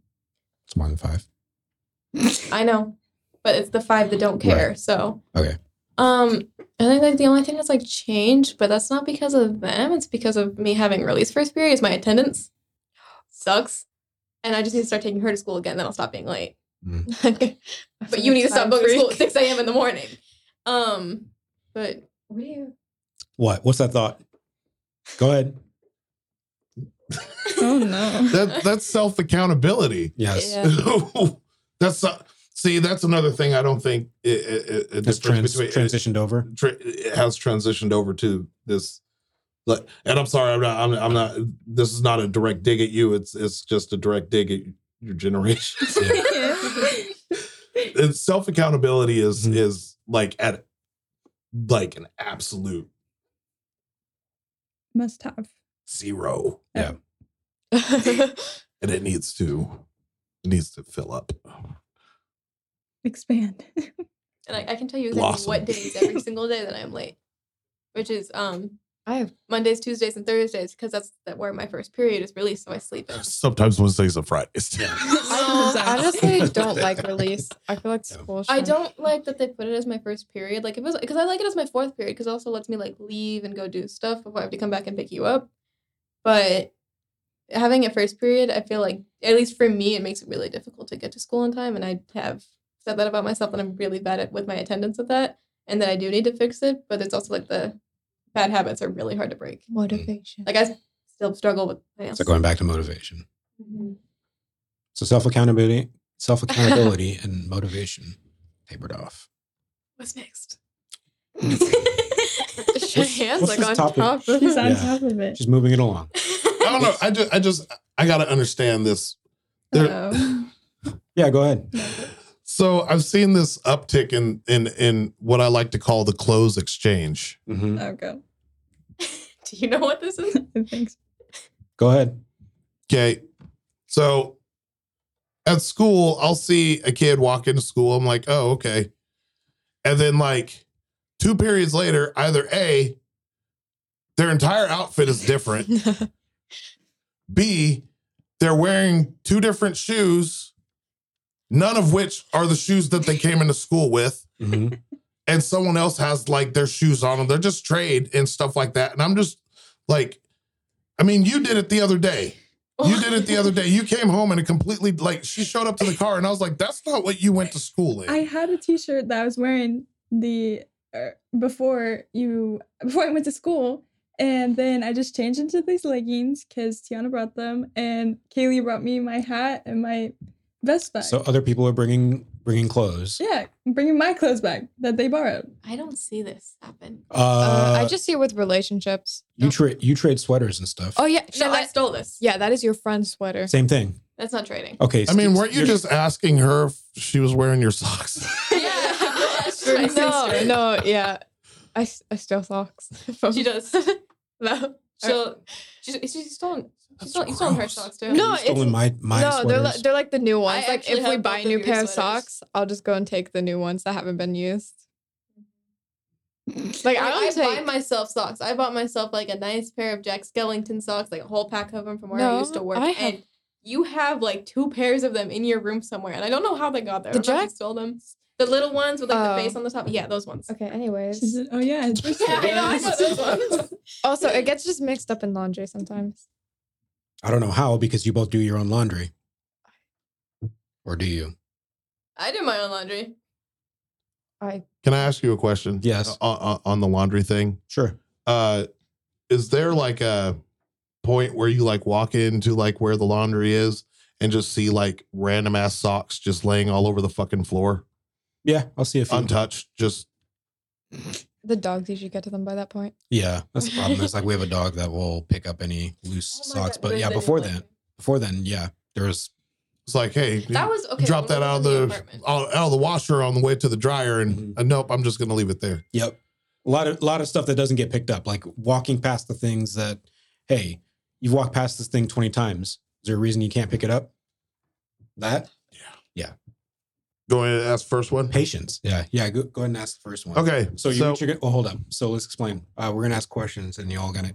S1: It's more than five.
S2: I know, but it's the five that don't care. So
S1: Okay.
S2: Um, I think like the only thing that's like changed, but that's not because of them. It's because of me having release first period. Is my attendance sucks, and I just need to start taking her to school again. Then I'll stop being late.
S1: Mm.
S2: But you need to stop going to school at six a.m. in the morning. Um, but
S6: What do you?
S1: What? What's that thought? Go ahead.
S5: oh no,
S4: that that's self accountability
S1: Yes.
S2: Yeah.
S4: that's not, see that's another thing i don't think it, it, it, a
S1: That's
S4: difference
S1: trans-
S4: between-
S1: transitioned over.
S4: tra- it has transitioned over to this like and i'm sorry i'm not I'm, I'm not this is not a direct dig at you it's it's just a direct dig at your generation it's self accountability is
S1: Mhm.
S4: is like at like an absolute
S5: must have.
S4: zero
S1: Yeah.
S4: and it needs to it needs to fill up
S5: Expand.
S2: and I, I can tell you exactly
S4: Blossom.
S2: what days every single day that I'm late, which is um
S6: I have
S2: Mondays, Tuesdays, and Thursdays because that's that where my first period is released. So I sleep in.
S4: sometimes wednesdays and fridays
S2: So-
S6: I honestly don't like release. I feel like
S1: Yeah.
S6: school.
S2: I
S6: should-
S2: don't like that they put it as my first period. Like it was because I like it as my fourth period because it also lets me like leave and go do stuff before I have to come back and pick you up. But having it first period, I feel like at least for me, it makes it really difficult to get to school on time. And I have said that about myself that I'm really bad at with my attendance at that, and that I do need to fix it. But it's also like the bad habits are really hard to break.
S6: motivation.
S2: Like I s- still struggle with. my
S1: So going back to motivation.
S2: Mhm.
S1: So self accountability, self accountability, and motivation tapered off.
S2: What's next? Your hands
S1: what's
S2: like
S1: this
S2: on
S1: topic?
S2: top of
S5: She's on
S1: Yeah.
S5: top of it.
S1: She's moving it along.
S4: I don't know. I just I just I gotta understand this. There,
S5: Uh-oh.
S1: Yeah, go ahead.
S4: so I've seen this uptick in in in what I like to call the clothes exchange.
S1: Mhm.
S5: Oh, go.
S2: Do you know what this is?
S5: I think so.
S1: Go ahead.
S4: Okay. So at school, I'll see a kid walk into school. I'm like, oh, okay. And then, like, two periods later, either A, their entire outfit is different, B, they're wearing two different shoes, none of which are the shoes that they came into school with.
S1: Mhm.
S4: And someone else has like their shoes on them. They're just trade and stuff like that. And I'm just like, I mean, you did it the other day. You did it the other day. You came home and it completely like she showed up to the car and I was like, that's not what you went to school in.
S5: I had a T-shirt that I was wearing the er, before you before I went to school, and then I just changed into these leggings because Tiana brought them, and Kaylee brought me my hat and my vest back.
S1: So other people are bringing bringing clothes.
S5: yeah, I'm bringing my clothes back that they borrowed.
S2: I don't see this happen.
S1: Uh,
S6: Uh, I just see it with relationships.
S1: you trade you trade sweaters and stuff.
S6: Oh yeah,
S2: No,
S6: no,
S2: I
S6: that,
S2: stole this.
S6: yeah, that is your friend's sweater.
S1: Same thing.
S2: That's not trading.
S1: Okay.
S4: I mean, weren't you
S1: you're-
S4: just asking her if she was wearing your socks?
S2: Yeah.
S6: No, no, yeah, I, s- I steal socks. from-
S2: She does.
S6: no,
S2: She'll, she's, she's stolen, she's
S1: That's
S2: stolen, you stolen her
S1: gross.
S2: socks too.
S1: you
S6: No,
S1: stolen
S6: it's-
S1: my my
S6: no, they're
S1: sweaters.
S6: li- they're like the new ones.
S2: I
S6: like
S2: actually
S6: if we
S2: have
S6: buy a
S2: both
S6: new
S2: of your
S6: pair of
S2: sweaters.
S6: socks, I'll just go and take the new ones that haven't been used. Like I
S2: I,
S6: don't
S2: I buy
S6: take.
S2: myself socks. I bought myself like a nice pair of Jack Skellington socks, like a whole pack of them from where I
S6: No,
S2: used to work.
S6: I have-
S2: And you have like two pairs of them in your room somewhere, and I don't know how they got there.
S6: The
S2: I don't know if you
S6: Jack-
S2: stole them. The little ones with like
S6: Oh.
S2: the face on the top. Yeah, those ones.
S6: Okay.
S5: She
S6: Anyways,
S5: said, "Oh yeah, it's your
S2: Yeah, I know. I
S5: sweater."
S2: got those ones.
S6: also it gets just mixed up in laundry sometimes.
S1: I don't know how because you both do your own laundry. Or do you?
S2: I do my own laundry.
S4: Can I ask you a question?
S1: Yes.
S4: On, on, on the laundry thing,
S1: Sure.
S4: uh, is there like a point where you like walk into like where the laundry is and just see like random ass socks just laying all over the fucking floor,
S1: Yeah, I'll see if
S4: untouched? Just
S6: The dogs usually get to them by that point.
S1: Yeah, that's the problem. It's like we have a dog that will pick up any loose
S6: Oh
S1: socks, but yeah, before then, before then, yeah, there was
S4: it's like, hey,
S2: That was okay.
S4: drop
S2: when
S4: that
S2: I
S4: out of
S2: was in
S4: the,
S2: apartment.
S4: out, out of the washer on the way to the dryer, and
S1: Mhm.
S4: uh, nope, I'm just gonna leave it there.
S1: Yep. A lot of lot of stuff that doesn't get picked up, like walking past the things that, hey, you've walked past this thing twenty times. Is there a reason you can't pick it up? That
S4: Going to ask first one.
S1: patience. Yeah, yeah. Go, go ahead and ask the first one.
S4: Okay,
S1: So
S4: so,
S1: you are gonna. Oh, hold up. So let's explain. Uh, we're gonna ask questions, and you all gonna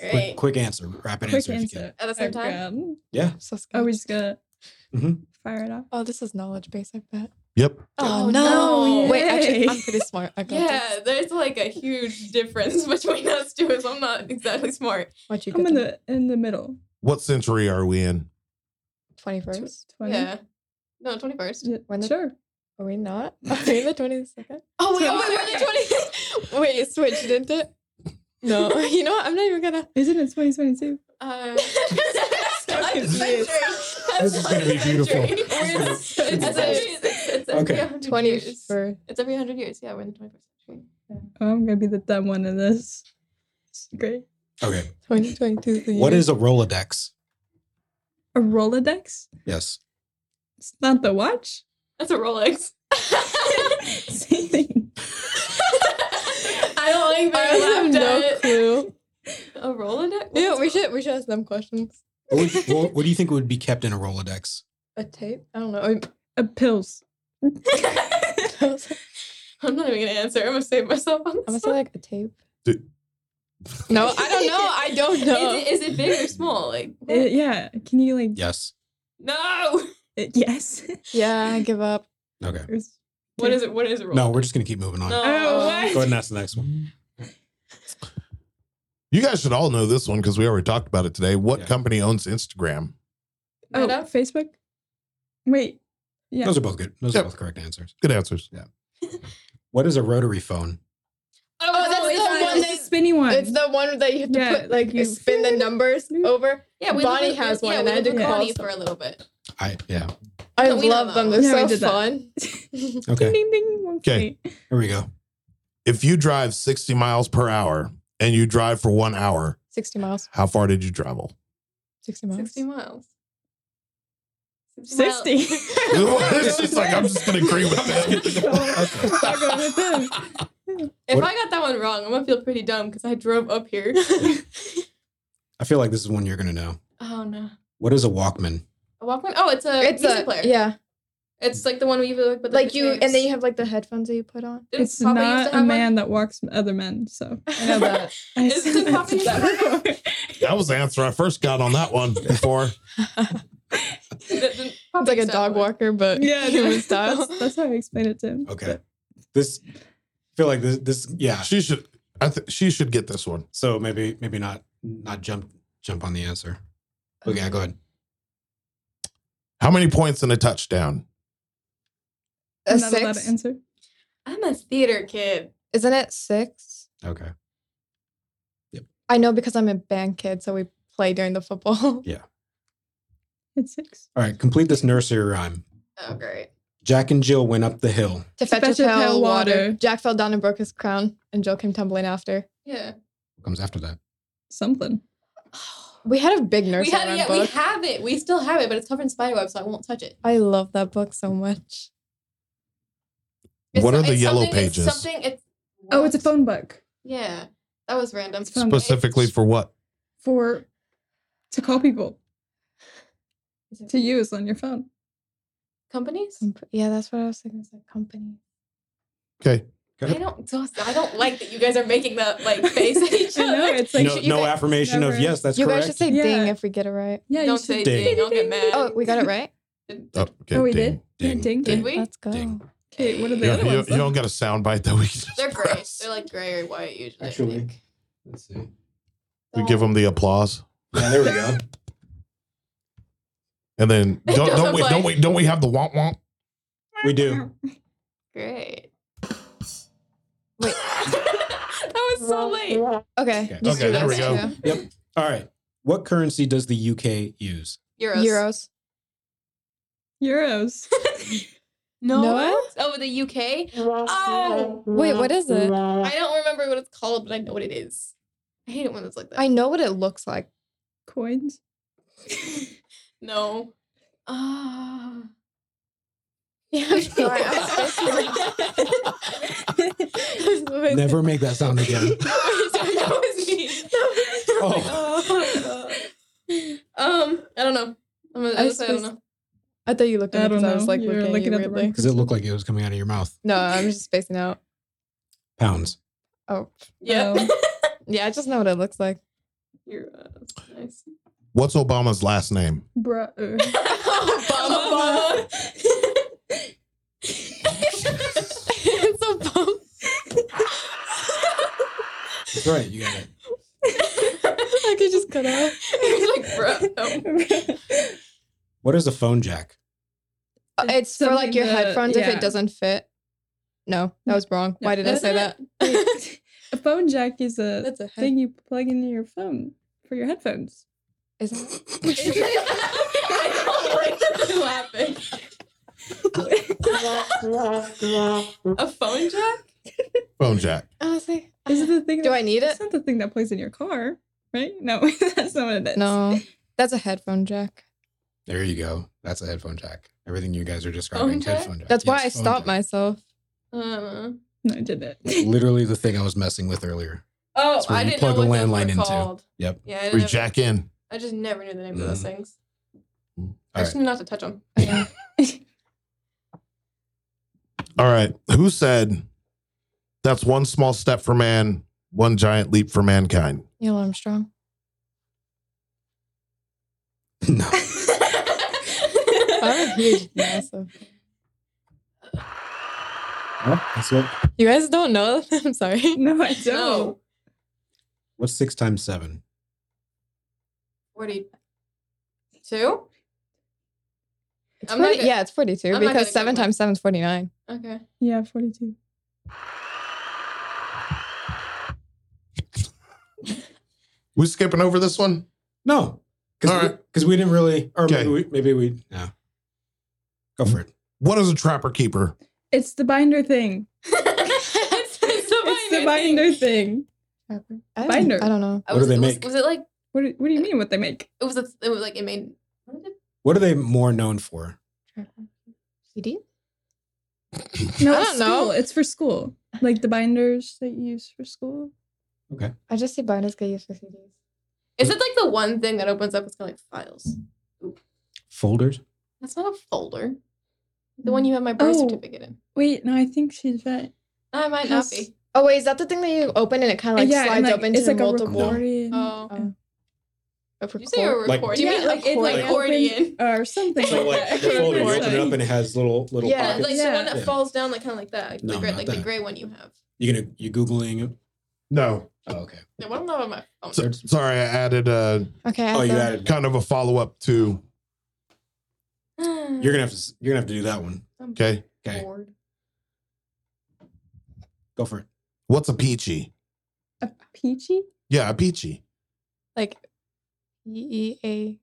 S2: Great.
S1: quick, quick answer, rapid
S5: Quick
S1: answer, if you
S5: answer.
S1: can.
S2: At the same
S5: Oh,
S2: time,
S5: God.
S1: Yeah.
S6: I'm so scared.
S5: Are we just gonna
S1: Mhm.
S5: fire it off?
S6: Oh, this is knowledge base. I bet.
S4: yep.
S2: Oh, no.
S6: Wait, actually,
S5: Yay.
S6: I'm pretty smart. I got
S2: yeah,
S6: this.
S2: there's like a huge difference between us two. So I'm not exactly smart.
S6: What you
S5: I'm
S6: get?
S5: in
S6: them?
S5: the in the middle.
S4: What century are we in?
S6: 21st.
S5: Twenty.
S2: Yeah. No, 21st.
S5: Yeah,
S6: When the-
S5: sure.
S6: Are we not? Are we in the 22nd?
S2: Oh,
S6: wait, the 20th. Wait, it switched, didn't it? No. you know what? I'm not even gonna.
S5: Isn't it 2022?
S2: Uh, I'm
S5: confused.
S2: century.
S1: This is gonna be beautiful.
S2: It's, it's,
S6: It's
S2: every- it's, it's every
S1: Okay.
S2: 100 years.
S6: 21st.
S2: It's every 100 years. Yeah, we're in the 21st century.
S5: Oh, I'm gonna be the dumb one in this. It's great.
S1: Okay.
S6: 2022 is
S5: Mm-hmm.
S6: the
S1: What
S6: year.
S1: is a Rolodex?
S5: A Rolodex?
S1: Yes.
S5: It's not the watch.
S2: That's a Rolex.
S5: Same thing.
S2: I don't like
S6: I
S2: that I
S6: have
S2: laughed
S6: no
S2: at it.
S6: clue.
S2: A Rolodex?
S6: Yeah, we should we should ask them questions.
S1: What, would- what, what do you think would be kept in a Rolodex?
S6: A tape? I don't know. Oh,
S5: A pills. Uh,
S6: I'm
S2: I'm not even gonna answer. I'm gonna save myself on
S6: gonna
S2: this.
S6: say like a tape.
S4: Dude.
S6: No, I don't know. I don't
S2: Is,
S6: know.
S2: it, is it big or small? Like what?
S5: It- yeah. Can you like?
S1: Yes.
S2: no.
S5: it- yes.
S6: yeah, I give up.
S1: Okay.
S5: It's-
S2: What is it? What is a Rolodex?
S1: No, we're just gonna keep moving on.
S2: No.
S5: Oh,
S1: Go
S5: what?
S1: ahead and ask the next one.
S4: You guys should all know this one because we already talked about it today. What
S1: Yeah.
S4: company owns Instagram?
S5: Oh,
S2: Meta?
S5: Facebook. Wait. Yeah.
S1: Those are both good. Those
S4: Yep.
S1: are both correct answers.
S4: Good answers.
S1: What is a rotary phone?
S6: Oh, that's
S2: it's
S6: the
S2: not-
S6: one
S5: It's
S2: it's-
S5: the spinny one.
S6: It's the one that you have to
S5: Yeah,
S6: put like you
S5: you-
S6: spin the numbers over.
S2: Yeah, we
S6: Bonnie
S2: lived with-
S6: has one,
S2: Yeah,
S6: and
S2: we
S6: I
S2: lived with
S5: didn't
S2: Bonnie
S6: have
S2: for a little bit.
S1: I yeah.
S6: I
S2: No, we know
S6: love
S2: that
S6: them.
S2: one.
S6: They're
S5: Yeah, I
S6: so
S5: did that.
S6: fun.
S1: Okay.
S5: Ding ding ding.
S4: Okay.
S5: Okay.
S1: Here we go.
S4: if you drive 60 miles per hour and you drive for one hour,
S6: 60 miles.
S4: how far did you travel?
S6: 60 miles.
S2: 60 miles.
S5: 60.
S4: It's just like, I'm just gonna agree with that.
S5: I'll go with him.
S2: If
S1: What-
S2: I got that one wrong, I'm gonna feel pretty dumb because I drove up here.
S1: I feel like this is one you're gonna know.
S2: oh no.
S1: What is a Walkman?
S2: A Walkman? Oh, it's a
S6: It's
S2: music
S6: a,
S2: player.
S6: yeah.
S2: It's like the one we usually like, but
S6: Like you, and then you have like the headphones that you put on.
S2: Didn't
S5: It's
S2: Papa used
S5: not
S2: to have
S5: a
S2: one?
S5: man that walks other men, so.
S6: I know that.
S5: I
S2: Is
S5: said
S2: it
S5: that
S2: Papa
S5: to
S2: John's?
S5: that
S4: That was the answer I first got on that one before.
S2: Didn't- didn't Papa
S6: It's like a
S2: used to have
S6: dog
S2: one?
S6: walker, but
S5: Yeah,
S6: human
S5: that's-
S6: style.
S5: That's, that's how I explained it to him.
S1: Okay. This I feel like this this yeah.
S4: She should, I th- she should get this one.
S1: So maybe maybe not not jump jump on the answer. Okay, go ahead.
S4: How many points in a touchdown?
S6: A
S5: I'm not allowed to
S6: six?
S5: answer.
S2: I'm a theater kid.
S6: Isn't it six?
S1: Okay.
S6: I know because I'm a band kid, so we play during the football.
S5: It's six.
S1: All right, complete this nursery rhyme.
S2: Oh great.
S1: Jack and Jill went up the hill.
S6: to fetch, a pail, of water. Jack fell down and broke his crown, and Joe came tumbling after.
S2: Yeah.
S1: What comes after that?
S5: Something.
S6: We had a big
S2: we
S6: nursery
S2: had it,
S6: rhyme
S2: yeah, we
S6: book.
S2: have it. We still have it, but it's covered in spiderweb, so I won't touch it.
S6: I love that book so much.
S2: It's
S4: What
S2: so-
S4: are the
S2: it's
S4: yellow
S2: something- it's
S4: pages?
S2: something it's
S5: Oh, it's a phone book
S2: Yeah. That was random.
S5: It's phone book.
S4: Specifically for what?
S5: for to call people
S2: Is it
S5: to use on your phone.
S2: companies?
S6: Comp- Yeah, that's what I was thinking. It's like company.
S4: Okay.
S2: I don't toss- I don't like that you guys are making that like face at each
S5: I
S2: other.
S5: know it's like
S1: no
S5: you
S1: no
S5: guys-
S1: affirmation of
S5: never-
S1: yes, that's
S6: you
S1: correct.
S6: guys should say
S5: Yeah.
S6: ding if we get it right.
S5: Yeah,
S2: Don't
S5: you
S2: say
S5: should-
S1: ding.
S2: ding, I'll get mad.
S6: Oh, we got it right?
S1: Oh,
S4: okay.
S5: Oh, we
S4: ding.
S1: Ding,
S5: did? Ding.
S2: Did we?
S6: Let's go.
S1: Ding.
S5: Okay, what are the
S4: You,
S5: other
S4: you-
S5: ones?
S4: you
S5: then?
S4: don't got a sound bite that we can just
S2: They're gray.
S4: press.
S2: They're like gray or white usually. I
S1: Actually,
S2: think.
S1: Let's see.
S4: We give them the applause.
S1: Yeah, there we go.
S4: And then don't
S2: Don't
S4: don't wait, don't
S2: play.
S4: wait, don't we have the womp womp?
S1: We do.
S2: Great. Wait. that was so late.
S6: Okay.
S1: Okay.
S6: just
S4: Okay,
S6: do
S4: there we
S6: those
S4: go.
S6: two.
S1: All right. What currency does the UK use?
S2: Euros.
S6: Euros.
S5: Euros.
S2: No.
S6: Noah?
S2: Oh, the UK? Oh.
S6: Wait, what is it?
S2: I don't remember what it's called, but I know what it is. I hate it when it's like that.
S6: I know what it looks like.
S5: Coins.
S2: no. Ah.
S6: Yeah, I'm sorry. I
S1: Never make that sound again.
S2: that was me.
S1: Oh.
S2: um, I don't know. I'm gonna,
S6: I
S2: I, just, I don't
S6: suppose-
S2: know.
S6: I thought you looked
S5: I
S6: at me because
S5: don't
S6: I was
S5: know.
S6: like
S5: You were
S6: looking,
S5: looking at the
S6: at you weirdly.
S5: wrong-
S1: Because it looked like it was coming out of your mouth.
S6: No, I'm just spacing out.
S1: Pounds.
S6: Oh,
S2: Yeah.
S5: Um,
S6: yeah, I just know what it looks like.
S2: You're uh, nice.
S4: What's Obama's last name?
S5: Bruh. uh,
S2: Obama.
S6: it's a bump.
S1: That's right. You got it.
S6: I could just cut off.
S2: He's like, bro. no.
S6: oh.
S1: What is a phone jack?
S6: Uh, It's,
S5: It's
S6: for like
S5: something
S6: your
S5: that-
S6: headphones if
S5: yeah.
S6: it doesn't fit. No, that was wrong. Why did I say that?
S5: Wait, a phone jack is a
S6: That's a head.
S5: thing you plug into your phone for your headphones.
S6: Isn't
S2: I don't like that you're laughing. A phone jack?
S4: Phone jack.
S6: honestly?
S5: Is it the thing?
S6: Do
S5: that-
S6: I need
S5: It's
S6: it?
S5: not the thing that plays in your car, right? No, that's not what it is.
S6: No, that's a headphone jack.
S1: There you go. That's a headphone jack. Everything you guys are describing.
S2: Phone jack?
S1: Headphone jack.
S6: That's why I
S1: Yes, Oh, phone
S6: stopped
S1: jack.
S6: myself.
S2: Uh,
S5: no, I didn't.
S1: Literally the thing I was messing with earlier.
S2: oh,
S1: It's where
S2: I
S1: you
S2: didn't
S1: plug
S2: know
S1: a
S2: what those were
S1: landline into.
S2: called.
S1: Yep. Mm-hmm.
S2: Yeah, I, didn't
S4: We
S2: know-
S4: jack in.
S2: I just never knew the names of those things. I
S1: All
S2: just
S1: right.
S2: knew not to touch them.
S6: Okay.
S4: All right. Who said that's one small step for man, one giant leap for mankind?
S6: Neil Armstrong.
S1: No.
S6: I'm a huge NASA.
S1: Well, that's what.
S6: You guys don't know? I'm sorry.
S5: No, I don't.
S2: No.
S1: What's six times seven?
S2: 42?
S6: It's
S2: I'm not
S6: 40
S2: gonna-
S6: yeah, it's 42
S2: I'm not gonna
S6: because
S2: go
S6: 7
S2: with-
S6: times 7 is 49.
S2: Okay.
S5: Yeah, forty-two.
S4: We skipping over this one?
S1: No. Because
S4: All
S1: we,
S4: right.
S1: 'cause we didn't really. Or
S4: Okay.
S1: maybe we. Maybe we no. Go for it.
S4: What is a trapper keeper?
S5: It's the binder thing.
S2: it's, it's the
S5: It's the binder thing.
S6: I don't,
S5: Binder.
S6: I don't know.
S2: I
S1: What do
S2: was,
S1: they
S2: it
S1: make?
S2: Was, was it like
S5: What do, what do you mean what they make?
S2: it was? A, it was like it made. What did it,
S1: What are they more known for?
S6: CD?
S5: No,
S6: I
S5: it's
S6: don't know.
S5: school. It's for school. Like the binders that you use for school.
S6: I just see binders get used for CDs.
S2: is it like the one thing that opens up? It's kind of like files.
S1: Folders?
S2: That's not a folder. The one you have my birth
S5: Oh.
S2: certificate in.
S5: Wait, no, I think she's right.
S2: I might
S5: Has-
S2: not be.
S6: Oh wait, is that the thing that you open and it kind of like
S5: yeah, and,
S6: slides
S5: like,
S6: open
S5: it's
S6: to
S5: like a
S6: multiple?
S5: recording.
S2: Oh,
S6: Oh. A
S2: Did you say a
S6: record-
S1: Like-
S2: recording?
S6: Do you
S5: yeah,
S6: mean
S5: like it like
S2: accordion?
S5: opens or something.
S1: So like the
S5: that.
S1: folder, you
S5: Yeah.
S1: open it up and it has little little
S6: Yeah,
S2: Yeah,
S1: pockets.
S2: like the one that
S1: Yeah.
S2: falls down, like kind of like that,
S1: No,
S2: the gray,
S1: not
S2: like the
S1: that.
S2: gray one you have.
S1: you gonna you googling it?
S4: No.
S1: Oh, okay.
S2: No, what am I on my phone?
S4: So- sorry, I added uh, a
S6: Okay. I
S1: Oh,
S6: have
S1: you
S6: the-
S1: added.
S4: kind of a follow up to.
S1: You're gonna have to s- you're gonna have to do that one.
S4: Okay.
S1: Okay,
S2: bored.
S1: go for it.
S4: What's a peachy?
S5: A peachy?
S4: Yeah, a peachy.
S6: like E E A.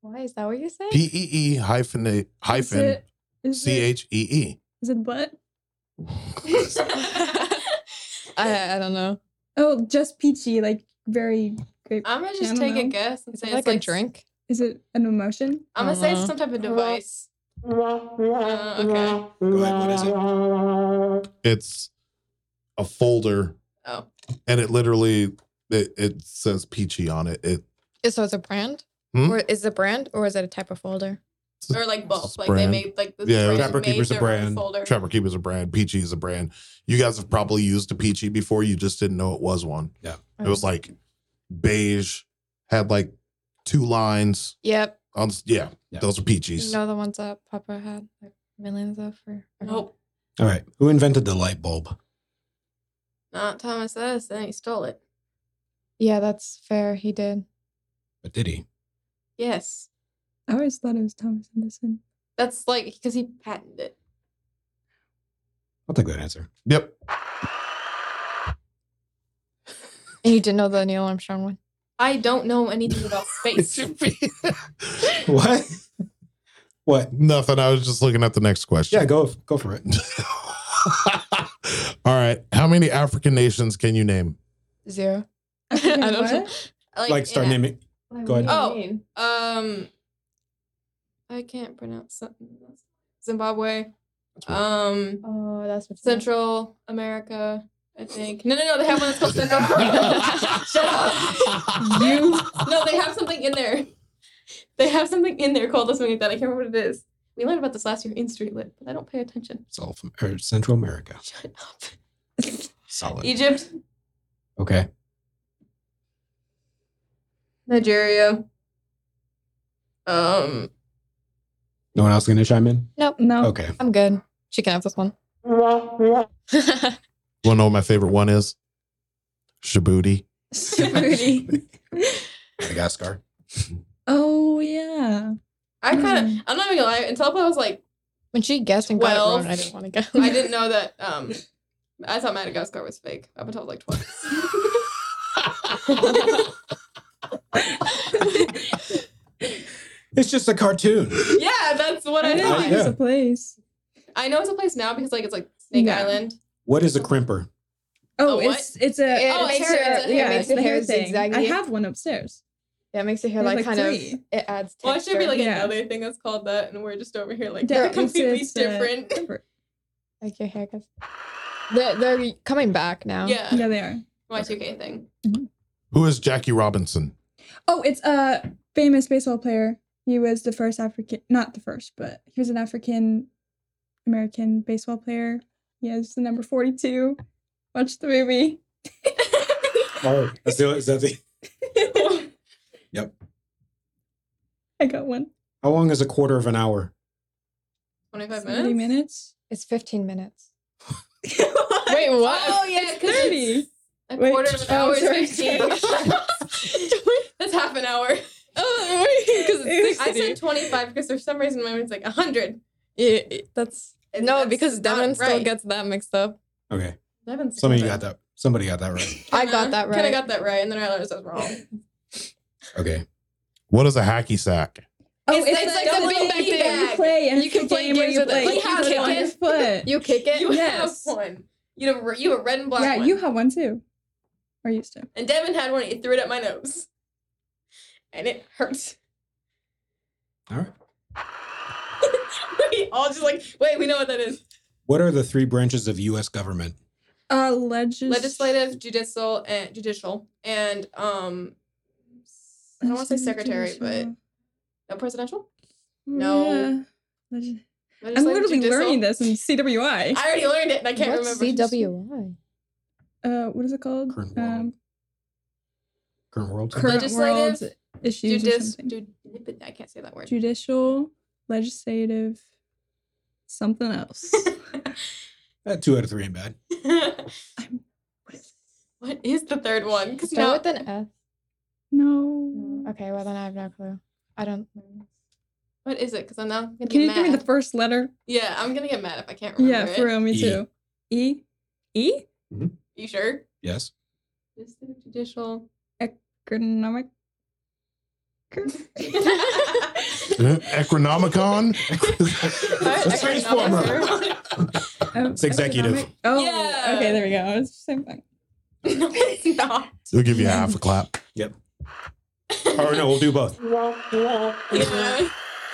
S6: Why is that what you're saying?
S4: P E E hyphen a
S5: Is
S4: hyphen
S5: it- is
S4: C
S5: it-
S4: H E
S5: Is it butt?
S4: E.
S6: I, I don't know.
S5: Oh, just peachy, like very grape.
S2: I'm gonna
S5: I
S2: just
S5: don't
S2: take a
S5: know.
S2: guess and
S6: Is
S2: say
S6: it
S2: it's
S6: like, a drink?
S5: Is it an emotion?
S2: I'm gonna say
S4: Mm-hmm.
S2: it's some type of device. Uh, okay.
S1: Go ahead. What is it?
S4: It's a folder,
S2: Oh,
S4: and it literally it, it says peachy on it. It
S6: Is- So it's a brand?
S4: Hmm?
S6: Or is it a brand or is it a type of folder?
S2: or like both.
S4: It's a
S2: Like they
S4: brand.
S2: made like this.
S4: Yeah,
S2: brand
S4: Trapper
S2: made
S1: Keeper's a
S2: their own
S1: brand.
S2: Folder.
S4: Trapper Keep is a brand. Peachy is a brand. You guys have probably used a peachy before. You just didn't know it was one. It was like beige, had like two lines
S6: Yep.
S4: on. s- Yeah,
S1: Yeah.
S4: those are peachies.
S6: You know the ones that Papa had like millions of for
S2: Nope,
S1: All right. Who invented the light bulb?
S2: not Thomas Edison. He stole it.
S6: Yeah, that's fair. He did.
S1: But did he?
S2: Yes,
S5: I always thought it was Thomas Edison.
S2: that's like because he patented it.
S1: I'll take that answer.
S4: Yep.
S6: And you didn't know the Neil Armstrong one.
S2: I don't know anything about space.
S1: What? what?
S4: Nothing. I was just looking at the next question.
S1: Yeah, go go for it.
S4: All right. How many African nations can you name?
S6: Zero.
S5: I
S6: I don't know.
S2: like,
S1: Like start
S2: yeah.
S1: naming. Go ahead.
S2: Oh. Um, I can't pronounce something. Zimbabwe. Um,
S6: Oh, that's what
S2: Central America. I think. No, no, no. They have one that's called Central America. Shut up.
S5: You
S2: No, they have something in there. They have something in there called something like that. I can't remember what it is. We learned about this last year in Street Lit, but I don't pay attention.
S1: South or Central America.
S2: Shut up.
S1: Solid.
S2: Egypt,
S1: Okay.
S2: Nigeria. Um.
S1: No one else gonna chime in?
S6: Nope.
S5: no.
S1: Okay.
S6: I'm good. She can have this one.
S4: Want to know what my favorite one is? Djibouti.
S5: Djibouti.
S1: Madagascar.
S5: oh yeah.
S2: I kind of.
S5: Mm.
S2: I'm not even gonna lie. Until I was like,
S6: when she guessed and got it
S2: Twelve.
S6: wrong, I didn't want to go.
S2: I didn't know that. Um, I thought Madagascar was fake up until I was like 12.
S1: It's just a cartoon.
S2: yeah, that's what I
S5: I didn't
S1: know.
S5: think
S2: did.
S5: it was
S1: Yeah.
S5: a place.
S2: I know it's a place now because like it's like Snake
S5: Yeah.
S2: Island.
S1: What is a crimper?
S5: Oh,
S2: what?
S5: it's it's a
S6: It
S2: Oh,
S6: makes
S2: hair,
S6: your-
S2: it's a hair,
S5: yeah,
S6: it makes
S5: it's
S6: your
S5: the hair
S6: hair
S5: thing.
S6: zigzaggy.
S5: I have one upstairs.
S6: Yeah, it makes your hair
S5: There's,
S6: like,
S5: like,
S6: kind
S5: three.
S6: of. It adds. Texture.
S2: Well, it should be like
S5: Yeah.
S2: another thing that's called that, and we're just over here like
S5: Yeah,
S2: they're
S5: it's-
S2: completely
S5: it's, uh,
S2: different.
S5: different.
S6: Like your hair gets. They're, they're coming back now.
S2: Yeah,
S5: Yeah, they are.
S2: Y2K thing.
S4: Who is Jackie Robinson?
S5: Oh, it's a famous baseball player. He was the first African, not the first, but he was an African American baseball player. He has the number 42. Watch the movie.
S1: Oh, that's the, is that the, Yep.
S5: I got one.
S1: how long is a quarter of an hour?
S2: 25
S5: 30
S2: minutes.
S5: minutes?
S6: It's 15 minutes.
S2: Wait, what?
S5: Oh, yeah, 30.
S2: A
S5: Wait.
S2: quarter of an
S5: Oh,
S2: hour
S5: sorry,
S2: is 15. that's half an hour.
S6: Oh, wait. Because
S5: it's
S2: I said 25 because for some reason my mind's like 100.
S6: that's.
S2: And
S6: No,
S2: that's
S6: because
S2: not
S6: Devin still
S2: right.
S6: gets that mixed up.
S1: Okay.
S2: Devin's
S1: Somebody
S2: stupid.
S1: got that. Somebody got that right.
S6: I got that
S2: Kind
S6: right.
S2: of got that right, and then I realized I was wrong.
S1: Okay.
S4: What is a hacky sack?
S5: Oh,
S2: It's-
S5: it's,
S2: it's like
S5: like, the
S2: the
S5: big
S2: big
S5: thing
S2: bag.
S5: you play, and
S6: You
S5: it's a
S6: can play
S5: game where
S6: games
S5: you
S6: with it.
S5: play.
S2: Like
S5: you
S2: how
S5: put
S2: to
S5: it on
S2: kick
S5: your
S2: it.
S5: foot.
S6: You kick it.
S2: You
S5: Yes.
S2: have one. You know, you have a red and black.
S5: yeah,
S2: one.
S5: you have one too. Or used to.
S2: And Devin had one. He threw it at my nose, and it hurt.
S1: All right.
S2: we all just like, wait, we know what that is.
S1: What are the three branches of U.S. government?
S5: Uh, legis-
S2: Legislative, judicial, and judicial, and um, I don't want to say secretary, but no presidential. No.
S5: Yeah. Legis- I'm
S2: Legislative,
S5: literally
S2: judicial.
S5: learning this in CWI.
S2: I already learned it, and I can't
S6: What's
S2: remember.
S6: CWI?
S5: uh, what is it called?
S1: Current world.
S5: Um,
S1: Current world.
S5: current world
S2: Legislative,
S5: issues or something.
S2: Judicial. I can't say that word.
S5: Judicial, legislative, something else.
S1: Uh, two out of three ain't bad.
S5: I'm- what is it?
S2: what is the third one? Because you know,
S6: Start with an F.
S5: no.
S6: Okay, well then I have no clue. I don't.
S2: what is it? Because I'm not gonna
S5: Can
S2: get
S5: you
S2: mad.
S5: give me the first letter?
S2: yeah, I'm gonna get mad if I can't remember.
S5: yeah, for
S2: it.
S5: real, me
S1: E.
S5: too. E? E?
S2: You sure?
S1: Yes.
S2: Legislative, judicial.
S5: Economic.
S4: Economicon?
S1: Let's
S2: I- I-
S1: change
S2: I'm
S1: form,
S2: not
S1: bro.
S2: sure.
S5: Oh,
S1: It's executive.
S5: economic- Oh,
S2: Yeah.
S5: okay, there we go. It's the same thing.
S2: No, it's not.
S4: We'll give you half a clap.
S1: Oh no, we'll do both.
S2: Yeah.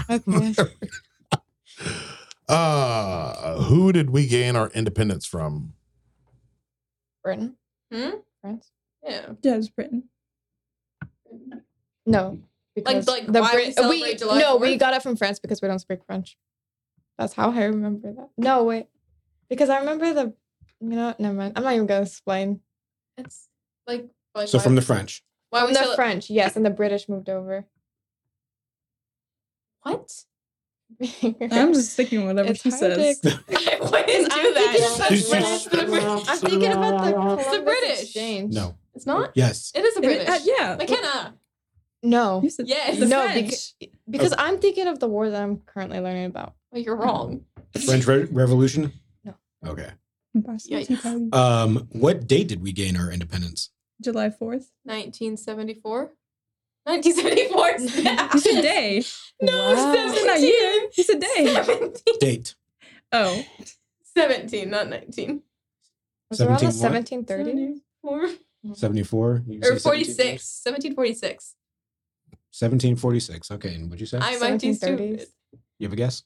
S6: Okay.
S4: Uh, who did we gain our independence from?
S6: Britain.
S2: Hmm?
S6: France.
S2: Yeah.
S5: Does Britain.
S6: No. because
S2: like, why we celebrate
S6: we,
S2: July
S6: No, we
S2: 4th?
S6: got it from France because we don't speak French. That's how I remember that. No, wait. Because I remember the you know, what, never mind. I'm not even gonna explain.
S2: That's like. like
S1: So
S2: why-
S1: from the French.
S2: Why
S6: From
S2: we
S6: the
S2: cele-
S6: French, yes, and the British moved over.
S2: What?
S5: I'm just sticking with whatever
S6: It's
S5: she
S6: hard to
S5: says.
S2: I wouldn't
S6: I'm
S2: do that.
S6: thinking
S1: about
S2: That's British for the British.
S6: I'm thinking about the, Columbus
S2: British.
S6: exchange.
S1: No.
S2: It's not.
S1: Yes.
S2: It is a
S5: It-
S2: British.
S5: uh, yeah.
S2: McKenna.
S6: No.
S5: You said
S2: Yes.
S5: the
S6: No,
S5: French.
S6: because, because I'm thinking of the war that I'm currently learning about.
S2: Well, you're wrong.
S1: French Re- Revolution.
S6: No.
S1: Okay.
S5: Boston Tea
S2: Yikes.
S5: Party.
S1: Um, what date did we gain our independence?
S5: July 4th.
S2: 1974. 1974.
S5: You said day.
S2: No,
S6: Wow.
S5: It's not year. You said day.
S2: 17.
S1: Date.
S5: Oh.
S2: 17, not 19.
S6: Was it around the
S1: 17
S6: 1730s?
S2: 74.
S1: Seventy-four. You
S2: Or
S1: say
S2: 46.
S1: 1746?
S2: 1746.
S1: 1746. Okay, and what'd you say?
S2: I might be stupid.
S6: 1730s.
S1: you have a guess?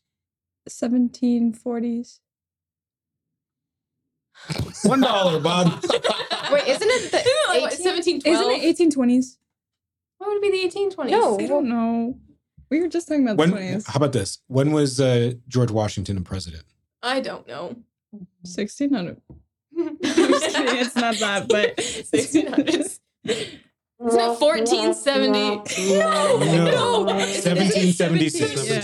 S5: 1740s.
S1: One dollar, Bob.
S6: Wait, isn't it the
S2: Isn't it like, what,
S6: 18?
S2: 1712?
S5: Isn't it 1820s?
S2: Why would it be the 1820s?
S6: No.
S5: I don't know. We were just talking about the
S1: when,
S5: 20s.
S1: how about this? When was uh, George Washington a president?
S2: I don't know.
S5: 1600.
S2: It's
S5: kidding, it's not that, but-
S2: 1600s. It's not 1470. No, no.
S1: No.
S2: it's- it's
S1: 1776.
S2: 1776.
S5: Yeah.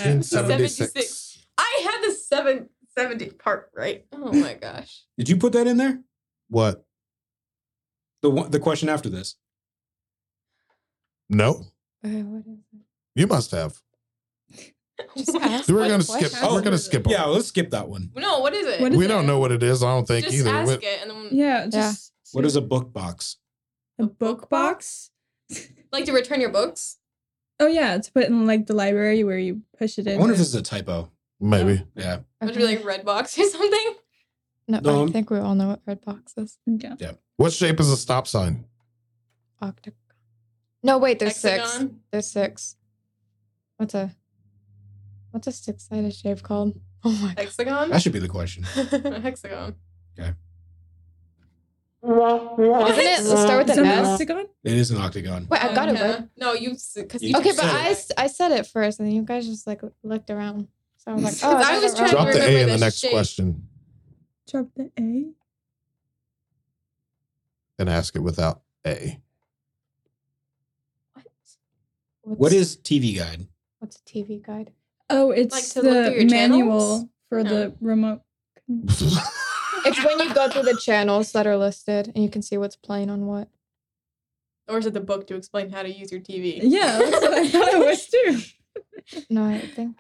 S4: 1776.
S2: I had the 770 part right. Oh my gosh.
S1: Did you put that in there?
S4: What?
S1: The one, the question after this.
S4: No,
S6: Okay, what is it?
S4: you must have.
S6: Just ask
S4: We're
S6: what
S4: gonna
S6: question.
S4: skip. We're gonna skip.
S1: Yeah,
S4: Yeah,
S1: let's skip that one.
S2: No, what is it?
S5: What is
S4: we don't
S5: it?
S4: know what it is. I don't think
S2: Just
S4: either.
S2: ask
S4: What-
S2: it and then
S5: Yeah, just
S1: What is a book box?
S5: a book box?
S2: like to return your books.
S5: Oh yeah, to put in like the library where you push it
S1: I
S5: in.
S1: wonder if
S5: and-
S1: this is a typo.
S4: Maybe.
S1: Yeah.
S2: Would it
S6: Okay.
S2: be like red box or something?
S6: no,
S1: No,
S6: I
S1: I'm-
S6: think we all know what red box is.
S5: yeah.
S4: What shape is a stop sign?
S6: Octagon. No, wait. There's six.
S2: Hexagon?
S6: There's six. What's a what's a six-sided shape called? Oh my god.
S2: Hexagon?
S1: That should be the question.
S2: A hexagon.
S6: Isn't it? Let's start with
S5: Is
S6: an
S5: that
S6: S.
S5: Mexican?
S1: It is an octagon.
S6: Wait, I got it right.
S2: Yeah. No, you because
S1: You
S2: you
S6: Okay,
S1: just
S6: but
S1: said
S6: I,
S1: it.
S6: s- I said it first, and you guys just like looked around. So I was like, oh,
S2: 'Cause I
S6: got
S2: was
S6: it
S2: trying to
S6: wrong.
S4: Drop the
S2: remember
S4: A in
S2: the
S4: the next
S2: shape.
S4: question
S5: Drop the A.
S4: and ask it without A.
S6: What's-
S1: What is TV guide?
S6: what's a TV guide?
S5: Oh, it's
S2: to look
S5: the
S2: through your
S5: manual
S2: channels?
S5: for the remote. con-
S6: It's when you go through the channels that are listed and you can see what's playing on what.
S2: or is it the book to explain how to use your TV?
S5: Yeah, that's what I thought it was too. Oh,
S6: No, I think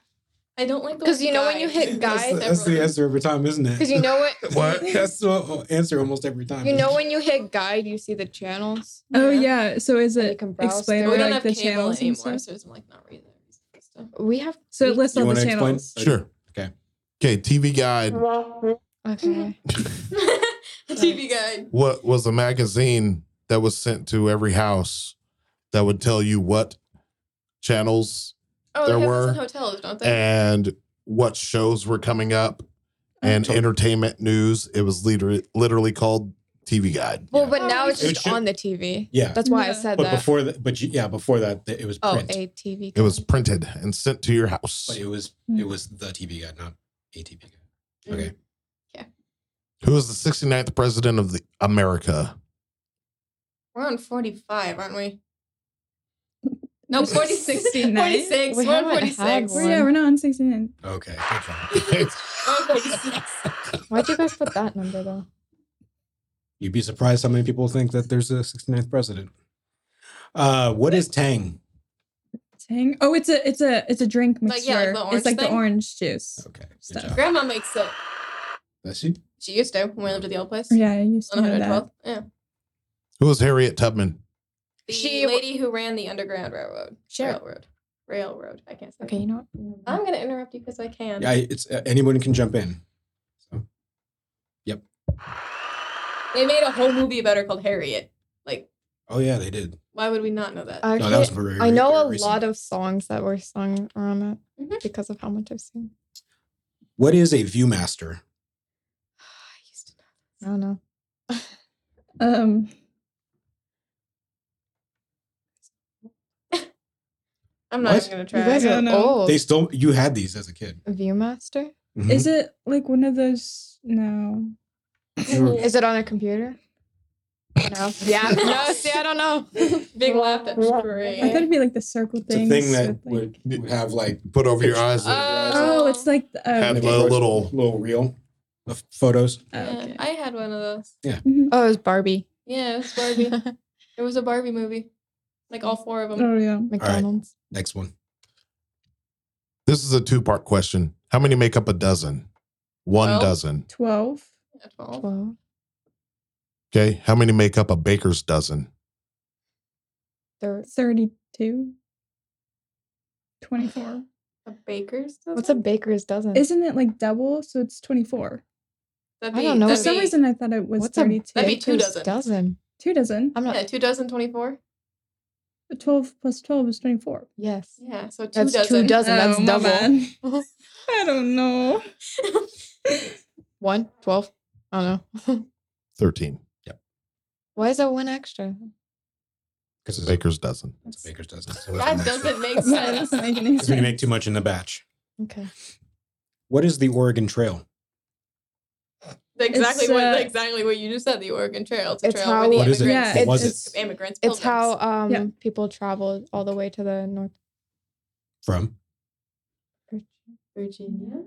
S2: I don't like the
S6: 'Cause
S2: word
S6: you know when you
S2: guide.
S6: hit guide-
S1: That's the, that's the answer every time, isn't it?
S6: because you know what
S4: What?
S1: That's the answer almost every time.
S6: you know when you hit guide, you see the channels.
S5: Oh yeah, so is
S6: And you
S5: it
S6: can browse
S5: explain
S6: through
S2: we
S6: it.
S5: like
S2: don't
S5: the
S2: have cable
S5: channels and
S2: anymore,
S5: stuff?
S2: so there's like not really that stuff.
S6: We have
S5: So it lists
S1: You
S5: all the
S1: wanna explain?
S5: channels.
S4: Sure.
S1: Okay.
S4: Okay. TV guide.
S5: Mm-hmm.
S6: okay.
S2: TV guide.
S4: What was a magazine that was sent to every house that would tell you what channels
S2: Oh,
S4: There
S2: they have
S4: were-
S2: those in hotels, don't they?
S4: and what shows were coming up
S2: Oh,
S4: and
S3: Totally.
S4: entertainment news. It was literally literally called TV Guide.
S6: Well,
S1: Yeah.
S2: Oh,
S6: but now it's
S1: It
S6: just
S1: should-
S6: on the TV.
S1: Yeah.
S6: That's why I
S5: Yeah.
S6: said
S1: But
S6: that.
S1: before that, but you- yeah, before that, th- it was
S6: oh,
S1: print.
S6: a TV.
S4: It was printed and sent to your house.
S1: But it was it was the TV guide, not a TV guide.
S6: Mm-hmm.
S1: Okay.
S4: Who was the 69th president of the America?
S2: We're on 45, aren't we? No, 46.
S5: 69?
S2: 46.
S6: We
S2: We're on
S6: haven't had
S2: 46.
S5: We're, Oh, yeah,
S6: One.
S5: we're not on 69.
S1: Okay. Good job.
S2: We're on 46.
S6: Why'd you guys put that number though?
S1: You'd be surprised how many people think that there's a 69th president. Uh, what is Tang?
S5: Tang. Oh, it's a it's a it's a drink
S2: Like, yeah,
S5: mixture.
S2: like the orange
S5: it's like
S2: thing?
S5: the orange juice.
S1: Okay. Good
S5: Stuff.
S1: job.
S2: Grandma makes it.
S1: That's you.
S2: She used to when we lived at the old place.
S5: Yeah, I used to
S2: On
S5: know that.
S2: 112th. Yeah.
S4: Who was Harriet Tubman?
S2: The
S6: She-
S2: lady who ran the Underground Railroad.
S6: Sure.
S2: Railroad. Railroad. I can't say.
S6: Okay, you know what?
S2: I'm going to interrupt you because I
S6: Um,
S2: can.
S1: Yeah, it's uh, anyone can jump in. So
S2: They made a whole movie about her called Harriet. Like,
S1: oh yeah, they did.
S2: why would we not know that?
S6: Actually,
S1: No, that was very,
S6: I know
S1: very
S6: a
S1: recent.
S6: lot of songs that were sung around it
S2: Mhm.
S6: because of how much I've seen.
S1: What is a viewmaster?
S2: I used to
S6: I don't know.
S5: Um,
S2: I'm not
S1: What?
S2: even going to
S6: You
S2: try.
S6: guys
S5: don't
S6: are
S5: know.
S6: old.
S1: They still you had these as a kid.
S6: Viewmaster?
S1: Mhm.
S5: is it like one of those? No.
S6: Is it on a computer? No. yeah. No, see, I don't know.
S2: Big laugh. That's
S5: I thought
S2: great.
S5: it'd be like the circle
S1: It's a
S5: thing.
S1: thing that would, would have like
S4: Put over your eyes.
S6: Uh,
S5: Oh, it's like the. Oh,
S4: Had
S1: maybe
S5: okay.
S4: a
S1: a
S4: little-
S1: little reel of photos.
S5: Oh,
S2: Yeah,
S5: okay.
S2: I had one of those.
S5: Mhm.
S6: Oh, it was Barbie.
S2: Yeah, it was Barbie. it was a Barbie movie. Like all four of them.
S5: Oh, yeah.
S6: McDonald's.
S1: Next one.
S4: this is a two part question. How many make up a dozen? One
S2: Well-
S4: dozen.
S5: 12.
S6: Mm.
S2: That's all.
S6: Twelve.
S4: Okay. How many make up a baker's dozen?
S6: There-
S5: 32. 24.
S2: A baker's dozen?
S6: What's a baker's dozen?
S5: Isn't it like double? So it's 24.
S2: That'd
S6: I don't know.
S5: For
S2: that'd
S5: some
S2: be-
S5: reason, I thought it was
S6: What's a-
S5: 32.
S2: that'd be two
S6: Baker's
S2: dozen.
S6: dozen.
S5: Two dozen.
S6: I'm not.
S2: Yeah, two dozen, 24.
S5: 12 plus 12 is 24.
S6: Yes.
S2: Yeah, so two
S6: That's
S2: dozen.
S6: two dozen. That's
S5: Oh, my
S6: double.
S5: bad. I don't know.
S6: One, twelve. I don't know.
S4: 13.
S6: Why is that one extra?
S1: Because
S4: It's a
S1: it's a
S4: baker's dozen.
S1: baker's dozen. So that's
S2: That
S1: next one.
S2: doesn't make
S5: No, it
S2: sense.
S5: doesn't make any
S1: Because we
S5: sense.
S1: make too much in the batch.
S6: Okay.
S1: What is the Oregon Trail?
S2: exactly
S5: It's,
S2: what
S5: uh,
S2: exactly what you just said. The Oregon Trail. It's a
S6: It's
S2: trail
S6: how-
S2: where the
S1: What is it?
S2: immigrants,
S1: What was
S6: it's-
S1: it
S2: immigrants
S6: It's
S2: pilgrims.
S6: how um
S5: Yeah.
S6: people traveled all the way to the north.
S1: from?
S2: Virginia.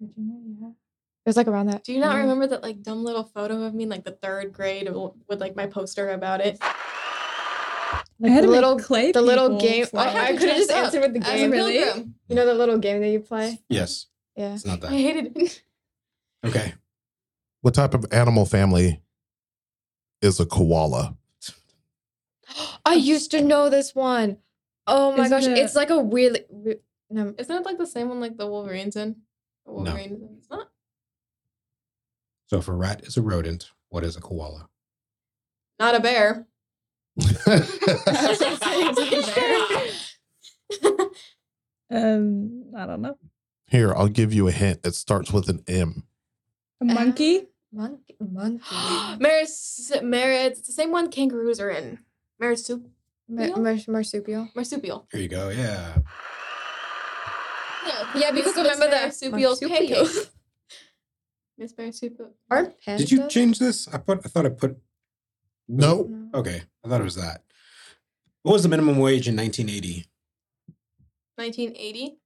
S6: Virginia, yeah. It was like around that.
S2: Do you not
S6: area.
S2: remember that like dumb little photo of me in like the third grade of- with like my poster about it?
S5: I had to
S6: the
S5: make
S6: little-
S5: clay
S6: the little
S5: people
S6: game-
S5: for
S6: I
S5: it.
S6: had- could've just answered with the
S2: As a
S5: game. Really?
S2: pilgrim.
S6: You know the little game that you play?
S1: Yes,
S6: Yeah.
S1: it's not
S2: I
S1: that.
S2: hated it.
S1: Okay.
S4: What type of animal family is a koala?
S6: I used to know this one. Oh my
S5: Is
S6: gosh.
S5: it a-
S6: It's like a weird. re- No,
S2: Isn't it like the same one like the Wolverines in? The Wolverines in. It's not.
S1: So if a rat is a rodent, what is a koala?
S2: Not a bear.
S5: Um, I don't know.
S4: Here, I'll give you a hint. It starts with an M.
S5: A monkey?
S6: monkey. Monkey.
S2: Maris, Maris, it's the same one kangaroos are in. Marisup,
S6: Ma- mars- marsupial.
S2: marsupial.
S1: There you go. Yeah.
S2: Yeah,
S6: Yeah, because remember the
S2: marsupial's
S6: marsupial.
S2: pancake. Miss Marsupial.
S6: Aren't pandas?
S1: Did you change this? I put. I thought I put.
S4: No.
S6: No.
S1: Okay. I thought it was that. What was the minimum wage in 1980?
S2: 1980.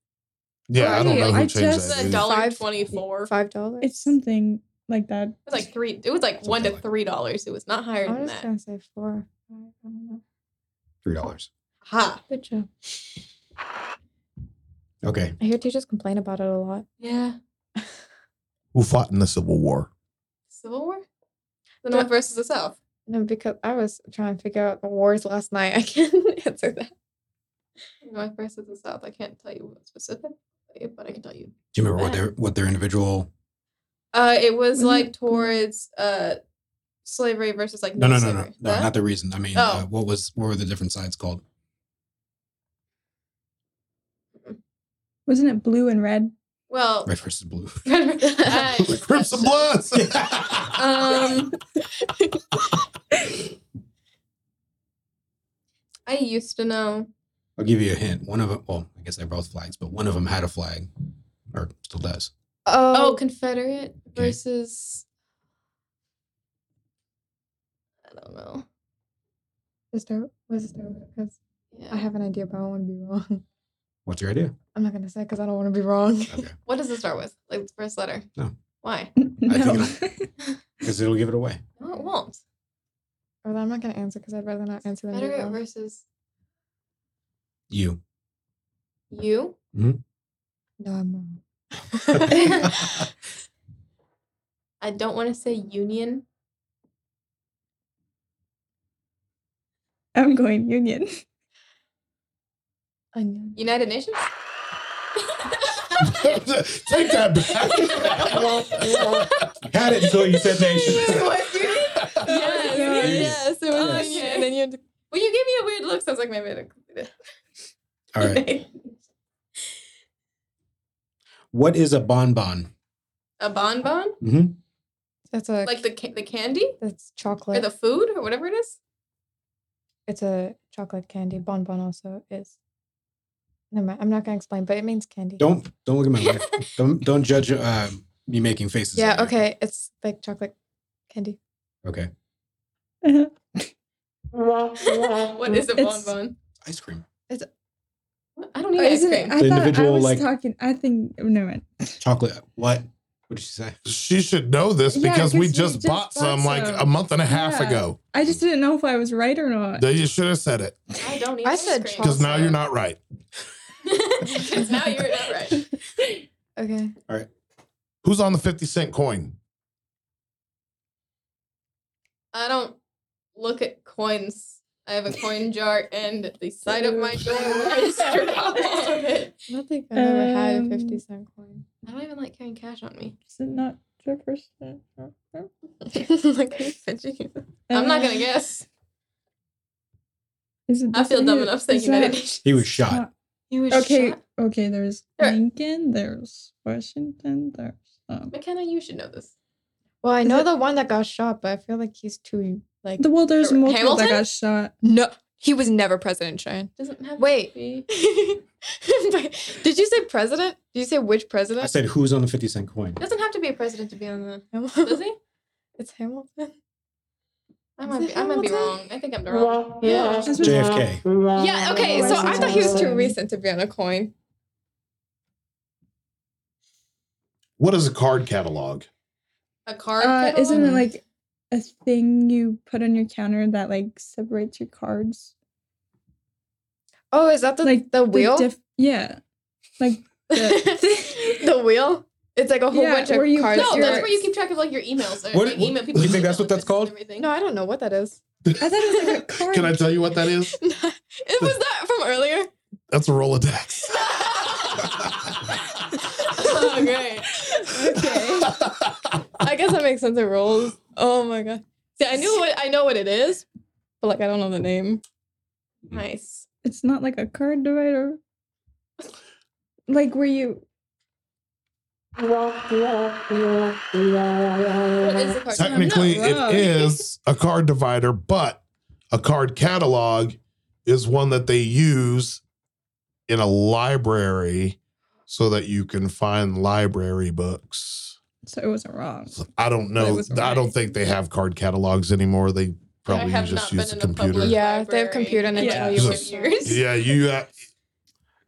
S4: Yeah, I don't know who
S5: I
S4: changed
S5: just-
S4: that.
S2: It's a
S4: either.
S2: dollar
S6: Five-
S2: twenty-four. It
S6: Five dollars.
S5: It's something like that.
S2: was like three. It was like one to
S1: Something like that.
S2: three dollars. It was not
S6: I
S2: higher than
S6: was
S2: that.
S6: gonna say four. I don't know.
S1: Three dollars.
S2: Ha.
S6: Good job.
S1: Okay.
S6: I hear teachers complain about it a lot.
S2: Yeah.
S4: Who fought in the Civil War?
S2: Civil War. The
S6: Yeah.
S2: North versus the South.
S6: No, because I was trying to figure out the wars last night. I can't answer that.
S2: North versus the South. I can't tell you what specific, but I can tell you.
S1: Do you remember what their what their individual
S2: Uh, it was
S5: Wasn't
S2: like
S5: it-
S2: towards uh slavery versus like
S1: No, no, no, no,
S2: slavery.
S1: no.
S2: That?
S1: Not the reason. I mean, uh,
S2: Oh.
S1: what was what were the different sides called?
S5: Wasn't it blue and red?
S2: well.
S1: Red versus blue.
S2: I-
S4: Crips and Bloods.
S5: Uh,
S2: um, I used to know.
S1: I'll give you a hint. One of them. Well, I guess they're both flags, but one of them had a flag, or still does.
S2: Oh,
S6: Oh,
S2: Confederate versus. I don't know.
S6: is there was it there? Because
S2: Yeah.
S6: I have an idea, but I don't want to be wrong.
S1: What's your idea?
S6: I'm not gonna say because I don't want to be wrong.
S1: Okay,
S2: What does it start with? Like the first letter?
S1: No.
S2: Why?
S5: no.
S1: because it'll give it away.
S2: No, it won't.
S6: Or I'm not gonna answer because I'd rather not answer than be
S2: Confederate
S6: wrong.
S2: versus
S1: You.
S2: you.
S6: No, I'm wrong.
S2: I don't want to say union.
S5: I'm going union.
S6: I knew.
S2: United Nations?
S4: Take that back.
S1: Had it until you said nation.
S2: Yes,
S1: Yes.
S2: yes, it was
S6: Oh,
S2: union.
S6: yeah, And then you had to
S2: Well, you gave me a weird look, so I was like, maybe I didn't.
S1: All right. What is a bonbon?
S2: A bonbon?
S1: Mm-hmm.
S6: That's a
S2: Like the ca- the candy
S6: that's
S2: or
S6: chocolate.
S2: the food or whatever it is?
S6: it's a chocolate candy. Bonbon also is. Never mind. I'm not gonna explain, but it means candy.
S1: Don't don't look at my wife. don't don't judge uh, me making faces. at
S6: Yeah.
S1: you.
S6: Okay. It's like chocolate candy.
S1: Okay.
S2: what is a
S5: It's-
S2: bonbon?
S1: Ice cream,
S2: What? I don't need
S5: Oh,
S2: ice
S5: isn't it?
S2: cream.
S5: I
S1: The
S5: thought I
S1: individual,
S5: was
S1: like-
S5: talking. I think never mind.
S1: chocolate. What? What did she say?
S4: She should know this
S5: Yeah,
S4: because we
S5: 'cause we
S4: just,
S5: just
S4: bought,
S5: bought
S4: some, like
S5: some.
S4: a month and a half
S5: Yeah.
S4: ago.
S5: I just didn't know if I was right or not.
S4: Then you should have said it
S2: I don't need
S6: I
S2: ice
S6: said
S2: cream.
S4: because now you're not right.
S2: Because now you're not right.
S6: Okay.
S4: Who's on the 50 cent coin?
S2: I don't look at coins. I have a coin jar, and the side of my jar is stripped off all of it.
S6: I don't think I've ever had a
S5: Um,
S6: fifty cent coin.
S2: I don't even like carrying cash on me.
S5: Is it not Jefferson?
S2: Like, I'm fidgety. I'm not gonna guess.
S5: Uh, Is it
S2: I feel dumb
S5: is-
S2: enough saying
S5: is
S2: United
S5: that-
S2: Nations.
S1: He was shot.
S5: not-
S2: He was
S5: Okay,
S2: shot.
S5: okay. There's
S2: Sure.
S5: Lincoln. There's Washington. There's um,
S2: McKenna, you should know this.
S6: Well, I
S5: Is
S6: know
S5: it-
S6: the one that got shot, but I feel like he's too like
S5: the well. There's
S2: Or
S5: multiple
S2: Hamilton?
S5: that got shot.
S6: no. He was never president, Shane.
S2: Doesn't have
S6: Wait.
S2: to be.
S6: But Did you say president? Did you say which
S1: I
S6: president?
S1: said, "Who's on the fifty cent coin?"
S2: Doesn't have to be a president to be on the. Does
S6: Hamilton.
S2: he?
S6: It's Hamilton.
S2: I
S6: Is
S2: might
S6: it
S2: be. I might be
S6: Hamilton?
S2: wrong. I think I'm wrong.
S6: Yeah.
S5: That's what-
S1: JFK.
S6: Yeah, okay, so I thought he was too
S5: President.
S6: recent to be on a coin.
S4: What is a card catalog?
S2: A card.
S5: Uh,
S2: catalog?
S5: isn't it like a thing you put on your counter that like separates your cards?
S6: Oh, is that the
S5: like
S6: the wheel?
S5: diff- yeah, like the-
S6: the wheel? It's like a whole
S5: Yeah,
S6: bunch of
S5: where you
S6: cards.
S5: put
S2: No, that's
S5: your-
S2: where you keep track of like your emails. Or,
S1: What-
S2: like, email
S1: what-
S2: people
S1: you think that's
S2: email
S1: what that's
S2: addresses and
S1: called?
S2: everything.
S6: No, I don't know what that is.
S5: I thought it was like a card.
S4: Can I tell you what that is?
S6: it was that from earlier.
S4: That's a Rolodex.
S2: oh, great.
S6: Okay. I guess that makes sense. It rolls. Oh my god. See, I knew what I know what it is, but like I don't know the name.
S2: Nice.
S5: It's not like a card divider. Like where you
S2: What is the card?
S4: Technically,
S5: I'm not
S4: it
S5: wrong.
S4: is a card divider, but a card catalog is one that they use in a library so that you can find library books.
S5: so it wasn't wrong.
S4: So I don't
S5: But it
S4: know.
S5: was
S4: I
S5: right.
S4: don't think they have card catalogs anymore. They probably
S2: have
S4: just
S2: not
S4: use a
S2: been in a
S4: computer.
S2: public-
S6: Yeah, they have
S2: Library.
S6: computer and they
S5: Yeah.
S6: tell you
S4: So-
S6: what you-
S2: Years.
S4: Yeah, you ha-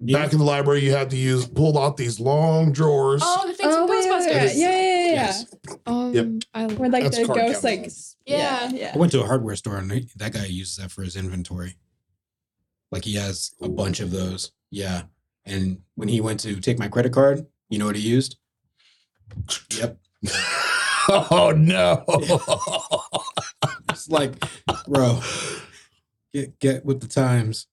S4: back in the library, you had to use pull out these long drawers.
S2: Oh, the things from
S5: wait, wait, wait,
S2: Ghostbusters.
S5: wait, yeah, yeah, yeah, yeah.
S1: Yes.
S6: Um,
S4: Yep.
S6: I,
S5: Where like
S4: That's
S5: the
S4: card
S5: ghost
S4: catalog.
S5: like
S2: Yeah.
S1: I
S5: yeah.
S1: went to a hardware store and he- that guy uses that for his inventory. Like he has a bunch of those. Yeah. And when he went to take my credit card, you know what he used? Yep.
S4: oh no.
S1: It's like, bro, get get with the times.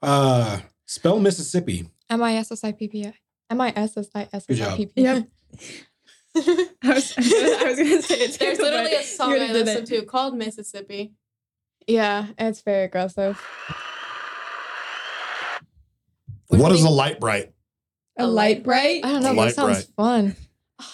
S1: Uh spell Mississippi.
S6: M I S S I P P I. M I S S I S
S1: Good
S6: S
S1: job.
S6: I P P I.
S5: Yep. I was, I was gonna say it.
S2: There's
S5: too,
S2: literally
S5: but
S2: a song
S5: you
S2: I
S5: already did
S2: listen
S5: it.
S2: to called Mississippi.
S6: Yeah, it's very aggressive.
S2: which
S4: What
S2: I
S4: is a
S2: think-
S4: light bright?
S5: A light bright.
S6: I don't know.
S4: Light
S6: That sounds fun.
S5: Uh,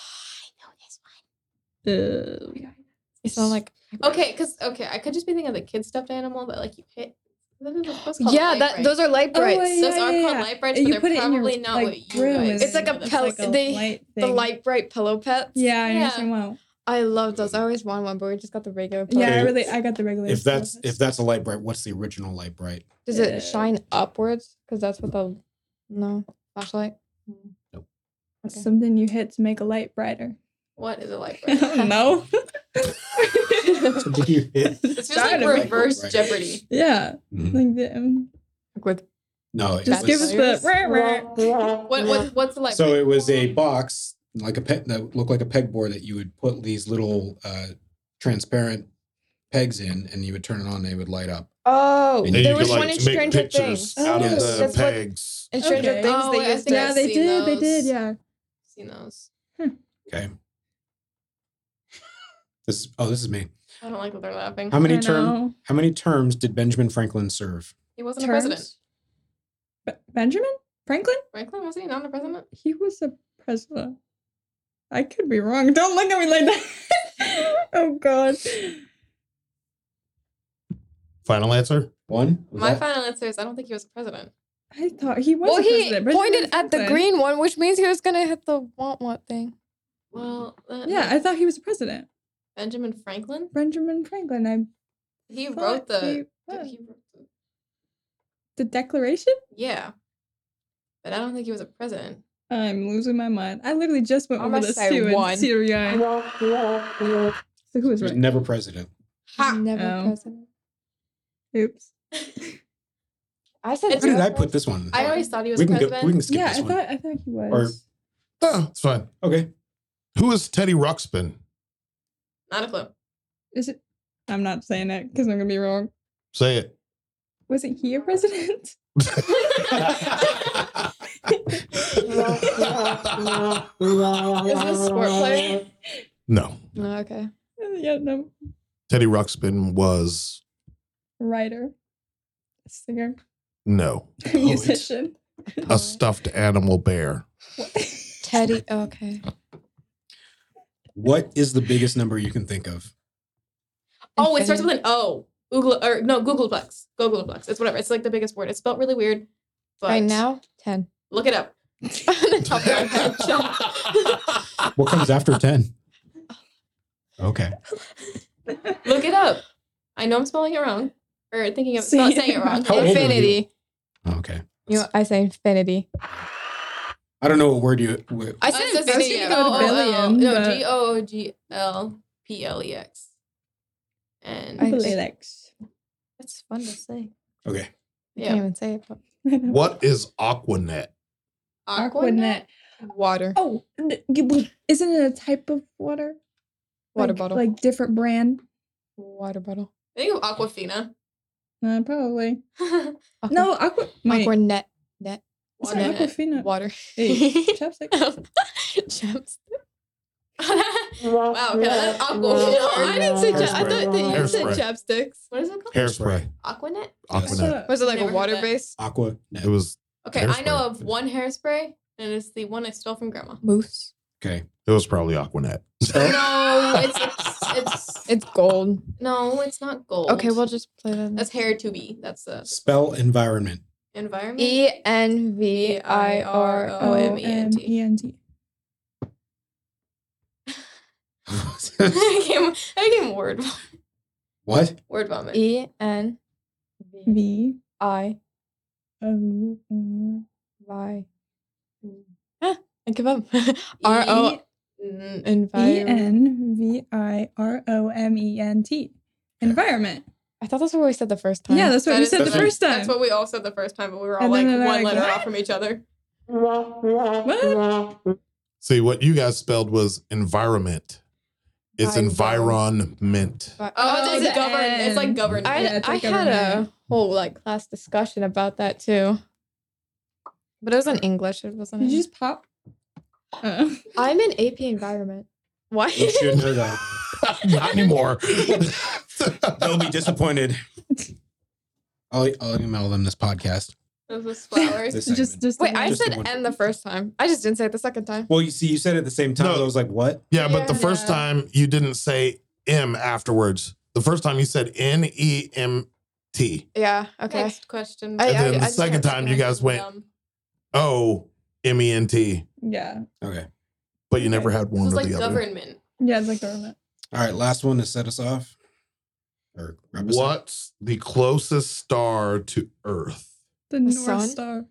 S6: It sounds like
S2: Okay, because okay, I could just be thinking of the kid stuffed animal that like you hit. That is what's called
S6: yeah.
S2: light
S6: That
S2: bright.
S6: those are light
S5: Oh,
S6: brights.
S5: yeah,
S2: Those are
S5: yeah,
S2: called
S5: yeah.
S2: light brights,
S5: And
S2: but
S5: you
S2: they're
S5: put it in your,
S2: probably not
S5: like,
S2: what you
S5: room
S2: guys.
S5: and
S6: It's like a
S2: think of them.
S6: pellet- they-
S5: light
S6: The
S5: thing.
S6: light bright pillow pets.
S5: Yeah, I
S2: Yeah.
S5: understand. Wow.
S6: I love those. I always wanted one, but we just got the regular. Pillow.
S5: Yeah, I
S1: Okay.
S5: really, I got the regular.
S1: If that's
S5: stuff.
S1: if that's a light bright, what's the original light bright?
S6: Does
S5: Yeah.
S6: it shine upwards? Because that's what the no flashlight. okay.
S5: something you hit to make a light brighter.
S2: What is a light
S5: I
S2: bright?
S5: don't know.
S1: Something you hit.
S2: It's just like
S5: Trying to make-
S2: reverse
S1: Right.
S2: Jeopardy.
S5: Yeah, like the, um,
S6: Like with
S1: No, it was-
S5: just give us
S6: Backfires?
S5: the. Rah, rah.
S2: What, what what's the light?
S1: So
S2: bright?
S1: it was a box like a peg that looked like a pegboard that you would put these little uh, transparent pegs in, and you would turn it on, and they would light up.
S6: oh,
S1: And
S4: And
S6: there
S4: you
S6: was
S4: could
S6: one
S4: like
S6: in
S4: make
S6: Stranger
S4: pictures
S6: Things. Oh,
S4: out of
S1: Yes.
S4: the
S6: That's what-
S4: pegs.
S6: in Stranger
S5: Okay.
S6: Things
S2: Oh, I
S6: they used
S2: think
S5: Yeah,
S2: I've
S6: that.
S5: they
S2: seen
S5: did. They did.
S2: those.
S5: Yeah.
S2: seen those.
S1: Okay. This oh, this is me.
S2: I don't like that they're laughing.
S1: How many
S5: I
S1: term?
S5: know.
S1: How many terms did Benjamin Franklin serve?
S2: He wasn't
S5: Terms?
S2: a president.
S5: Be- Benjamin Franklin?
S2: Franklin wasn't he not a president?
S5: He was a president. I could be wrong. Don't look at me like that. oh God.
S4: Final answer.
S1: One. Was
S2: My
S1: that-
S2: final answer is I don't think he was a president.
S5: I thought he was.
S6: Well,
S5: a
S6: he
S5: president.
S6: pointed
S5: Benjamin
S6: at the
S5: Franklin.
S6: green one, which means he was gonna hit the want want thing.
S2: Well, that
S5: Yeah, I thought he was a president.
S2: Benjamin Franklin.
S5: Benjamin Franklin. I
S2: He
S5: thought
S2: wrote the.
S5: he
S2: did
S5: was.
S2: he wrote the-
S5: the Declaration.
S2: yeah, but I don't think he was a president.
S5: I'm losing my mind. I literally just went
S6: I'm
S5: over
S6: gonna
S5: this
S6: say
S5: too
S6: one.
S5: in CRI. So who was
S1: He was
S5: right?
S1: never president.
S6: He's never
S5: Oh.
S6: president.
S5: Oops.
S6: I said.
S2: It's-
S1: Where did I
S6: president.
S1: put this one?
S2: I always thought he was
S1: we
S2: a
S1: can go,
S2: president.
S1: we can skip
S5: Yeah,
S1: this
S5: I
S1: one.
S5: thought I thought he was.
S4: Oh, it's fine.
S1: okay.
S4: Who is Teddy Ruxpin?
S2: Not a clue.
S5: Is it? I'm not saying that because I'm gonna be wrong.
S4: Say it.
S5: Wasn't he a president?
S2: Is this a sport player?
S4: no.
S6: No, okay.
S5: yeah, no.
S4: Teddy Ruxpin was
S5: Writer, singer,
S4: no
S1: Oh,
S5: musician.
S4: a stuffed animal bear.
S5: What?
S6: Teddy. Okay.
S1: What is the biggest number you can think of?
S2: Oh, it starts with
S6: Infinity.
S2: an O. Google or no, Googleplex. Googleplex. It's whatever. It's like the biggest word. It's spelled really weird. But
S6: right now ten.
S2: look it up. Top of my head, John.
S1: What comes after ten? Okay.
S2: look it up. I know I'm spelling it wrong or thinking of not saying it wrong.
S1: How old are you?
S6: infinity.
S1: Okay.
S6: You know, I say infinity.
S1: I don't know what word you. What,
S6: I
S2: Uh,
S6: said
S2: it says
S6: infinity.
S2: video.
S5: go
S2: O O
S5: to
S6: oh,
S2: L-
S5: billion,
S2: No,
S5: but-
S2: G O O G L P L E X. And
S6: I-
S5: Relax.
S6: That's fun to say.
S1: okay.
S6: I
S2: yeah,
S6: can't even say it. But
S4: What is Aquanet?
S5: Aquanet.
S6: water.
S5: Oh, n- you bel- isn't it a type of water?
S6: Water
S5: Like-
S6: bottle.
S5: Like different brand?
S6: Water bottle.
S2: Think of Aquafina.
S5: Uh, probably.
S6: Aqua-
S5: No, aqua. Wait,
S6: Aqua net. Net.
S5: it's not
S2: Aquanet.
S5: aquafina.
S6: Water.
S5: Hey, chapstick.
S6: Gems.
S2: wow, okay, that's aqua.
S6: No, I didn't say.
S1: Hairspray.
S6: Chap- I thought that you said
S4: Hairspray.
S6: chapsticks.
S2: What is it called?
S4: Hairspray.
S2: Aquanet.
S5: What's
S4: Aquanet.
S5: up?
S6: Was it like
S2: Never
S6: a
S2: heard
S6: water
S2: that.
S6: base?
S1: Aqua. net.
S4: It was
S2: Okay, I
S4: Hairspray.
S2: know of one hairspray, and it's the one I stole from Grandma.
S6: Moose.
S1: Okay.
S4: it was probably Aquanet.
S2: No, it's it's, it's
S6: It's gold.
S2: no, it's not gold.
S6: Okay, we'll just play that.
S2: that's hair to be. That's the
S1: Spell environment.
S2: environment.
S6: E N V I R O M E.
S2: O-M-E-N-T.
S5: O-M-E-N-T.
S2: I became, I became word
S1: what?
S2: word vomit.
S6: E N V
S5: V
S6: I
S5: O R.
S6: Y. Ah, I give up. R O
S2: E, N-
S6: N
S5: E
S6: V.
S5: N V I R O M E N T. Environment.
S6: I thought that's what we said the first time.
S5: Yeah, that's what
S2: That
S5: we
S2: is
S5: said the
S1: what-
S5: first time.
S2: That's what we all said the first time, but we were all
S5: And
S2: like
S5: then
S2: one
S5: they're like,
S2: letter
S5: "What?"
S2: off from each other.
S5: What?
S4: See what you guys spelled was environment. It's
S6: Environment.
S4: environment.
S6: But-
S2: Oh, it's
S5: the
S2: like govern. It's like
S5: N.
S2: government.
S6: I,
S5: Yeah, it's
S6: I
S5: like
S6: had
S5: government.
S6: a whole like class discussion about that too. But it was in English, it wasn't
S5: Did you
S6: in-
S5: just pop? Uh,
S6: I'm in AP environment. Why?
S1: You shouldn't have that.
S4: Not anymore.
S1: They'll be disappointed. I'll, I'll email them this podcast.
S2: Those was flowers.
S1: This
S5: just,
S1: segment.
S5: just
S6: Wait, I
S1: Just the
S6: said
S1: one-
S6: "and" the first time. I just didn't say it the second time.
S1: well, you see, you said it at the same time.
S4: No.
S1: I was like, what?
S4: yeah, but the first
S5: Yeah.
S4: time you didn't say M afterwards. The first time you said N E M T
S6: Yeah. Okay.
S2: Next question.
S6: I-
S4: And
S6: I-
S4: then the
S6: I just
S4: second
S6: can't
S4: time you
S6: recognize
S4: guys went-
S2: Um,
S4: O M E N T,
S5: yeah,
S1: Okay.
S4: but you never had
S2: This
S4: one
S2: is
S4: or
S2: like
S4: the other.
S2: government.
S5: yeah, it's like government.
S1: All right. Last one to set us off. Or wrap us up.
S4: What's the closest star to Earth?
S5: The North
S6: sun?
S5: Star.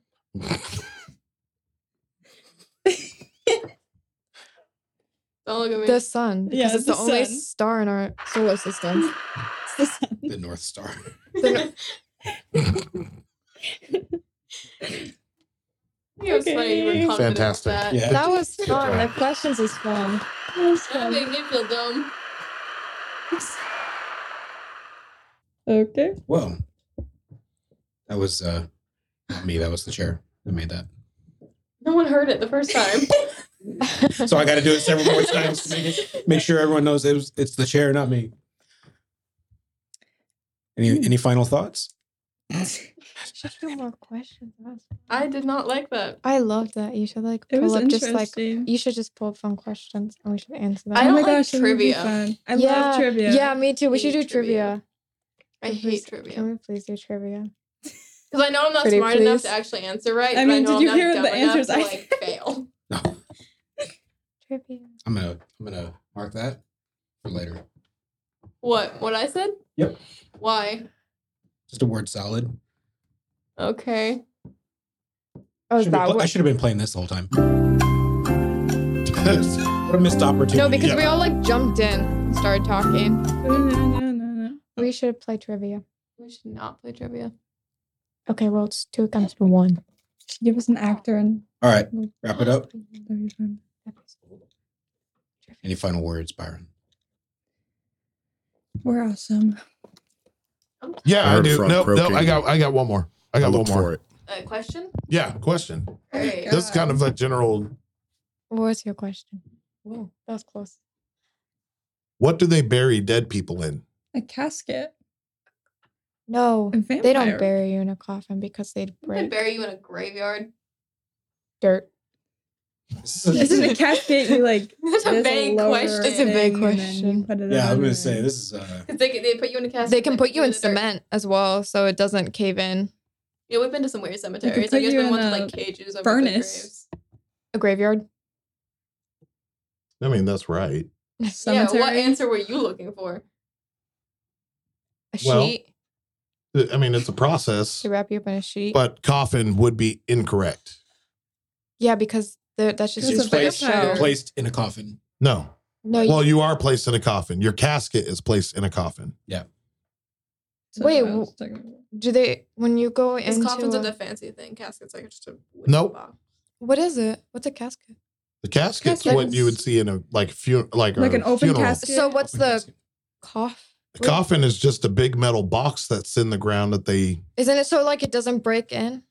S2: Don't look at me.
S6: The sun. Because
S5: Yeah,
S6: it's
S5: the
S6: the, only
S5: sun.
S6: star in our solar system.
S5: It's the sun.
S1: The North Star.
S6: The-
S2: It was funny. You were
S5: Okay.
S2: confident with
S4: Fantastic.
S2: That.
S1: Yeah.
S6: that was
S4: Good
S6: fun.
S4: job.
S6: The questions is fun.
S5: That was
S2: That
S5: fun.
S2: made me feel dumb.
S5: Okay.
S1: Whoa. That was uh, not me. That was the chair that made that.
S2: No one heard it the first time.
S1: So I got to do it several more times to make, it, make sure everyone knows it was, it's the chair, not me. Any any final thoughts?
S6: should do more questions. That was fun.
S2: I did not like that.
S6: I love that. You should like
S5: It
S6: pull
S5: was
S6: up just
S5: interesting.
S6: like you should just pull up fun questions and we should answer them.
S2: I
S5: oh my
S2: don't like
S5: gosh, it would be
S2: trivia.
S5: fun. I
S6: Yeah,
S5: love trivia.
S6: Yeah, me too. We
S2: Hate
S6: should do trivia.
S2: trivia. I
S6: Can we
S2: hate
S6: please- Can
S2: trivia
S6: we please do trivia?
S2: because I know I'm not
S6: Pretty
S2: smart enough to
S6: please.
S2: actually answer right.
S5: I
S2: but
S5: mean,
S2: know
S5: did
S2: I'm
S5: you
S2: not
S5: hear
S2: dumb
S5: the
S2: enough
S5: answers
S2: to,
S5: I-
S2: like fail?
S1: No.
S6: Trivia.
S1: I'm gonna I'm gonna mark that for later.
S2: What? What I said?
S1: Yep.
S2: Why?
S1: Just a word salad.
S2: Okay.
S6: Oh,
S1: Should've
S6: is
S1: been
S6: that
S1: pl- I
S6: what?
S1: should have been playing this the whole time. What a missed opportunity.
S6: No, because
S4: Yeah.
S6: we all like jumped in and started talking.
S5: No, no, no, no, no.
S6: We should play trivia.
S2: We should not play trivia.
S6: Okay, well it's two against one.
S5: Should give us an actor and
S1: All right, wrap it up.
S5: that'd be fun.
S1: Any final words, Byron?
S5: We're awesome.
S4: Yeah,
S3: I
S4: I,
S3: heard it
S4: do.
S3: from
S4: Nope, nope. I
S3: Croaking.
S4: got, I got one more. I got one
S3: looked
S4: more.
S3: for it.
S2: A question?
S4: Yeah, question.
S5: Oh my
S2: Alright.
S5: God.
S4: This is kind of a general.
S6: What's your question? Whoa, that was close.
S4: What do they bury dead people in?
S5: A casket.
S6: No,
S5: A vampire.
S6: they don't bury you in a coffin because they'd
S2: They
S6: break
S2: bury you in a graveyard.
S6: dirt.
S1: This is a-
S5: Isn't a casket you like?
S2: That's a
S5: there's
S2: vague
S5: lower
S2: question.
S6: It's a vague
S5: thing and then you
S6: question.
S5: put it
S1: yeah, I'm
S5: on
S1: gonna
S5: and-
S1: say this is uh
S2: Because they, they put you in a casket.
S6: They can
S2: and
S6: put you in
S2: the dirt.
S6: cement as well, so it doesn't cave in.
S2: Yeah, we've been to some weird cemeteries.
S5: put
S2: Like, there's
S5: you
S2: been
S5: in
S2: ones with,
S5: a
S2: like cages over the
S5: furnace.
S2: graves.
S6: A graveyard.
S4: I mean, that's right.
S5: Cemetery.
S2: Yeah, what answer were you looking for?
S6: A
S4: Well-
S6: sheet.
S4: I mean, it's a process,
S6: To wrap you up in a sheet.
S4: but coffin would be incorrect.
S6: yeah, because the, that's just
S5: It's
S1: you're
S5: a
S6: used for the
S1: placed,
S5: vampire.
S6: show.
S1: you're placed in a coffin.
S4: No.
S6: no, you-
S4: Well, you are placed in a coffin. Your casket is placed in a coffin.
S5: So that's
S6: Wait,
S5: what I was
S6: wh-
S5: talking about.
S6: do they when you go
S2: Because
S6: into
S2: coffins
S6: a-
S2: are the fancy thing. Caskets are just a wooden
S4: Nope.
S2: box.
S6: what is it? What's a casket?
S4: The casket's
S6: Casket
S4: what
S6: is-
S4: you would see in a like fu- like,
S5: Like
S4: a
S5: an open
S4: funeral.
S5: casket.
S6: So what's the cough?
S4: A coffin is just a big metal box that's in the ground that they
S6: Isn't it so like it doesn't break in?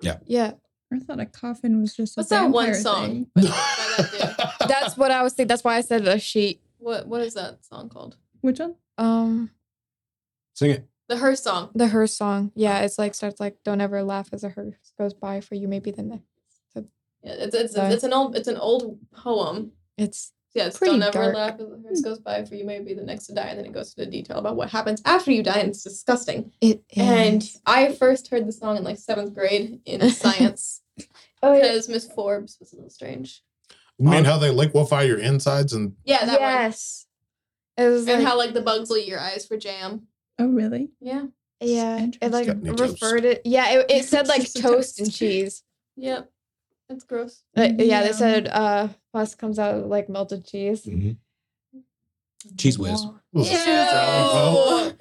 S1: Yeah.
S6: Yeah.
S5: I thought a coffin was just. A
S2: What's that one
S5: vampire
S2: song?
S5: thing.
S2: By, by that dude?
S6: That's what I was thinking. That's why I said a sheet.
S2: What What is that song called?
S5: Which one?
S6: Um
S1: Sing it.
S2: The Her song.
S6: the her song. Yeah, it's like starts like don't ever laugh as a hearse goes by for you maybe the next.
S2: Yeah, it's it's,
S6: Sorry.
S2: it's an old it's an old poem.
S6: It's
S2: Yeah, it's
S6: Pretty
S2: don't ever
S6: dark.
S2: laugh as the hearse goes by, for you may be the next to die, and then it goes into detail about what happens after you die, and it's disgusting.
S6: it is.
S2: And I first heard the song in like seventh grade in science
S6: oh, yeah.
S2: because Miss Forbes was a little strange.
S4: I mean how they liquefy your insides and
S2: Yeah, that
S6: yes. It was
S2: one. And
S6: like,
S2: how like the bugs will eat your eyes for jam.
S5: Oh really?
S2: Yeah.
S6: yeah, it like
S5: Got
S4: any toast?
S6: referred it. Yeah, it, it said like
S5: Just a
S6: toast and
S5: toast.
S6: cheese.
S2: Yeah. That's gross.
S6: Uh, yeah, they
S5: Yum.
S6: said uh pasta comes out like melted cheese.
S1: Cheese whiz.
S4: Edgar
S2: Ew.
S4: Allan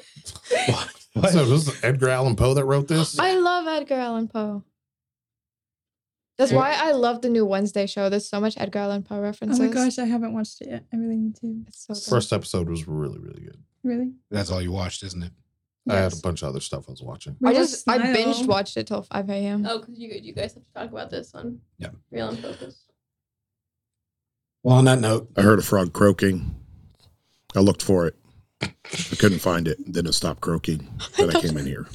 S4: Poe. So this is Edgar Allan Poe that wrote this.
S6: I love Edgar Allan Poe. That's why I love the new Wednesday show. There's so much Edgar Allan Poe
S5: Oh
S6: references.
S5: my gosh, I haven't watched it yet. I really need to.
S6: It's so good.
S4: First episode was really really good.
S5: Really?
S1: That's all you watched, isn't it?
S4: I had a bunch of other stuff I was watching.
S5: We
S6: I
S5: watched
S6: just I binged
S5: Smile.
S6: watched it till 5 a.m.
S2: Oh, because you you guys have to talk about this on
S1: Yeah.
S2: Real and Focus.
S1: Well, on that note,
S3: I heard a frog croaking. I looked for it. I couldn't find it. Then it stopped croaking. Then I came in here.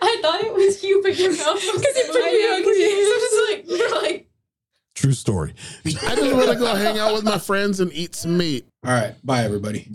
S2: I thought it was you, but your mouth was because
S5: you put me on, 'cause you-
S2: I'm just like you're like
S4: True story.
S3: I just want to go hang out with my friends and eat some meat.
S1: all right. Bye, everybody.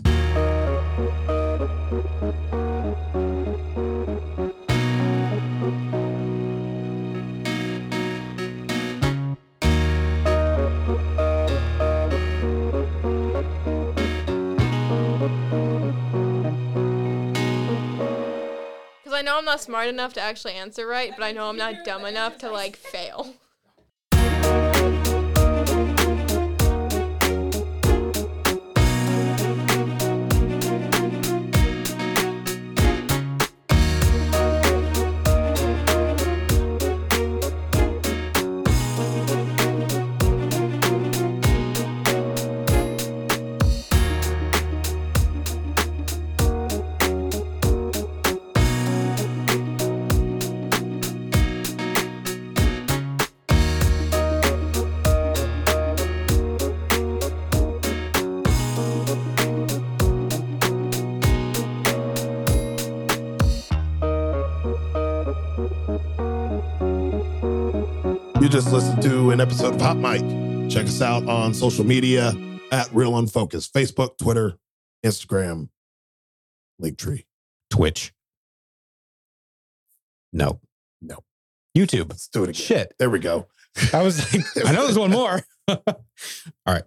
S2: because I know I'm not smart enough to actually answer right, but I know I'm not dumb enough to like fail.
S4: You just listened to an episode of Hot Mic. Check us out on social media at Real Unfocused Facebook, Twitter, Instagram, Linktree.
S1: Twitch. No.
S4: No.
S1: YouTube.
S4: Let's do it again.
S1: Shit.
S4: There we go.
S1: I was like, I know there's one more. all right.